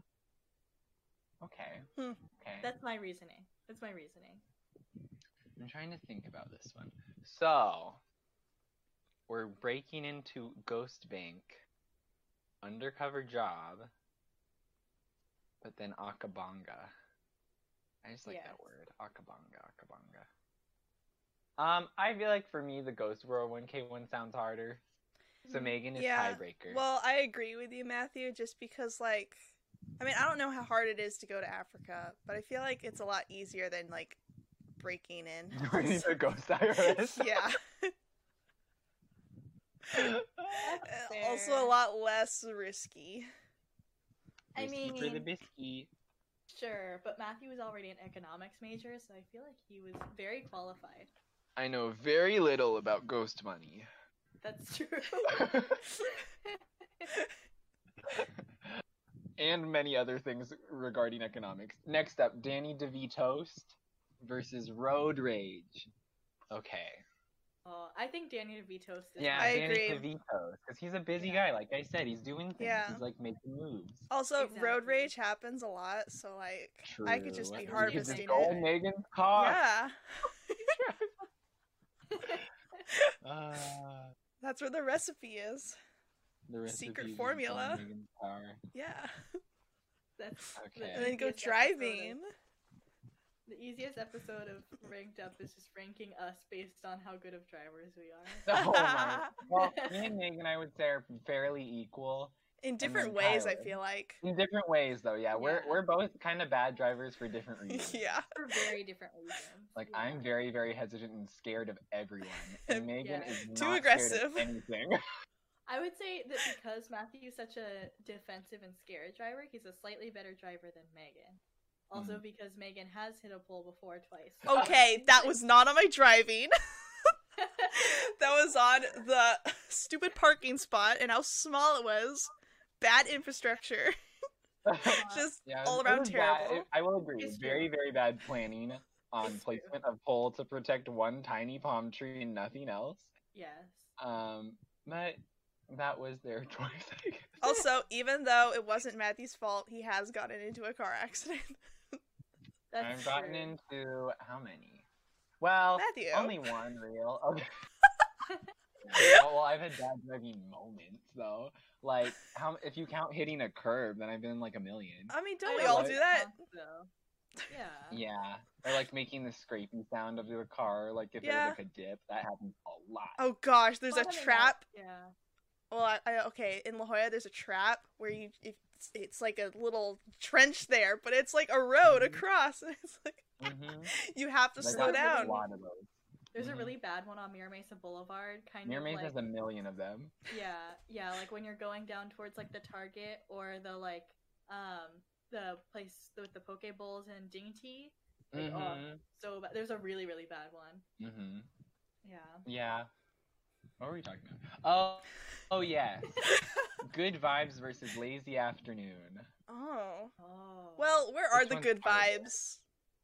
[SPEAKER 2] Okay.
[SPEAKER 1] Hmm.
[SPEAKER 2] Okay.
[SPEAKER 3] That's my reasoning. That's my reasoning.
[SPEAKER 2] I'm trying to think about this one. So, we're breaking into Ghost Bank, undercover job, but then Akabanga. I just like
[SPEAKER 3] Yes.
[SPEAKER 2] that word, Akabanga, Akabanga. Um, I feel like for me the Ghost World 1K one sounds harder. So Megan is
[SPEAKER 1] Mm, Yeah,
[SPEAKER 2] tiebreaker.
[SPEAKER 1] Well, I agree with you, Matthew, just because, like, I mean, I don't know how hard it is to go to Africa, but I feel like it's a lot easier than, like, breaking
[SPEAKER 2] we
[SPEAKER 1] in.
[SPEAKER 2] need the Ghost IRS.
[SPEAKER 1] yeah.
[SPEAKER 3] Fair.
[SPEAKER 1] Uh, Also, a lot less risky.
[SPEAKER 3] I
[SPEAKER 2] Risky for the
[SPEAKER 3] mean-
[SPEAKER 2] biscuit.
[SPEAKER 3] Sure, but Matthew was already an economics major, so I feel like he was very qualified.
[SPEAKER 2] I know very little about ghost money.
[SPEAKER 3] That's true.
[SPEAKER 2] and many other things regarding economics. Next up, Danny DeVito's versus Road Rage. Okay.
[SPEAKER 3] oh, I think Danny DeVito is
[SPEAKER 2] Yeah,
[SPEAKER 1] I
[SPEAKER 2] Danny
[SPEAKER 1] agree.
[SPEAKER 2] DeVito's because he's a busy
[SPEAKER 3] Yeah.
[SPEAKER 2] guy. Like I said, he's doing things.
[SPEAKER 1] Yeah.
[SPEAKER 2] He's like making moves.
[SPEAKER 1] Also, road
[SPEAKER 3] Exactly.
[SPEAKER 1] rage happens a lot, so, like,
[SPEAKER 2] True.
[SPEAKER 1] I could just be
[SPEAKER 2] You can
[SPEAKER 1] harvesting
[SPEAKER 2] stole
[SPEAKER 1] it.
[SPEAKER 2] Megan's car.
[SPEAKER 1] Yeah.
[SPEAKER 2] Uh,
[SPEAKER 1] That's where the recipe is.
[SPEAKER 2] the rest of
[SPEAKER 1] Secret
[SPEAKER 2] you can
[SPEAKER 1] formula.
[SPEAKER 2] steal Megan's car.
[SPEAKER 1] Yeah.
[SPEAKER 3] That's
[SPEAKER 2] Okay.
[SPEAKER 1] And then go
[SPEAKER 3] easiest
[SPEAKER 1] driving.
[SPEAKER 3] episode of- the easiest episode of Ranked Up is just ranking us based on how good of drivers we are.
[SPEAKER 2] Oh my. Well, me and Megan, I would say, are fairly equal.
[SPEAKER 1] In different
[SPEAKER 2] then
[SPEAKER 1] ways, I
[SPEAKER 2] Tyler.
[SPEAKER 1] feel like.
[SPEAKER 2] In different ways, though, yeah. We're
[SPEAKER 3] Yeah.
[SPEAKER 2] we're both kind of bad drivers for different reasons.
[SPEAKER 1] yeah.
[SPEAKER 3] For very different reasons.
[SPEAKER 2] Like
[SPEAKER 3] Yeah.
[SPEAKER 2] I'm very very hesitant and scared of everyone, and Megan
[SPEAKER 3] Yeah.
[SPEAKER 2] is
[SPEAKER 1] Too
[SPEAKER 2] not scared of
[SPEAKER 1] aggressive.
[SPEAKER 2] anything.
[SPEAKER 3] I would say that because Matthew is such a defensive and scared driver, he's a slightly better driver than Megan. Also,
[SPEAKER 2] Mm.
[SPEAKER 3] because Megan has hit a pole before twice.
[SPEAKER 1] Okay, that was not on my driving. that was on the stupid parking spot and how small it was. Bad infrastructure. Just
[SPEAKER 2] yeah,
[SPEAKER 1] all
[SPEAKER 2] it
[SPEAKER 1] around
[SPEAKER 2] was bad-
[SPEAKER 1] terrible.
[SPEAKER 2] it- I will agree.
[SPEAKER 3] It's true.
[SPEAKER 2] very very bad planning on
[SPEAKER 3] It's true.
[SPEAKER 2] placement of pole to protect one tiny palm tree and nothing else.
[SPEAKER 3] yes.
[SPEAKER 2] Um, but that was their choice. I guess.
[SPEAKER 1] also, even though it wasn't Matthew's fault, he has gotten into a car accident.
[SPEAKER 3] That's
[SPEAKER 2] I've gotten
[SPEAKER 3] true.
[SPEAKER 2] into how many? Well,
[SPEAKER 1] Matthew.
[SPEAKER 2] only one real. Okay. well, I've had bad driving moments though. Like, how if you count hitting a curb, then I've been like a million.
[SPEAKER 1] I mean, don't
[SPEAKER 3] I
[SPEAKER 1] we
[SPEAKER 2] know, uh,
[SPEAKER 1] all
[SPEAKER 2] right?
[SPEAKER 1] do that?
[SPEAKER 3] So, yeah.
[SPEAKER 1] Uh,
[SPEAKER 2] Yeah, or like making the scrapey sound of your car, like if
[SPEAKER 1] Yeah.
[SPEAKER 2] there's like a dip, that happens a lot.
[SPEAKER 1] Oh gosh, there's a
[SPEAKER 3] Fun and
[SPEAKER 1] trap.
[SPEAKER 3] all- Yeah.
[SPEAKER 1] Well, I, I, okay, in La Jolla, there's a trap where you it's, it's like a little trench there, but it's like a road
[SPEAKER 2] Mhm.
[SPEAKER 1] across. And it's like
[SPEAKER 3] Mm-hmm.
[SPEAKER 2] Mhm.
[SPEAKER 1] you have to
[SPEAKER 2] Like,
[SPEAKER 1] slow
[SPEAKER 3] got
[SPEAKER 2] that's
[SPEAKER 1] down.
[SPEAKER 2] A lot of those.
[SPEAKER 3] There's a
[SPEAKER 2] Mhm.
[SPEAKER 3] really bad one on Mira Mesa Boulevard, kind
[SPEAKER 2] Near
[SPEAKER 3] of
[SPEAKER 2] me
[SPEAKER 3] like
[SPEAKER 2] has a million of them.
[SPEAKER 3] yeah, yeah, like when you're going down towards like the Target or the like um the place with the poke bowls and dainty. Like,
[SPEAKER 2] Mhm.
[SPEAKER 3] oh, so bad. there's a really really bad one.
[SPEAKER 2] Mhm.
[SPEAKER 3] Yeah.
[SPEAKER 2] Yeah. What were we talking about? Oh, oh yes. Good vibes versus lazy afternoon.
[SPEAKER 1] Oh.
[SPEAKER 3] Oh.
[SPEAKER 1] Well, where are
[SPEAKER 2] Which
[SPEAKER 1] the
[SPEAKER 2] one's
[SPEAKER 1] good
[SPEAKER 2] harder?
[SPEAKER 1] vibes?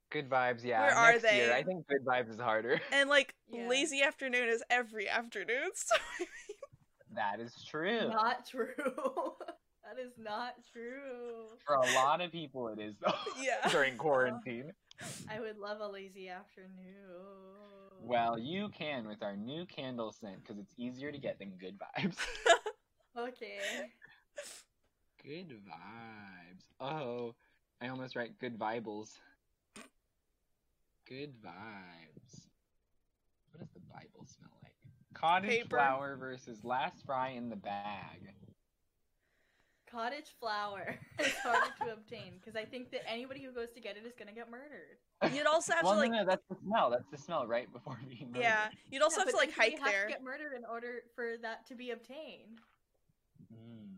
[SPEAKER 2] Good vibes, yeah.
[SPEAKER 1] Where are
[SPEAKER 2] Next year,
[SPEAKER 1] they?
[SPEAKER 2] I think good vibes is harder.
[SPEAKER 1] And like
[SPEAKER 3] Yeah.
[SPEAKER 1] lazy afternoon is every afternoon. So
[SPEAKER 2] that is true.
[SPEAKER 3] not true. that is not true.
[SPEAKER 2] For a lot of people, it is though.
[SPEAKER 1] Yeah. Uh-huh.
[SPEAKER 2] During quarantine.
[SPEAKER 3] I would love a lazy afternoon.
[SPEAKER 2] Well, you can with our new candle scent because it's easier to get than good vibes.
[SPEAKER 3] Okay.
[SPEAKER 2] good vibes. Oh, I almost write good vibes. Good vibes. What does the Bible smell like? Cottage
[SPEAKER 1] Paper.
[SPEAKER 2] flour versus last fry in the bag.
[SPEAKER 3] Cottage flour is harder to obtain because I think that anybody who goes to get it is gonna get murdered.
[SPEAKER 1] you'd also have
[SPEAKER 2] well,
[SPEAKER 1] to
[SPEAKER 2] no,
[SPEAKER 1] like
[SPEAKER 2] no, that's the smell. That's the smell right before being murdered.
[SPEAKER 1] yeah, you'd also
[SPEAKER 3] Yeah,
[SPEAKER 1] have to
[SPEAKER 3] but
[SPEAKER 1] like
[SPEAKER 3] you
[SPEAKER 1] hike
[SPEAKER 3] have
[SPEAKER 1] there.
[SPEAKER 3] To get murdered in order for that to be obtained.
[SPEAKER 2] Mm.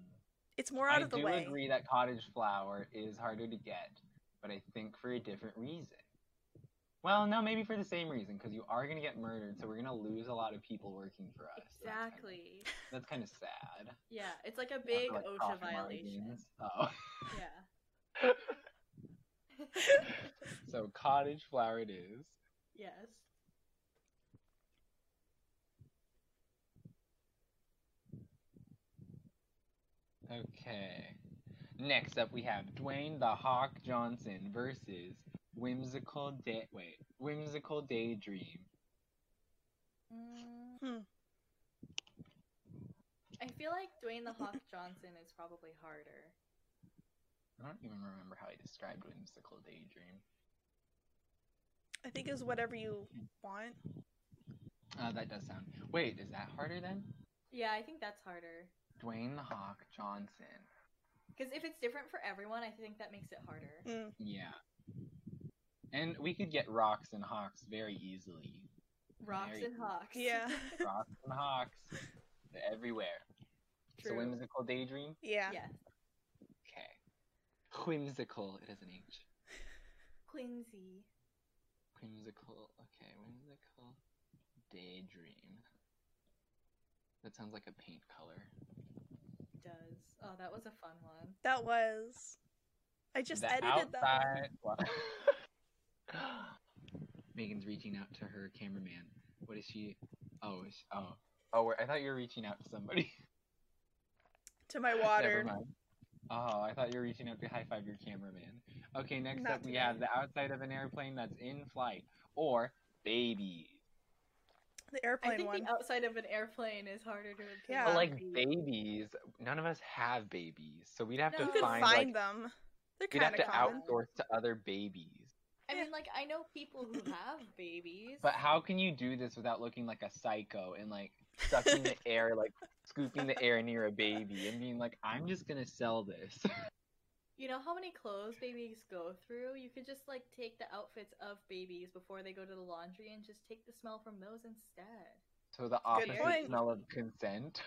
[SPEAKER 1] It's more out
[SPEAKER 2] I
[SPEAKER 1] of the
[SPEAKER 2] do
[SPEAKER 1] way.
[SPEAKER 2] agree that cottage flour is harder to get, but I think for a different reason. Well, no, maybe for the same reason because you are going to get murdered, so we're going to lose a lot of people working for us. That's kinda-
[SPEAKER 3] Exactly.
[SPEAKER 2] That's kind of sad.
[SPEAKER 3] Yeah, it's like a big
[SPEAKER 2] Like,
[SPEAKER 3] OSHA
[SPEAKER 2] profit
[SPEAKER 3] violation.
[SPEAKER 2] margins. Oh.
[SPEAKER 3] Yeah.
[SPEAKER 2] so cottage flour it is.
[SPEAKER 3] yes.
[SPEAKER 2] Okay. Next up, we have Dwayne the Hawk Johnson versus whimsical day. Wait, whimsical daydream.
[SPEAKER 3] Mm.
[SPEAKER 1] Hmm.
[SPEAKER 3] I feel like Dwayne the Hawk Johnson is probably harder.
[SPEAKER 2] I don't even remember how he described whimsical daydream.
[SPEAKER 1] I think is whatever you want.
[SPEAKER 2] Uh, that does sound. Wait, is that harder then?
[SPEAKER 3] Yeah, I think that's harder.
[SPEAKER 2] Dwayne the Hawk Johnson.
[SPEAKER 3] Because if it's different for everyone, I think that makes it harder.
[SPEAKER 1] Mm.
[SPEAKER 2] Yeah. And we could get rocks and hawks very easily.
[SPEAKER 3] Rocks
[SPEAKER 2] Very
[SPEAKER 3] and hawks.
[SPEAKER 1] Yeah.
[SPEAKER 2] Rocks and hawks They're everywhere. So
[SPEAKER 3] True.
[SPEAKER 2] whimsical daydream.
[SPEAKER 1] Yeah.
[SPEAKER 3] Yes.
[SPEAKER 2] Okay. Whimsical. It is an H.
[SPEAKER 3] Quincy.
[SPEAKER 2] Whimsical. Okay, whimsical daydream. That sounds like a paint color.
[SPEAKER 3] does. Oh, that was a fun one.
[SPEAKER 1] That was. I just
[SPEAKER 2] The
[SPEAKER 1] edited that. one.
[SPEAKER 2] outside- Wow. Megan's reaching out to her cameraman. What is she? Oh, is oh, oh! we're- I thought you were reaching out to somebody.
[SPEAKER 1] To my
[SPEAKER 2] Never
[SPEAKER 1] water.
[SPEAKER 2] mind. Oh, I thought you were reaching out to high five your cameraman. Okay, next
[SPEAKER 1] Not
[SPEAKER 2] up we
[SPEAKER 1] today.
[SPEAKER 2] have the outside of an airplane that's in flight or babies.
[SPEAKER 1] The
[SPEAKER 3] I
[SPEAKER 1] airplane
[SPEAKER 3] think
[SPEAKER 1] one.
[SPEAKER 3] the outside of an airplane is harder to obtain.
[SPEAKER 1] Yeah.
[SPEAKER 2] But
[SPEAKER 1] Um,
[SPEAKER 2] like babies, none of us have babies, so we'd have
[SPEAKER 3] No.
[SPEAKER 1] You
[SPEAKER 2] to
[SPEAKER 1] could
[SPEAKER 2] find,
[SPEAKER 1] find,
[SPEAKER 2] like,
[SPEAKER 1] them. They're
[SPEAKER 2] we'd have
[SPEAKER 1] kind
[SPEAKER 2] to
[SPEAKER 1] of common.
[SPEAKER 2] outsource to other babies.
[SPEAKER 3] I mean, like I know people who have babies.
[SPEAKER 2] But how can you do this without looking like a psycho and like sucking the air, like scooping the air near a baby and being like, I'm just gonna sell this?
[SPEAKER 3] you know how many clothes babies go through? You could just like take the outfits of babies before they go to the laundry and just take the smell from those instead.
[SPEAKER 2] So the opposite
[SPEAKER 1] point.
[SPEAKER 2] smell of consent.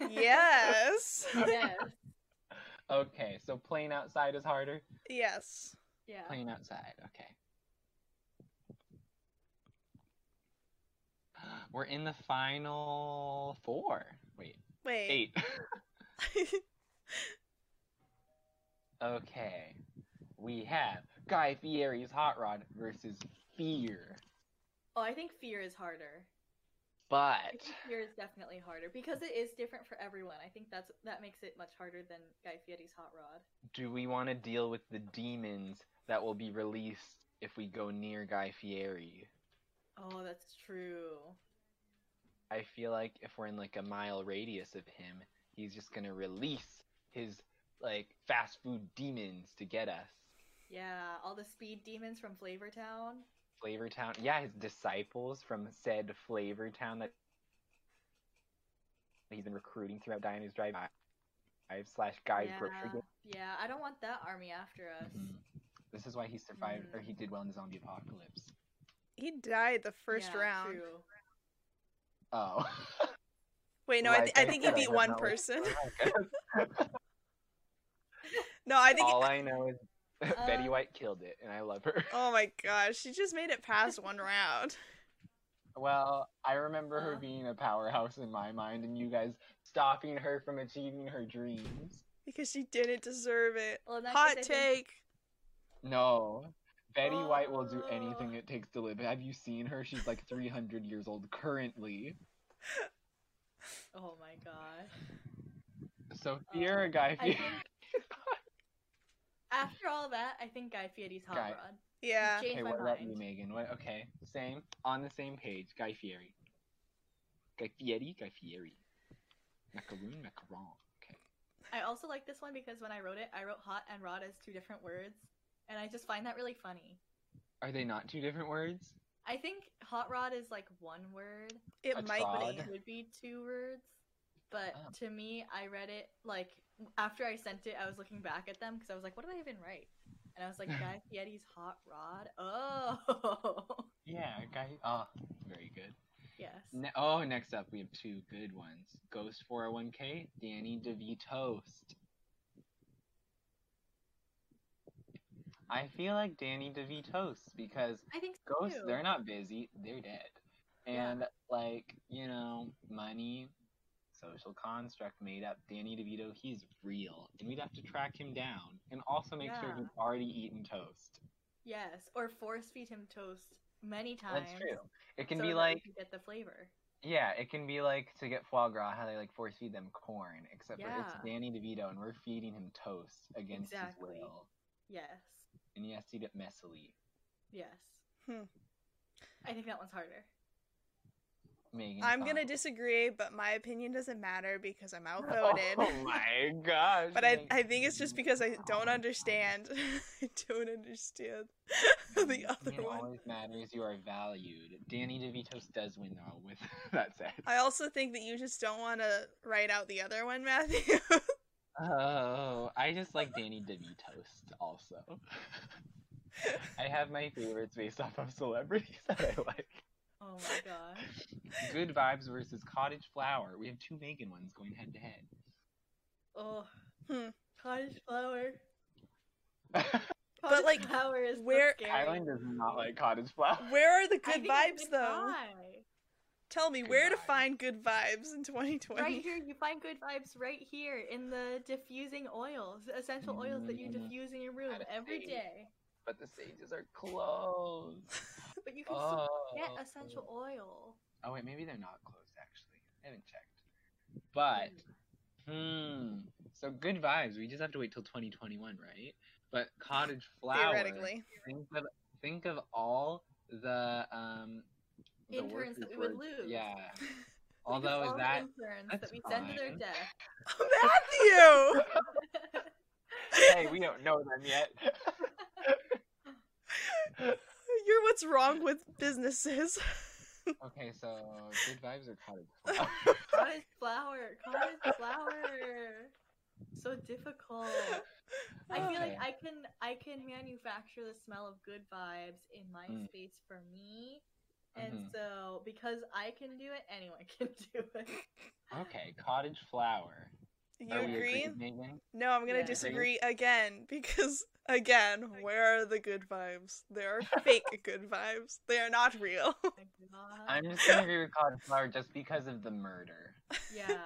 [SPEAKER 1] yes.
[SPEAKER 3] yes.
[SPEAKER 2] Okay, so playing outside is harder.
[SPEAKER 1] Yes.
[SPEAKER 3] Yeah.
[SPEAKER 2] Playing outside, okay. We're in the final four. Wait,
[SPEAKER 1] Wait.
[SPEAKER 2] eight. Okay. We have Guy Fieri's Hot Rod versus Fear.
[SPEAKER 3] Oh, I think fear is harder. I
[SPEAKER 2] But
[SPEAKER 3] think fear is definitely harder because it is different for everyone. I think that's that makes it much harder than Guy Fieri's hot rod.
[SPEAKER 2] do we want to deal with the demons that will be released if we go near Guy Fieri?
[SPEAKER 3] Oh, that's true.
[SPEAKER 2] I feel like if we're in like a mile radius of him, he's just gonna release his like fast food demons to get us.
[SPEAKER 3] Yeah, all the speed demons from Flavortown.
[SPEAKER 2] Flavor Town, yeah, his disciples from said Flavor Town that he's been recruiting throughout Diana's Drive uh, Five slash Guy's
[SPEAKER 3] yeah.
[SPEAKER 2] Grocery. Game.
[SPEAKER 3] yeah, I don't want that army after us.
[SPEAKER 2] Mm-hmm. This is why he survived or
[SPEAKER 3] Mhm.
[SPEAKER 2] he did well in the zombie apocalypse.
[SPEAKER 1] He died the first
[SPEAKER 3] Yeah,
[SPEAKER 1] round.
[SPEAKER 3] true.
[SPEAKER 2] Oh.
[SPEAKER 1] Wait, no, I, th-
[SPEAKER 2] Like
[SPEAKER 1] I
[SPEAKER 2] I
[SPEAKER 1] think he
[SPEAKER 2] said, I
[SPEAKER 1] beat
[SPEAKER 2] don't
[SPEAKER 1] one
[SPEAKER 2] know.
[SPEAKER 1] person. No, I think.
[SPEAKER 2] All I know is Betty
[SPEAKER 3] Uh,
[SPEAKER 2] White killed it, and I love her.
[SPEAKER 1] Oh my gosh, she just made it past one round.
[SPEAKER 2] Well, I remember her
[SPEAKER 3] Uh.
[SPEAKER 2] being a powerhouse in my mind, and you guys stopping her from achieving her dreams.
[SPEAKER 1] Because she didn't deserve it.
[SPEAKER 3] Well, in that
[SPEAKER 1] Hot
[SPEAKER 3] case, I think-
[SPEAKER 1] take.
[SPEAKER 2] No. Betty White will do
[SPEAKER 3] Oh.
[SPEAKER 2] anything it takes to live. Have you seen her? She's like 300 years old currently.
[SPEAKER 3] Oh my god.
[SPEAKER 2] So fear a guy.
[SPEAKER 3] Oh, I
[SPEAKER 2] Fear.
[SPEAKER 3] think after all that, I think Guy Fieri's hot
[SPEAKER 2] Guy-
[SPEAKER 3] rod.
[SPEAKER 1] Yeah.
[SPEAKER 3] Changed
[SPEAKER 2] Okay,
[SPEAKER 3] my
[SPEAKER 2] what about you,
[SPEAKER 3] mind.
[SPEAKER 2] Megan? What? Okay, same on the same page. Guy Fieri. Guy Fieri. Guy Fieri. Macaroon. Macaron. Okay.
[SPEAKER 3] I also like this one because when I wrote it, I wrote hot and rod as two different words, and I just find that really funny.
[SPEAKER 2] Are they not two different words?
[SPEAKER 3] I think hot rod is like one word,
[SPEAKER 1] It
[SPEAKER 2] That's
[SPEAKER 1] might
[SPEAKER 3] but
[SPEAKER 1] be.
[SPEAKER 2] odd.
[SPEAKER 3] it could be two words. But
[SPEAKER 2] Oh.
[SPEAKER 3] to me, I read it like after I sent it, I was looking back at them because I was like, what did I even write? And I was like, Guy Fieri's hot rod. Oh,
[SPEAKER 2] Yeah, Guy.
[SPEAKER 3] uh,
[SPEAKER 2] Ah, very good.
[SPEAKER 3] yes.
[SPEAKER 2] Ne- oh, next up we have two good ones. Ghost 401k, Danny DeVitoast. I feel like Danny DeVitoast because
[SPEAKER 3] I think so
[SPEAKER 2] ghosts,
[SPEAKER 3] too.
[SPEAKER 2] they're not busy, they're dead.
[SPEAKER 3] Yeah.
[SPEAKER 2] And, like, you know, money, social construct made up. Danny DeVito, he's real. And we'd have to track him down and also make sure
[SPEAKER 3] Yeah.
[SPEAKER 2] he's already eaten toast.
[SPEAKER 3] Yes, or force feed him toast many times.
[SPEAKER 2] That's true. It can
[SPEAKER 3] so
[SPEAKER 2] be
[SPEAKER 3] that we
[SPEAKER 2] like.
[SPEAKER 3] can get the flavor.
[SPEAKER 2] Yeah, it can be like to get foie gras, how they like force feed them corn, except for
[SPEAKER 3] Yeah.
[SPEAKER 2] it's Danny DeVito and we're feeding him toast against
[SPEAKER 3] Exactly.
[SPEAKER 2] his will.
[SPEAKER 3] Yes,
[SPEAKER 2] And he has to eat it messily.
[SPEAKER 3] yes.
[SPEAKER 1] Hmm.
[SPEAKER 3] I think that one's harder.
[SPEAKER 2] Megan,
[SPEAKER 1] I'm gonna
[SPEAKER 2] thoughts?
[SPEAKER 1] disagree, but my opinion doesn't matter because I'm
[SPEAKER 2] Oh
[SPEAKER 1] outvoted.
[SPEAKER 2] my gosh.
[SPEAKER 1] But I,
[SPEAKER 2] Megan.
[SPEAKER 1] I think it's just because I don't understand. I don't understand the other
[SPEAKER 2] Opinion
[SPEAKER 1] one.
[SPEAKER 2] always matters. You are valued. Danny DeVito does win though. With that said,
[SPEAKER 1] I also think that you just don't want to write out the other one, Matthew.
[SPEAKER 2] oh, I just like Danny DeVito also. I have my favorites based off of celebrities that I like.
[SPEAKER 3] Oh my gosh.
[SPEAKER 2] Good Vibes versus Cottage Flower. We have two Megan ones going head to
[SPEAKER 3] Oh,
[SPEAKER 1] Hmm.
[SPEAKER 3] cottage flower.
[SPEAKER 2] head.
[SPEAKER 3] Cottage
[SPEAKER 1] like,
[SPEAKER 3] flower is so
[SPEAKER 1] where-
[SPEAKER 3] scary.
[SPEAKER 2] Kylan does not like Cottage Flower.
[SPEAKER 1] where are the
[SPEAKER 3] I
[SPEAKER 1] good
[SPEAKER 3] think I
[SPEAKER 1] vibes,
[SPEAKER 3] did
[SPEAKER 1] though?
[SPEAKER 3] try.
[SPEAKER 1] Tell me
[SPEAKER 2] Good
[SPEAKER 1] where to
[SPEAKER 2] vibes.
[SPEAKER 1] find good vibes in 2020.
[SPEAKER 3] Right here, you find good vibes right here in the diffusing oils, essential oils that you
[SPEAKER 2] Mm.
[SPEAKER 3] diffuse in your room
[SPEAKER 2] Gotta
[SPEAKER 3] every
[SPEAKER 2] save.
[SPEAKER 3] day.
[SPEAKER 2] But the sages are closed.
[SPEAKER 3] But you can
[SPEAKER 2] Oh.
[SPEAKER 3] still get essential oil.
[SPEAKER 2] Oh, wait, maybe they're not closed, actually. I haven't checked. But, hmm. So, Good Vibes, we just have to wait till 2021, right? But Cottage Flower.
[SPEAKER 1] Theoretically.
[SPEAKER 2] Think of, think of all the. um the
[SPEAKER 3] Interns
[SPEAKER 2] workers
[SPEAKER 3] that we
[SPEAKER 2] were-
[SPEAKER 3] would lose.
[SPEAKER 2] Yeah.
[SPEAKER 3] Because
[SPEAKER 2] Although,
[SPEAKER 3] all
[SPEAKER 2] is
[SPEAKER 3] the
[SPEAKER 2] that.
[SPEAKER 3] interns that
[SPEAKER 2] that's
[SPEAKER 3] we send to their
[SPEAKER 2] fine.
[SPEAKER 3] death.
[SPEAKER 1] Matthew!
[SPEAKER 2] hey, we don't know them yet.
[SPEAKER 1] You're what's wrong with businesses.
[SPEAKER 2] okay, so Good Vibes or Cottage Flower?
[SPEAKER 3] cottage flower, cottage flower. So difficult. I feel like
[SPEAKER 2] Okay.
[SPEAKER 3] I can I can manufacture the smell of good vibes in my
[SPEAKER 2] Mm.
[SPEAKER 3] space for me. And
[SPEAKER 2] Mhm.
[SPEAKER 3] so because I can do it, anyone can do it.
[SPEAKER 2] Okay, Cottage Flower.
[SPEAKER 1] You
[SPEAKER 2] Are we
[SPEAKER 1] agree?
[SPEAKER 2] agreed, Megan?
[SPEAKER 1] No, I'm gonna
[SPEAKER 3] Yeah.
[SPEAKER 1] disagree again because again, where are the good vibes? There are fake good vibes. They are not real.
[SPEAKER 3] Oh my God.
[SPEAKER 2] I'm just gonna agree with Cottage Flower just because of the murder.
[SPEAKER 3] Yeah.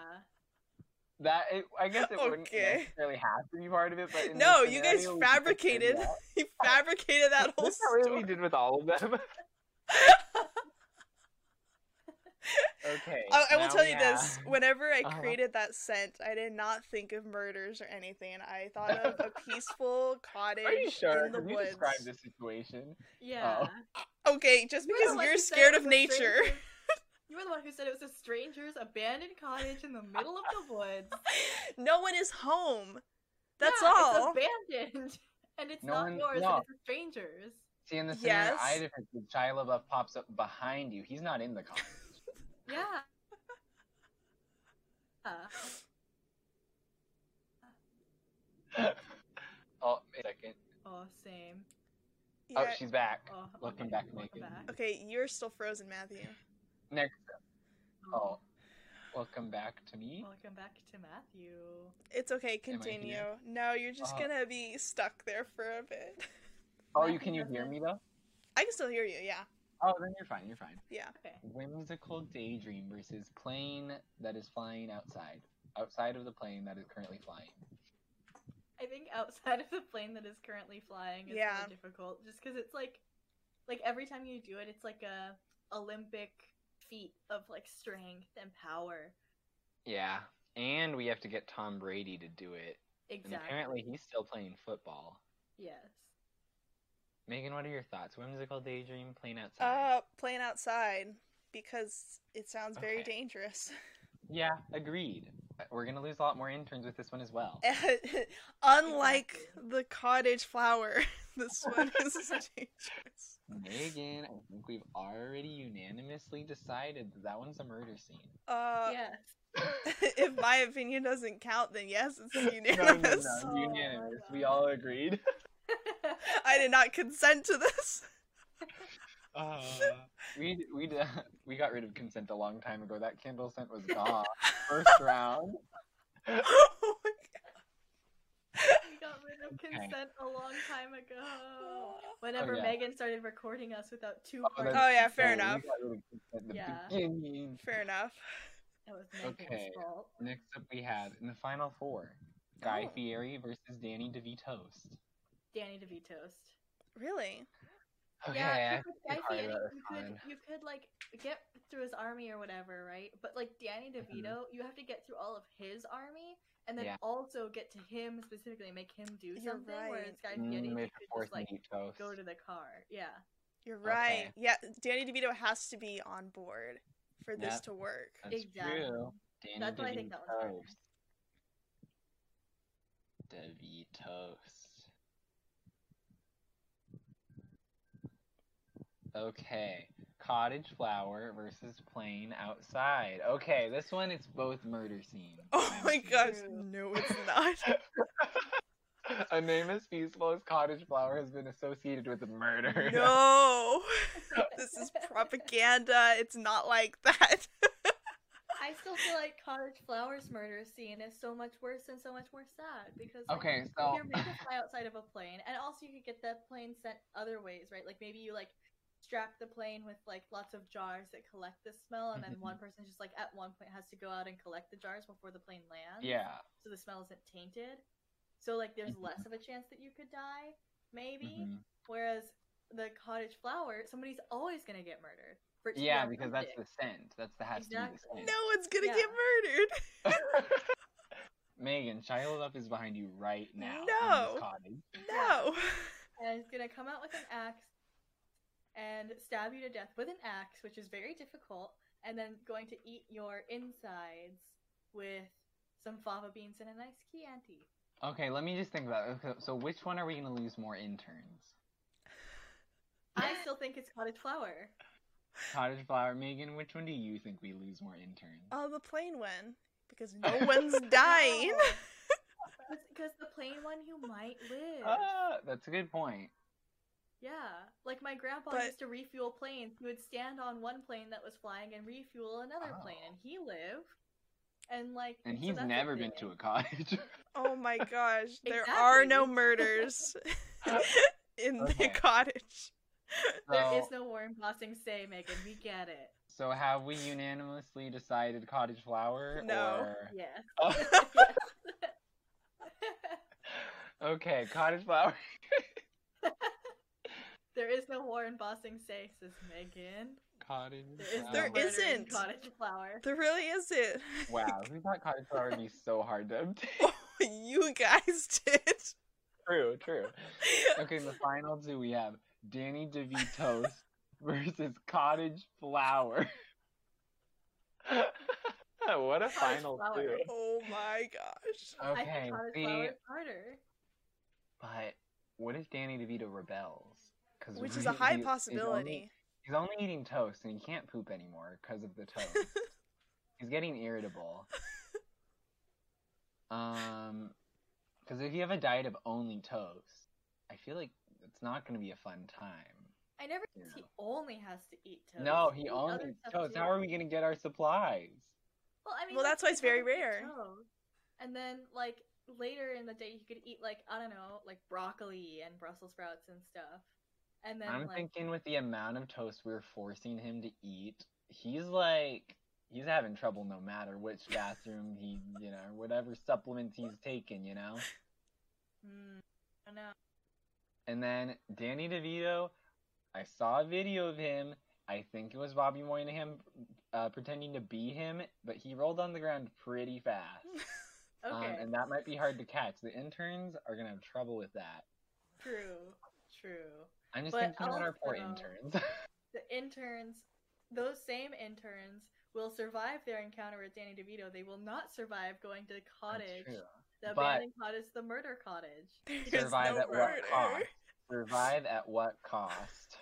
[SPEAKER 2] That it, I guess it wouldn't
[SPEAKER 1] Okay.
[SPEAKER 2] necessarily have to be part of it, but in
[SPEAKER 1] No,
[SPEAKER 2] this
[SPEAKER 1] you guys
[SPEAKER 2] scenario, we could figure
[SPEAKER 1] fabricated
[SPEAKER 2] it out.
[SPEAKER 1] he fabricated that whole
[SPEAKER 2] That's not really
[SPEAKER 1] story.
[SPEAKER 2] what we did with all of them. okay.
[SPEAKER 1] I, I will
[SPEAKER 2] now
[SPEAKER 1] tell
[SPEAKER 2] we
[SPEAKER 1] you
[SPEAKER 2] have-
[SPEAKER 1] this. Whenever I
[SPEAKER 2] Uh-huh.
[SPEAKER 1] created that scent, I did not think of murders or anything. I thought of a peaceful cottage
[SPEAKER 2] Are you sure?
[SPEAKER 1] in the
[SPEAKER 2] Can you
[SPEAKER 1] woods.
[SPEAKER 2] describe the situation?
[SPEAKER 3] Yeah.
[SPEAKER 1] Okay, just
[SPEAKER 2] Oh.
[SPEAKER 3] Well,
[SPEAKER 1] because
[SPEAKER 3] like
[SPEAKER 1] you're
[SPEAKER 3] you said,
[SPEAKER 1] scared
[SPEAKER 3] it
[SPEAKER 1] of
[SPEAKER 3] was a strange
[SPEAKER 1] nature.
[SPEAKER 3] place. You were the one who said it was a stranger's abandoned cottage in the middle of the woods.
[SPEAKER 1] No one is home. That's
[SPEAKER 3] Yeah,
[SPEAKER 1] all.
[SPEAKER 3] It's abandoned, and it's
[SPEAKER 2] No
[SPEAKER 3] not
[SPEAKER 2] one-
[SPEAKER 3] yours.
[SPEAKER 2] no.
[SPEAKER 3] And it's a stranger's.
[SPEAKER 2] See, in the scenario
[SPEAKER 1] Yes.
[SPEAKER 2] I depicted, Shia LaBeouf pops up behind you. He's not in the cottage.
[SPEAKER 3] Yeah. Uh,
[SPEAKER 2] oh, a second.
[SPEAKER 3] oh, same.
[SPEAKER 2] Oh,
[SPEAKER 1] Yeah.
[SPEAKER 2] she's back.
[SPEAKER 3] Oh,
[SPEAKER 2] Welcome
[SPEAKER 3] okay,
[SPEAKER 2] back,
[SPEAKER 3] welcome
[SPEAKER 2] Megan.
[SPEAKER 3] back.
[SPEAKER 1] Okay, you're still frozen, Matthew.
[SPEAKER 2] Next.
[SPEAKER 3] Oh,
[SPEAKER 2] Oh, welcome back to me.
[SPEAKER 3] welcome back to Matthew.
[SPEAKER 1] It's okay,
[SPEAKER 2] Am I here?
[SPEAKER 1] continue. No, you're just
[SPEAKER 2] Uh,
[SPEAKER 1] gonna be stuck there for a bit.
[SPEAKER 2] Oh, you can you hear me though?
[SPEAKER 1] I can still hear you, yeah.
[SPEAKER 2] Oh, then you're fine. You're fine.
[SPEAKER 1] Yeah.
[SPEAKER 3] Okay.
[SPEAKER 2] Whimsical daydream versus plane that is flying outside, outside of the plane that is currently flying.
[SPEAKER 3] I think outside of the plane that is currently flying is
[SPEAKER 1] Yeah.
[SPEAKER 3] more difficult, just because it's like, like every time you do it, it's like a Olympic feat of like strength and power.
[SPEAKER 2] Yeah, and we have to get Tom Brady to do it, and
[SPEAKER 3] Exactly.
[SPEAKER 2] apparently he's still playing football.
[SPEAKER 3] Yes.
[SPEAKER 2] Megan, what are your thoughts? Whimsical daydream, plane outside.
[SPEAKER 1] Uh playing outside because it sounds very
[SPEAKER 2] Okay.
[SPEAKER 1] dangerous.
[SPEAKER 2] yeah, agreed. We're gonna lose a lot more interns with this one as well.
[SPEAKER 1] Eh. Unlike the cottage flower, this one is dangerous.
[SPEAKER 2] Megan, I think we've already unanimously decided that that one's a murder scene.
[SPEAKER 1] Uh
[SPEAKER 3] yes.
[SPEAKER 1] if my opinion doesn't count, then yes, it's unanimous.
[SPEAKER 3] no. Oh,
[SPEAKER 2] unanimous.
[SPEAKER 3] my
[SPEAKER 2] We
[SPEAKER 3] God.
[SPEAKER 2] all agreed.
[SPEAKER 1] I did not consent to this.
[SPEAKER 3] Uh.
[SPEAKER 2] we we d- we got rid of consent a long time ago. That candle scent was gone. First round.
[SPEAKER 1] Oh my
[SPEAKER 3] we got rid of
[SPEAKER 2] Okay. Oh,
[SPEAKER 3] consent a long time ago. Whenever
[SPEAKER 2] yeah.
[SPEAKER 3] Megan started recording us without two
[SPEAKER 2] Oh,
[SPEAKER 3] parts,
[SPEAKER 2] that's-
[SPEAKER 1] Oh yeah, fair
[SPEAKER 2] we
[SPEAKER 1] enough.
[SPEAKER 2] got rid of consent at the
[SPEAKER 3] Yeah.
[SPEAKER 2] beginning.
[SPEAKER 1] Fair enough.
[SPEAKER 3] that was Megan's
[SPEAKER 2] Okay.
[SPEAKER 3] fault.
[SPEAKER 2] Next up, we have in the final four: Guy
[SPEAKER 3] Oh.
[SPEAKER 2] Fieri versus Danny DeVito's.
[SPEAKER 3] Danny DeVito's.
[SPEAKER 1] Really?
[SPEAKER 2] Okay, I
[SPEAKER 3] yeah, because
[SPEAKER 2] think
[SPEAKER 3] Guy
[SPEAKER 2] I
[SPEAKER 3] Fieri,
[SPEAKER 2] wrote it
[SPEAKER 3] you could
[SPEAKER 2] on.
[SPEAKER 3] you could like get through his army or whatever, right? But like Danny DeVito, you have to get through all of his army and then
[SPEAKER 2] Mm-hmm. Yeah.
[SPEAKER 3] also get to him specifically, and make him do
[SPEAKER 1] You're
[SPEAKER 3] something. Whereas Guy
[SPEAKER 2] Mm,
[SPEAKER 3] Fieri,
[SPEAKER 2] we
[SPEAKER 3] you
[SPEAKER 2] have to
[SPEAKER 3] could
[SPEAKER 2] force
[SPEAKER 3] just like
[SPEAKER 2] DeVito's.
[SPEAKER 3] go to the car. Yeah,
[SPEAKER 1] You're right. Yeah, Danny DeVito has to be on board for this
[SPEAKER 2] Yep.
[SPEAKER 1] to work.
[SPEAKER 2] That's
[SPEAKER 3] exactly.
[SPEAKER 2] true. Danny
[SPEAKER 3] That's why I think that one's harder.
[SPEAKER 2] DeVito's. DeVito's. Okay. Cottage flower versus plane outside. Okay, this one it's both murder scenes.
[SPEAKER 1] Oh my gosh,
[SPEAKER 3] True.
[SPEAKER 1] no, it's not.
[SPEAKER 2] A name as peaceful as cottage flower has been associated with murder.
[SPEAKER 1] No, this is propaganda. It's not like that.
[SPEAKER 3] I still feel like Cottage Flowers murder scene is so much worse and so much more sad because like,
[SPEAKER 2] Okay, so
[SPEAKER 3] You're made to fly outside of a plane, and also you could get that plane sent other ways, right? Like maybe you like strap the plane with like lots of jars that collect the smell, and then
[SPEAKER 2] Mhm.
[SPEAKER 3] one person just like at one point has to go out and collect the jars before the plane lands.
[SPEAKER 2] yeah. Mm-hmm.
[SPEAKER 3] So the smell isn't tainted. So like there's less of a chance that you could die, maybe.
[SPEAKER 2] mhm.
[SPEAKER 3] Whereas the cottage flower, somebody's always gonna get murdered. For it to be
[SPEAKER 2] Yeah, because that's
[SPEAKER 3] authentic.
[SPEAKER 2] the scent. That's the has to be
[SPEAKER 3] Exactly.
[SPEAKER 2] the scent.
[SPEAKER 1] No one's gonna
[SPEAKER 3] Yeah.
[SPEAKER 1] get murdered.
[SPEAKER 2] Megan, Shia LaBeouf is behind you right now. in this
[SPEAKER 1] No.
[SPEAKER 2] cottage.
[SPEAKER 1] No.
[SPEAKER 3] and is gonna come out with an axe and stab you to death with an axe, which is very difficult, and then going to eat your insides with some fava beans and a nice Chianti.
[SPEAKER 2] Okay, let me just think about it. Okay, So, which one are we going to lose more interns?
[SPEAKER 3] I still think it's cottage flour.
[SPEAKER 2] Cottage Flower, Megan, which one do you think we lose more interns?
[SPEAKER 1] Oh, the plane win because no one's dying.
[SPEAKER 3] Because the plain one, you might live.
[SPEAKER 2] Ah, that's a good point.
[SPEAKER 3] yeah. Like my grandpa
[SPEAKER 1] But-
[SPEAKER 3] used to refuel planes. He would stand on one plane that was flying and refuel another
[SPEAKER 2] Oh.
[SPEAKER 3] plane, and he lived. And like,
[SPEAKER 2] And
[SPEAKER 3] so
[SPEAKER 2] he's
[SPEAKER 3] that's a
[SPEAKER 2] never been
[SPEAKER 3] thing.
[SPEAKER 2] to a cottage.
[SPEAKER 1] Oh my gosh, there are no murders in
[SPEAKER 2] Okay.
[SPEAKER 1] the cottage.
[SPEAKER 3] There is
[SPEAKER 2] So,
[SPEAKER 3] no Warren Bossing say, Megan. We get it.
[SPEAKER 2] so have we unanimously decided Cottage Flower?
[SPEAKER 1] No.
[SPEAKER 2] Or...
[SPEAKER 3] Yes.
[SPEAKER 2] okay, Cottage Flower.
[SPEAKER 3] there is no Warren Bossing say, says Megan.
[SPEAKER 2] Cottage
[SPEAKER 3] There is
[SPEAKER 2] Flower.
[SPEAKER 3] no
[SPEAKER 1] There
[SPEAKER 3] murder in
[SPEAKER 1] isn't.
[SPEAKER 3] cottage flower.
[SPEAKER 1] There really isn't.
[SPEAKER 2] Wow, who thought Cottage Flower would be so hard to obtain?
[SPEAKER 1] Oh, you guys did.
[SPEAKER 2] true, true. Okay, in the final two we have Danny DeVito's versus Cottage Flower.
[SPEAKER 4] what a final
[SPEAKER 3] flower.
[SPEAKER 4] two.
[SPEAKER 1] Oh my gosh.
[SPEAKER 3] I
[SPEAKER 2] Okay,
[SPEAKER 3] think Cottage Flower
[SPEAKER 2] see,
[SPEAKER 3] is harder.
[SPEAKER 2] but what if Danny DeVito rebels? 'Cause
[SPEAKER 1] Which is
[SPEAKER 2] Danny
[SPEAKER 1] a high
[SPEAKER 2] DeVito is
[SPEAKER 1] possibility.
[SPEAKER 2] He's only eating toast and he can't poop anymore because of the toast. He's getting irritable. Um, because if you have a diet of only toast, I feel like it's not going to be a fun time.
[SPEAKER 3] I never thinks
[SPEAKER 2] Yeah.
[SPEAKER 3] he only has to eat toast.
[SPEAKER 2] No,
[SPEAKER 3] He
[SPEAKER 2] he
[SPEAKER 3] eats
[SPEAKER 2] only
[SPEAKER 3] other
[SPEAKER 2] eats
[SPEAKER 3] stuff
[SPEAKER 2] toast.
[SPEAKER 3] too.
[SPEAKER 2] How are we going to get our supplies?
[SPEAKER 3] Well, I mean,
[SPEAKER 1] Well,
[SPEAKER 3] like,
[SPEAKER 1] that's why it's
[SPEAKER 3] he
[SPEAKER 1] very
[SPEAKER 3] doesn't eat
[SPEAKER 1] rare.
[SPEAKER 3] toast. And then, like later in the day, he could eat like I don't know, like broccoli and Brussels sprouts and stuff. And then,
[SPEAKER 2] I'm
[SPEAKER 3] like,
[SPEAKER 2] thinking with the amount of toast we're forcing him to eat, he's like he's having trouble no matter which bathroom he, you know, whatever supplements he's taking, you know.
[SPEAKER 3] hmm, I don't know.
[SPEAKER 2] And then Danny DeVito, I saw a video of him. I think it was Bobby Moynihan uh, pretending to be him, but he rolled on the ground pretty fast. Um,
[SPEAKER 3] Okay,
[SPEAKER 2] and that might be hard to catch. The interns are gonna have trouble with that.
[SPEAKER 3] true, true.
[SPEAKER 2] I'm just
[SPEAKER 3] But
[SPEAKER 2] thinking about our poor
[SPEAKER 3] also-
[SPEAKER 2] interns.
[SPEAKER 3] The interns, those same interns, will survive their encounter with Danny DeVito. They will not survive going to the cottage,
[SPEAKER 2] true.
[SPEAKER 3] the
[SPEAKER 2] But-
[SPEAKER 3] abandoned cottage, the murder cottage.
[SPEAKER 1] There's
[SPEAKER 2] Survive
[SPEAKER 1] no
[SPEAKER 2] at
[SPEAKER 1] murder.
[SPEAKER 2] what cost? Survive at what cost?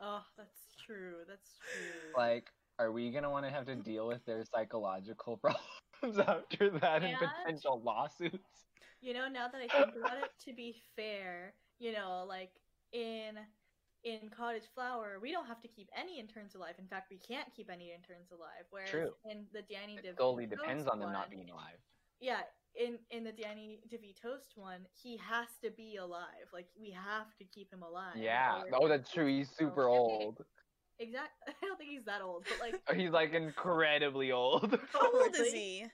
[SPEAKER 3] Oh, that's true. That's true.
[SPEAKER 2] Like, are we gonna want to have to deal with their psychological problems after that and
[SPEAKER 3] Yeah.
[SPEAKER 2] potential lawsuits?
[SPEAKER 3] You know, now that I think about it, to be fair, you know, like in in Cottage Flower, we don't have to keep any interns alive. In fact, we can't keep any interns alive. Whereas
[SPEAKER 2] True.
[SPEAKER 3] in the Danny
[SPEAKER 2] It
[SPEAKER 3] DeVito
[SPEAKER 2] solely depends on them
[SPEAKER 3] one-
[SPEAKER 2] not being alive.
[SPEAKER 3] Yeah, in in the Danny DeVito's one, he has to be alive. Like we have to keep him alive.
[SPEAKER 2] Yeah.
[SPEAKER 3] or-
[SPEAKER 4] Oh, that's true. He's super old.
[SPEAKER 3] Exact. I don't think he's that old, but like
[SPEAKER 4] He's like incredibly old.
[SPEAKER 1] How old is
[SPEAKER 3] Really?
[SPEAKER 1] he?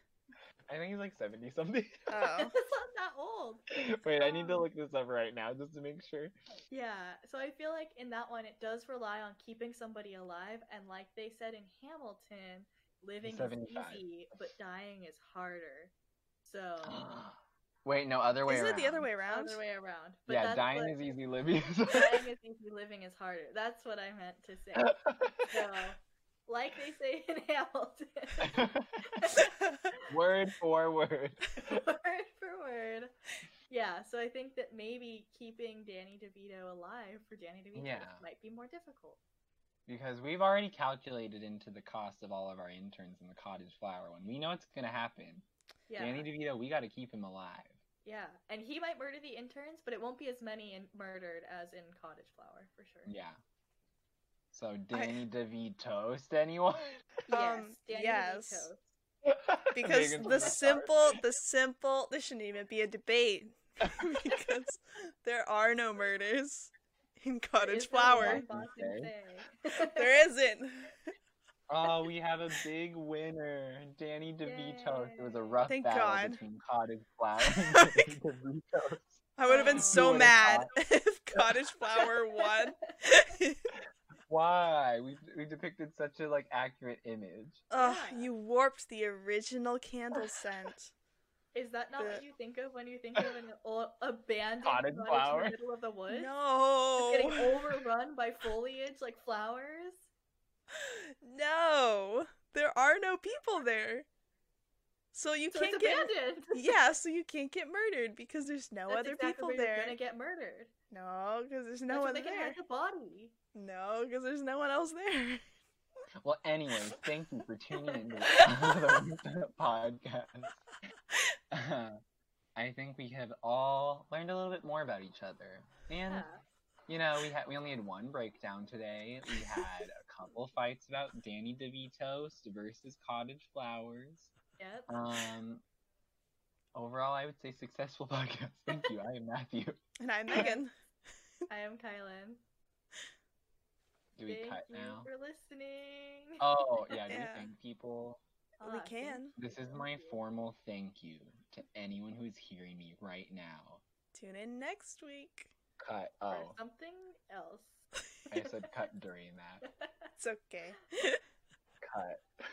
[SPEAKER 2] I think he's like seventy something.
[SPEAKER 1] Oh.
[SPEAKER 3] that's not that old.
[SPEAKER 4] Wait, I need to
[SPEAKER 3] Um,
[SPEAKER 4] look this up right now just to make sure.
[SPEAKER 3] Yeah, so I feel like in that one, it does rely on keeping somebody alive, and like they said in Hamilton, living is
[SPEAKER 2] 75.
[SPEAKER 3] easy, but dying is harder. So
[SPEAKER 2] Wait, no, other way
[SPEAKER 1] Isn't
[SPEAKER 2] around.
[SPEAKER 1] it the other way around?
[SPEAKER 3] other way around. But
[SPEAKER 2] Yeah,
[SPEAKER 3] that's
[SPEAKER 2] dying
[SPEAKER 3] what-
[SPEAKER 2] is easy, living is
[SPEAKER 3] dying is easy, living is harder. That's what I meant to say. So, like they say in Hamilton,
[SPEAKER 2] word for word.
[SPEAKER 3] word for word. Yeah, so I think that maybe keeping Danny DeVito alive for Danny DeVito
[SPEAKER 2] Yeah.
[SPEAKER 3] might be more difficult.
[SPEAKER 2] Because we've already calculated into the cost of all of our interns in the cottage flower one. We know it's gonna happen.
[SPEAKER 3] Yeah.
[SPEAKER 2] Danny DeVito, we gotta keep him alive.
[SPEAKER 3] Yeah, and he might murder the interns, but it won't be as many in- murdered as in Cottage Flower for sure.
[SPEAKER 2] Yeah. So Danny DeVito, anyone?
[SPEAKER 1] Um, yes.
[SPEAKER 3] DeVito.
[SPEAKER 1] because
[SPEAKER 2] Megan's
[SPEAKER 1] the
[SPEAKER 2] on that
[SPEAKER 1] simple the simple this shouldn't even be a debate because there are no murders in
[SPEAKER 3] There
[SPEAKER 1] cottage
[SPEAKER 3] is no
[SPEAKER 1] flower
[SPEAKER 3] one Boston say.
[SPEAKER 1] there isn't
[SPEAKER 2] Oh, we have a big winner, Danny DeVito. It was a
[SPEAKER 3] Yay.
[SPEAKER 2] rough
[SPEAKER 1] Thank
[SPEAKER 2] battle
[SPEAKER 1] God.
[SPEAKER 2] between Cottage Flower and Danny DeVito.
[SPEAKER 1] i would have
[SPEAKER 3] Oh.
[SPEAKER 1] been
[SPEAKER 2] You
[SPEAKER 1] so
[SPEAKER 2] would've
[SPEAKER 1] mad if cottage flower won
[SPEAKER 2] Why? We, we depicted such a like accurate image.
[SPEAKER 1] Ugh,
[SPEAKER 3] Yeah.
[SPEAKER 1] you warped the original candle scent
[SPEAKER 3] Is that not what
[SPEAKER 1] The-
[SPEAKER 3] you think of when you think of an old, abandoned
[SPEAKER 4] Cottage
[SPEAKER 3] cottage,
[SPEAKER 4] Flower?
[SPEAKER 3] in the middle of the woods? It's getting
[SPEAKER 1] no
[SPEAKER 3] overrun by foliage like flowers.
[SPEAKER 1] no there are no people there so you
[SPEAKER 3] So
[SPEAKER 1] can't
[SPEAKER 3] it's
[SPEAKER 1] get
[SPEAKER 3] abandoned.
[SPEAKER 1] yeah so you can't get murdered because there's no
[SPEAKER 3] That's
[SPEAKER 1] other
[SPEAKER 3] exactly
[SPEAKER 1] people
[SPEAKER 3] where
[SPEAKER 1] there
[SPEAKER 3] You're gonna get murdered.
[SPEAKER 1] No, because there's
[SPEAKER 3] That's
[SPEAKER 1] no
[SPEAKER 3] where
[SPEAKER 1] one
[SPEAKER 3] they can
[SPEAKER 1] there.
[SPEAKER 3] hide the body.
[SPEAKER 1] No, because there's no one else there.
[SPEAKER 2] Well, anyway, thank you for tuning in to the podcast. Uh, I think we have all learned a little bit more about each other, and
[SPEAKER 3] Yeah.
[SPEAKER 2] you know, we had we only had one breakdown today. We had a couple fights about Danny DeVito's versus Cottage Flowers.
[SPEAKER 3] Yep.
[SPEAKER 2] Um, overall, I would say successful podcast. Thank you. I am Matthew.
[SPEAKER 1] And I'm Megan.
[SPEAKER 3] I am Kylan.
[SPEAKER 2] Do we
[SPEAKER 3] Thank
[SPEAKER 2] cut
[SPEAKER 3] you
[SPEAKER 2] now?
[SPEAKER 3] for listening.
[SPEAKER 2] Oh yeah, do we
[SPEAKER 1] Yeah.
[SPEAKER 2] thank people?
[SPEAKER 1] we
[SPEAKER 3] Ah, thank
[SPEAKER 1] can.
[SPEAKER 2] This is
[SPEAKER 3] Thank
[SPEAKER 2] my
[SPEAKER 3] you.
[SPEAKER 2] formal thank you to anyone who is hearing me right now.
[SPEAKER 1] Tune in next week.
[SPEAKER 2] Cut.
[SPEAKER 3] or
[SPEAKER 2] Oh,
[SPEAKER 3] something else.
[SPEAKER 2] I said cut during that.
[SPEAKER 1] It's okay.
[SPEAKER 2] Cut.